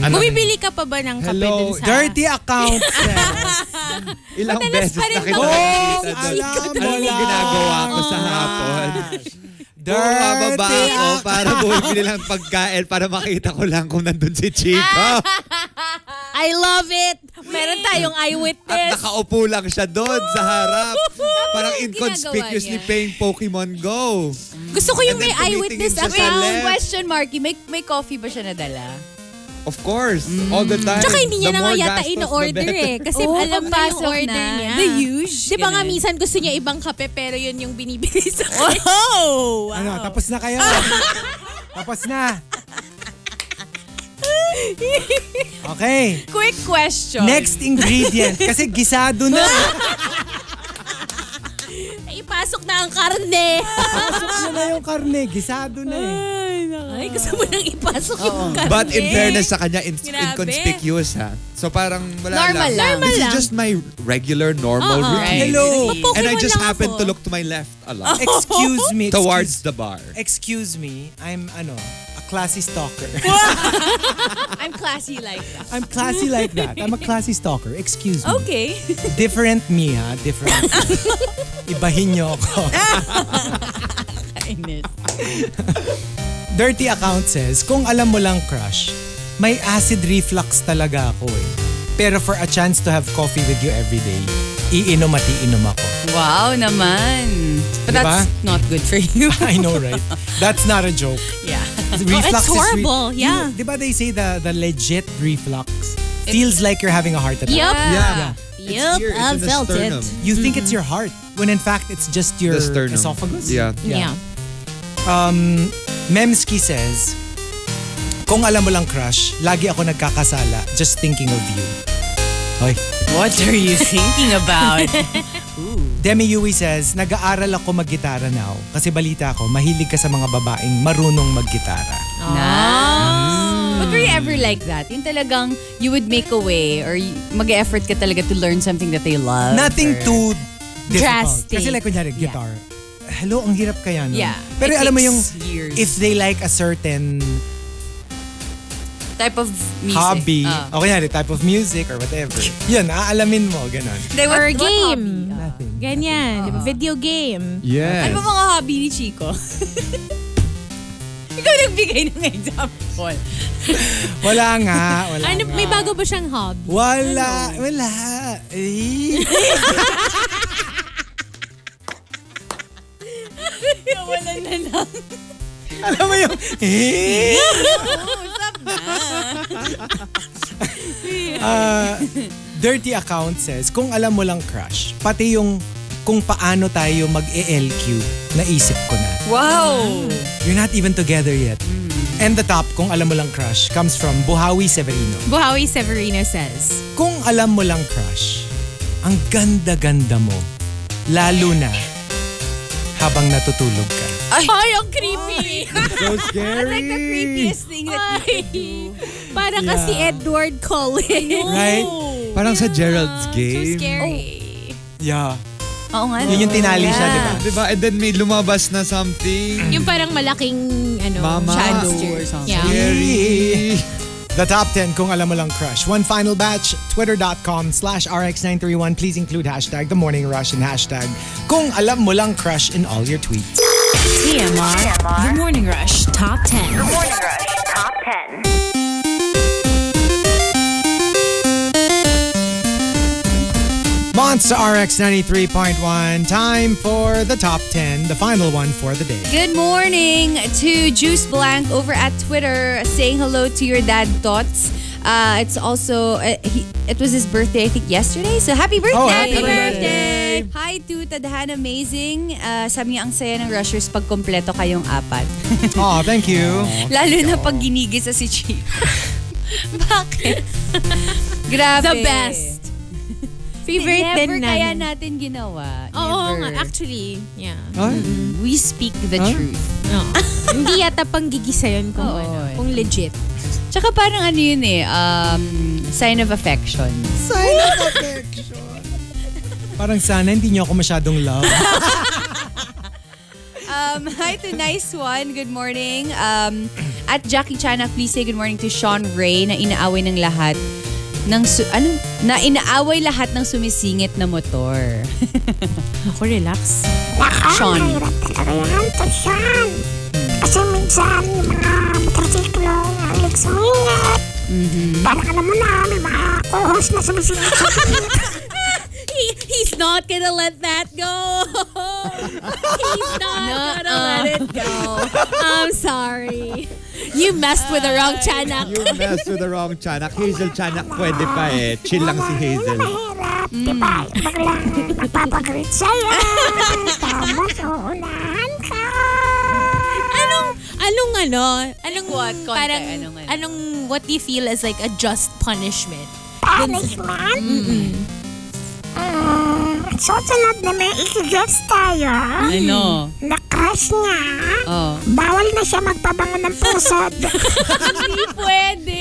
Ano? Bumibili ka pa ba ng kape Hello, dun sa... Dirty account says, Ilang beses pa rin na kita ba? nakikita Oh, alam mo doon. Ano yung lang. ginagawa ko sa hapon? Dirty Bumababa ako account. para bumibili lang pagkain para makita ko lang kung nandun si Ah, Chico. I love it! Meron tayong At eyewitness. nakaupo lang siya doon sa harap. Parang yung ginagawa inconspicuously niya. playing Pokemon Go. Gusto ko yung And may then tumitingin eyewitness siya sa account. left. Question, Marky, may, may coffee ba siya nadala? Of course, all the time. Mm. Tsaka hindi niya The na nga more yata gastos, the in-order better. eh. Kasi Oo, alam na yung Oh, pagpasok order na. niya. The huge. Di ba nga Ganun. minsan gusto niya ibang kape pero yun yung binibili sa akin. Oh! Ano, tapos na kayo. tapos na. Okay. Quick question. Next ingredient. Kasi gisado na. Ipasok na ang karne. Pasok na na yung karne. Gisado na Ah. eh. Ay, gusto mo nang ipasok yung karne. But in fairness sa kanya, in- Grabe. inconspicuous ha. So parang wala Normal lang. This Normal is lang. Uh-uh. just my regular, normal Oo. routine. Hello. Nagpo-Pokemon And I just lang happened ako. to look to my left a lot. Excuse me. excuse- Towards the bar. Excuse me. I'm ano, a classy stalker. I'm classy like that. I'm classy like that. I'm a classy stalker. Excuse me. Okay. Different me ha. Different. Ibahin niyo ako. Kainis. Dirty account says, kung alam mo lang crush, may acid reflux talaga ako eh. Pero for a chance to have coffee with you every day, iinom at iinom ako. Wow naman. But Diba? that's not good for you. I know, right? That's not a joke. yeah. Reflux it's horrible, Is yeah. Di ba diba they say the, the legit reflux feels like you're having a heart attack? Yup. Yeah. Yup, It's here. It's I in the felt it. sternum. You think Mm-hmm. it's your heart, when in fact it's just your The sternum. esophagus? Yeah. Yeah. Memski says, Kung alam mo lang crush, lagi ako nagkakasala just thinking of you. Hoy. What are you thinking about? Demi Yui says, nag-aaral ako maggitara now kasi balita ko, mahilig ka sa mga babaeng marunong maggitara. nice. But were you ever like that? Yung talagang you would make a way or y- mag-effort ka talaga to learn something that they love? Nothing or- too difficult. Drastic. Kasi like kunyari, Yeah. guitar. Hello, ang hirap kaya nun. Yeah. Pero It alam mo takes yung, years. if they like a certain Type of music. hobby, Oh. o Ah. kunyari, type of music or whatever, yun, aalamin mo, ganun. They Or were a game. Nothing. Ganyan. di ba? Video diba? game. Yes. Ano ba mga hobby ni Chico? Ikaw nagbigay ng example. Wala nga. Wala Ano, nga. may bago ba siyang hobby? Wala. Wala. Eh. Nawalan na lang. Alam mo yung... Eh. Ah, Dirty Account says, kung alam mo lang crush, pati yung kung paano tayo mag-ELQ, naisip ko na. Wow! You're not even together yet. And the top, kung alam mo lang crush, comes from Buhawi Severino. Buhawi Severino says. Kung alam mo lang crush, ang ganda-ganda mo. Lalo na habang natutulog ka. Ay, ang creepy! So scary. Like the creepiest thing that you could do. Para kasi Edward Cullen. Ah, Right? Parang sa Gerald's So game. scary. Yeah. Oo nga. Yun yung tinali siya, di ba? Diba? And then may lumabas na something. Yung parang malaking ano, Oh. Mama. shadow Shadow or or something. Yeah. Scary. The top 10 kung alam mo lang crush. One final batch, twitter.com slash rx931. Please include hashtag the morning rush and hashtag kung alam mo lang crush in all your tweets. TMR. The Morning Rush Top 10. Morning Rush Top 10. Monster RX 93.1, time for the top 10, the final one for the day. Good morning to Juice Blank over at Twitter saying hello to your dad Tots. Uh, it's also uh, he, it was his birthday I think yesterday. So happy birthday! Oh, happy Happy birthday! birthday! Hi to Tadhana Amazing. Uh, sabi niya ang saya ng rushers pag kumpleto kayong apat. Aw, thank you. Lalo na pag ginigisa si Chief. Bakit? Grabe. The best. Favorite Never din kaya namin. natin ginawa. Oo Never. nga, actually. Yeah. We speak the Huh? truth. Hindi yata pang gigisa yun kung, Oo, ano, eh. kung legit. Tsaka parang ano yun eh, um, sign of affection. Parang sana hindi niyo ako masyadong love. Um, hi to Nice One. Good morning. Um, at Jackie Chana, please say good morning to Sean Ray na inaaway ng lahat ng su- ano na inaaway lahat ng sumisingit na motor. Ako, relax. Naka, Sean. mahirap talaga yan. To Sean. Kasi minsan yung mga motorsiklo na nagsungit. Mm-hmm. Parang alam mo na, may mga co-host na sumisingit sa He, he's not gonna let that go. he's not gonna let it go. I'm sorry. You messed with the wrong channel. You messed with the wrong Chanak. Hazel Chanak pwede pa eh. Chill lang Yun si ang Hazel. mahirap, di ba? Mm. Biglang magpapagreet sa'yo. Tapos uunahan ka. Anong, anong ano? Anong, what? Konti, parang, anong ano? anong, what do you feel is like a just punishment? Punishment? Mm, susunod na may ikigets tayo. Ano? Na-crush niya. Oh. Bawal na siya magpabango ng pusod. Hindi pwede.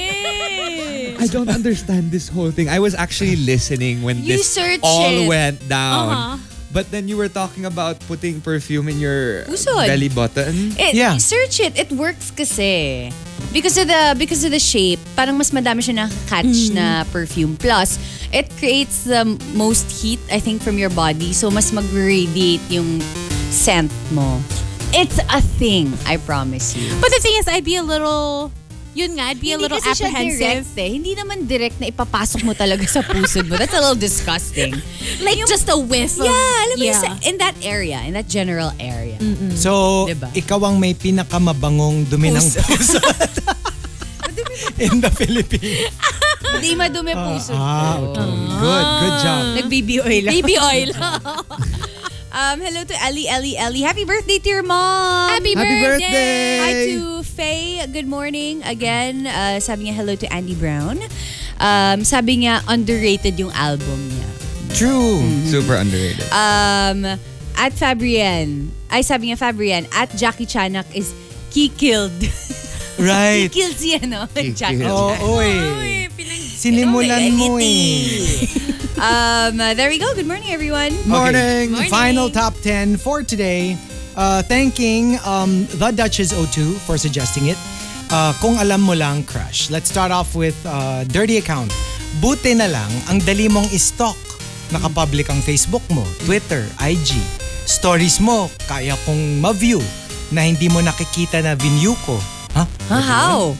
I don't understand this whole thing. I was actually listening when You this search all it. went down. Uh-huh. But then you were talking about putting perfume in your Pusod. belly button. It, Yeah. Search it. It works kasi. Because of the because of the shape, parang mas madami siya nakaka-catch na perfume. Plus, it creates the most heat, I think, from your body. So, mas mag-radiate yung scent mo. It's a thing, I promise you. But the thing is, I'd be a little, yun nga, I'd be a little Hindi kasi siya apprehensive. direct eh. Hindi naman direct na ipapasok mo talaga sa pusod mo. That's a little disgusting. Like just a whiff yeah, of, alam mo, yung yeah. sa- in that area, in that general area. So, Diba? ikaw ang may pinakamabangong dumi ng puso in the Philippines. Hindi madumi puso. Ah, ko. okay. Good, good job. Nag-baby oil lang. Baby oil. Um, hello to Ellie, Ellie, Ellie. Happy birthday to your mom. Happy Happy birthday! birthday! Hi to Faye. Good morning. Again, uh, sabi niya hello to Andy Brown. Um, sabi niya underrated yung album niya. True. Super underrated. Um, at Fabrienne. Ay, sabi niya Fabrienne. At Jackie Chanak is kikilled. Right. kikilled siya, no? Jackie Oo, Chanak. oh, eh. Sinimulan mo eh. um, uh, there we go. Good morning, everyone. Morning. Final top 10 for today. Uh, thanking um, The Duchess O2 for suggesting it. Uh, kung alam mo lang, crush. Let's start off with uh, Dirty Account. Buti na lang, ang dali mong istalk. Nakapublic ang Facebook mo, Twitter, IG. Stories mo, kaya kong ma-view. na hindi mo nakikita na venue ko. Ah, how?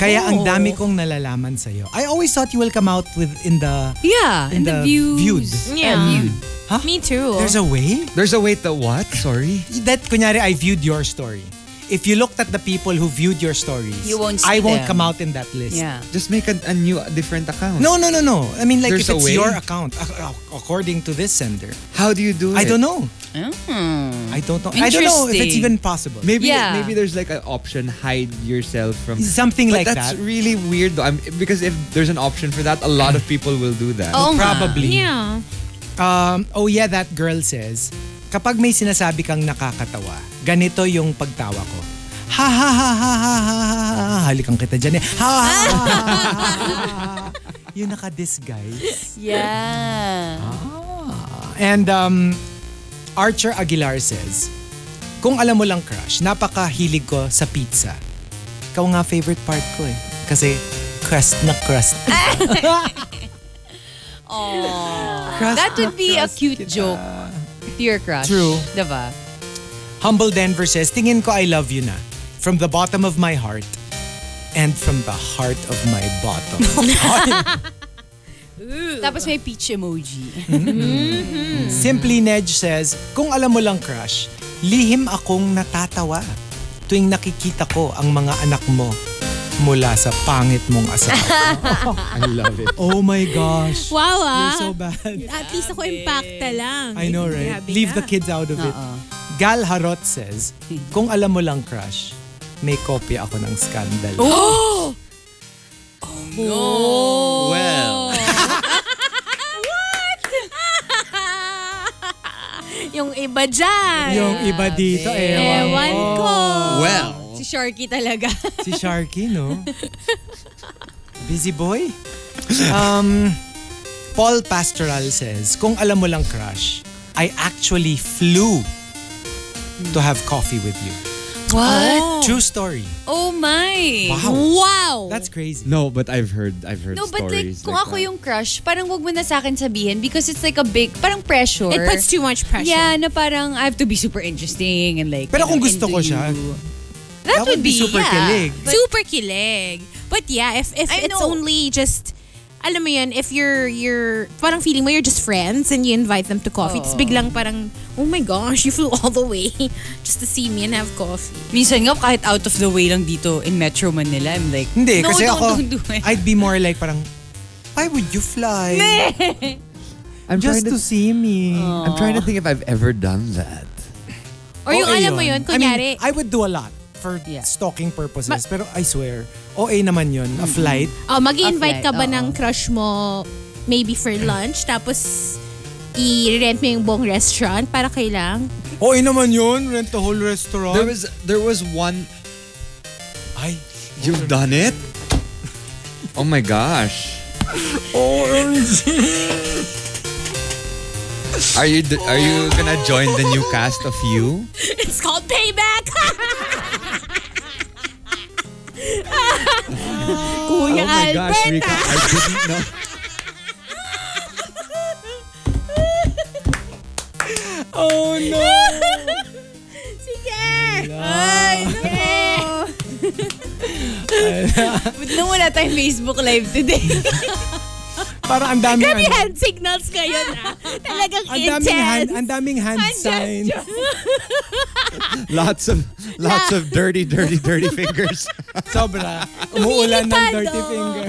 Kaya ang dami kong nalalaman sa'yo. I always thought you will come out with in the... Yeah, In and the, the views. viewed. Yeah. Huh? Me too. There's a way? There's a wait, the what? Sorry? That, kunyari, I viewed your story. If you looked at the people who viewed your stories, You won't see I won't them. come out in that list. Yeah. Just make a, a new, different account. No, no, no, no. I mean, like, There's if a it's way? your account, ac- ac- according to this sender, How do you do it? I don't know. Mm. I don't know. I don't know if it's Interesting. even possible. Maybe Yeah. maybe there's like an option hide yourself from Something But like that's that. really weird though. I'm, because if there's an option for that, a lot of people will do that. Oo nga. Probably. Yeah. Um, oh yeah, that girl says, kapag may sinasabi kang nakakatawa, ganito yung pagtawa ko. Ha ha ha ha ha ha ha ha Halikan kita dyan eh. Ha ha ha ha ha. Yung naka-disguise. Yeah. And um, Archer Aguilar says, Kung alam mo lang crush, napakahilig ko sa pizza. Ikaw nga favorite part ko eh. Kasi crust na crust. crust That would be a cute joke to your crush. True. Diba? Humble Denver says, Tingin ko I love you na. From the bottom of my heart and from the heart of my bottom. Tapos may peach emoji. Simply Ned says, Kung alam mo lang crush, lihim akong natatawa tuwing nakikita ko ang mga anak mo mula sa pangit mong asawa. I love it. oh my gosh. Wow ah. You're so bad. At least ako impacta lang. I know, right? Grabe Leave the ka. kids out of it. Uh-uh. Gal Harot says, Kung alam mo lang crush, may kopya ako ng scandal. Oh, Oh! Well, Yung iba dyan. Yung iba Diba dito, eh? ewan, Ewan ko. well. Si Sharky talaga. Si Sharky, no? Busy boy? Um, Paul Pastoral says, kung alam mo lang crush, I actually flew to have coffee with you. What? True story. Oh my. Wow. Wow. That's crazy. No, but I've heard I've heard No, but like, stories. kung ako that. yung crush, parang wag mo na sa akin sabihin because it's like a big, parang pressure. It puts too much pressure. Yeah, na parang I have to be super interesting and like, Pero kung you know, gusto into ko siya, you. that, would be, super yeah. kilig. Super kilig. But yeah, if if I it's know. only just alam mo yun, if you're, you're, parang feeling mo you're just friends and you invite them to coffee, tapos biglang parang, oh my gosh, you flew all the way just to see me and have coffee. Minsan nga kahit out of the way lang dito in Metro Manila, I'm like, Hindi, no, kasi don't, ako, don't do it. I'd be more like parang, why would you fly? I'm Just to trying to, see me. I'm trying to think if I've ever done that. Or yung OA alam mo yun, kunyari, Oh, I mean, I would do a lot for Yeah. stalking purposes. pero I swear, OA naman yun. A flight, Oh, mag-invite Offline, ka ba oo. ng crush mo maybe for lunch tapos i-rent mo yung buong restaurant para kay lang? Oo naman yun. Rent the whole restaurant. There was there was one Ay. You've done it? Oh my gosh. Are you d- are you gonna join the new cast of you? It's called payback! Kuya oh Albert! my gosh, Rika, I didn't know. Oh no! Sige! Ay, no! But no, wala tayong Facebook Live today. Parang ang daming Grabe ano, hand signals ngayon ah. Talagang ang daming hand, intense. ang daming hand signs. Lots of lots of dirty, dirty, dirty fingers. Sobra. Umuulan ng Lumilipad, dirty oh. fingers.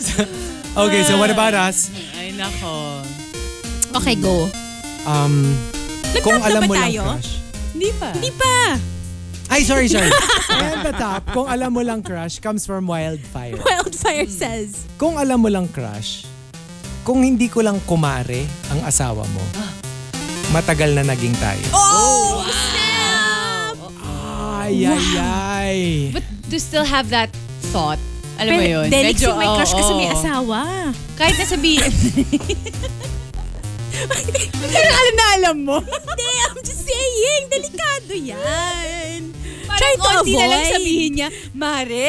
okay, so what about us? Ay, nako. Okay, go. Um, kung na alam ba mo lang tayo? crush. Hindi pa. Di pa! Ay, sorry, sorry. And the top, kung alam mo lang crush comes from wildfire. Wildfire says. Kung alam mo lang crush, kung hindi ko lang kumare ang asawa mo, matagal na naging tayo. Oh! Snap! Ay, ay, ay. But to still have that thought, alam mo yun. Pero Delix yung may oo, crush kasi may oo. asawa. Kahit na sabihin. Pero alam na alam mo. Hindi, I'm just saying. Delikado yan. Try to konti avoid. na lang sabihin niya, Mare,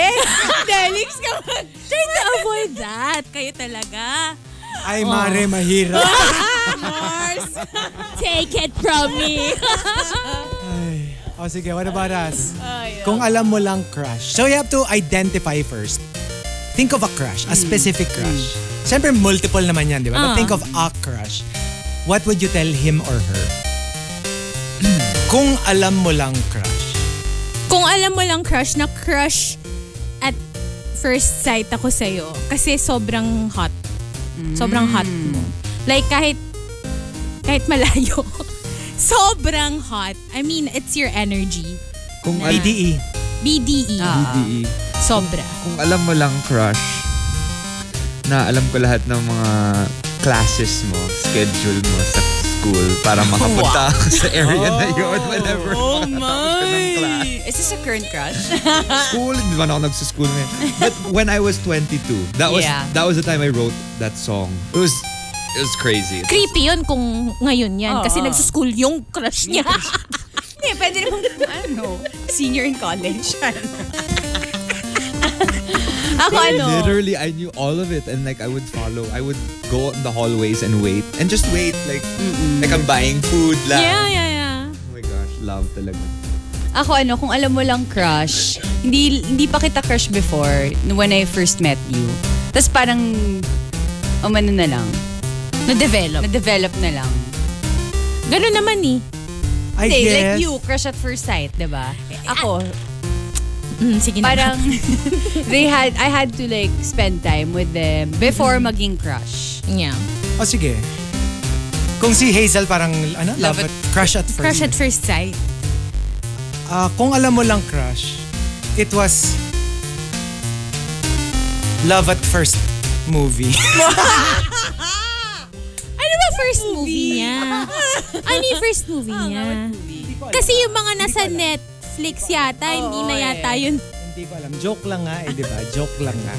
Delix ka mag... Try to avoid that. Kayo talaga. Oh. Ah! Ay, mare, mahirap. Mars, Yes! Take it from me! Ay. O Oh, sige, what about us? Ah, Kung alam mo lang crush. So you have to identify first. Think of a crush, Hmm. a specific crush. Siyempre, multiple naman yan, di ba? But Ah. think of a crush. What would you tell him or her? Kung alam mo lang crush. Kung alam mo lang crush, na crush at first sight ako sa'yo. Kasi sobrang hot. Sobrang hot mo. Like kahit, kahit malayo. sobrang hot. I mean, it's your energy. E. Kung, al- BDE. BDE. BDE. Sobra. kung alam mo lang crush, na alam ko lahat ng mga classes mo, schedule mo sa school para makapunta ako sa area na yun whenever Oh makatapos ko ng class. my! Is this a current crush? School, hindi ba na ako nagsuschool ngayon? But when I was 22, that was Yeah. that was the time I wrote that song. It was it was crazy. Creepy yun kung ngayon yan. Oo. Kasi nagsuschool Ah. yung crush niya. Hindi, pwede namang, ano, senior in college. Ano? Ako ano? Literally, I knew all of it, and like I would follow. I would go in the hallways and wait, and just wait, like like I'm buying food, lang. yeah, yeah, yeah. Oh my gosh, love talaga. Ako ano, kung alam mo lang crush, hindi, hindi pa kita crush before when I first met you. Tapos parang, um, ano na lang, Na-develop. na-develop na lang. Ganun naman eh. I Hindi, guess. like you, crush at first sight, di ba? Ako, Mm, sige na. parang they had I had to like spend time with them before maging crush. yeah. O sige. Kung si Hazel parang, ano? Love, Love at, crush at first. Crush at first sight. Ah, kung alam mo lang crush, it was love at first movie. Ano ba first movie, niya? ano yung first movie Ah, niya? Kasi yung mga nasa Netflix yata, hindi na eh. yata yun. Hindi ko alam. Joke lang nga eh, di ba? Joke lang nga.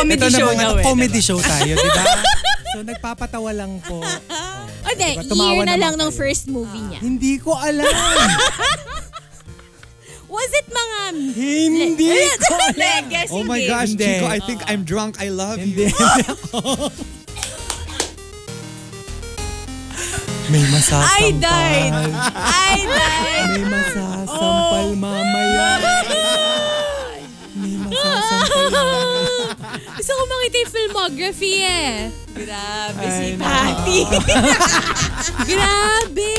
Comedy Ito show naman, na ito, eh. comedy show tayo, di ba? So nagpapatawa lang po. O de, Diba, tumawa year naman na lang ng kayo. first movie niya. Hindi ko alam. Was it mga... Hindi ko alam. Guess Oh my hindi. gosh, Hindi. Chico, I think I'm drunk. I love Hindi. you. May masasampal. I died. I died. May Oh. masasampal mamaya. May masasampal. Gusto ko makita yung filmography eh. Grabe Ay, si no. Patty. Grabe!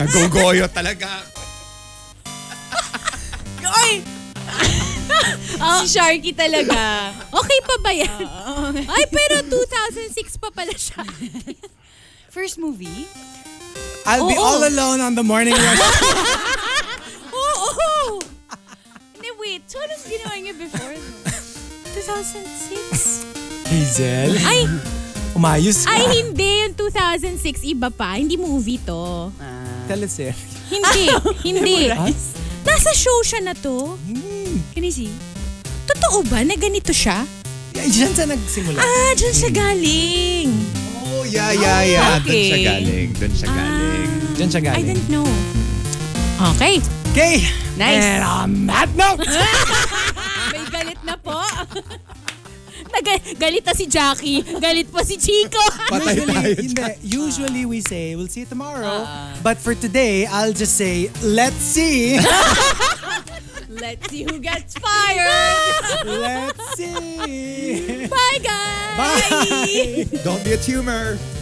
Nagogoyo talaga. Oy! si Sharky talaga. Oh. Okay pa ba yan? Ay, pero 2006 pa pala siya. First movie? I'll be Oo. all alone on the morning rush. Oo! Hindi, wait. So, anong ginawa niya before? 2006? Hazel, Ay, umayos ka. ay hindi. Yung 2006, iba pa. Hindi movie to. Teleserye. Hindi. hindi. Nasa show siya na to. Can you see? Totoo ba na ganito siya? Ay, Diyan sa nagsimula. Ah, dyan siya galing. Oh, yeah, yeah, yeah. Doon siya Okay. galing. Doon siya galing. Diyan siya I galing. didn't know. Okay. Okay. Nice. And on that note, May galit na po. Naga- galit na si Jackie. Galit pa si Chico. Patay usually, tayo. hindi, usually we say, we'll see you tomorrow. but for today, I'll just say, let's see. Let's see who gets fired. let's see. Bye, guys. Bye. Don't be a tumor.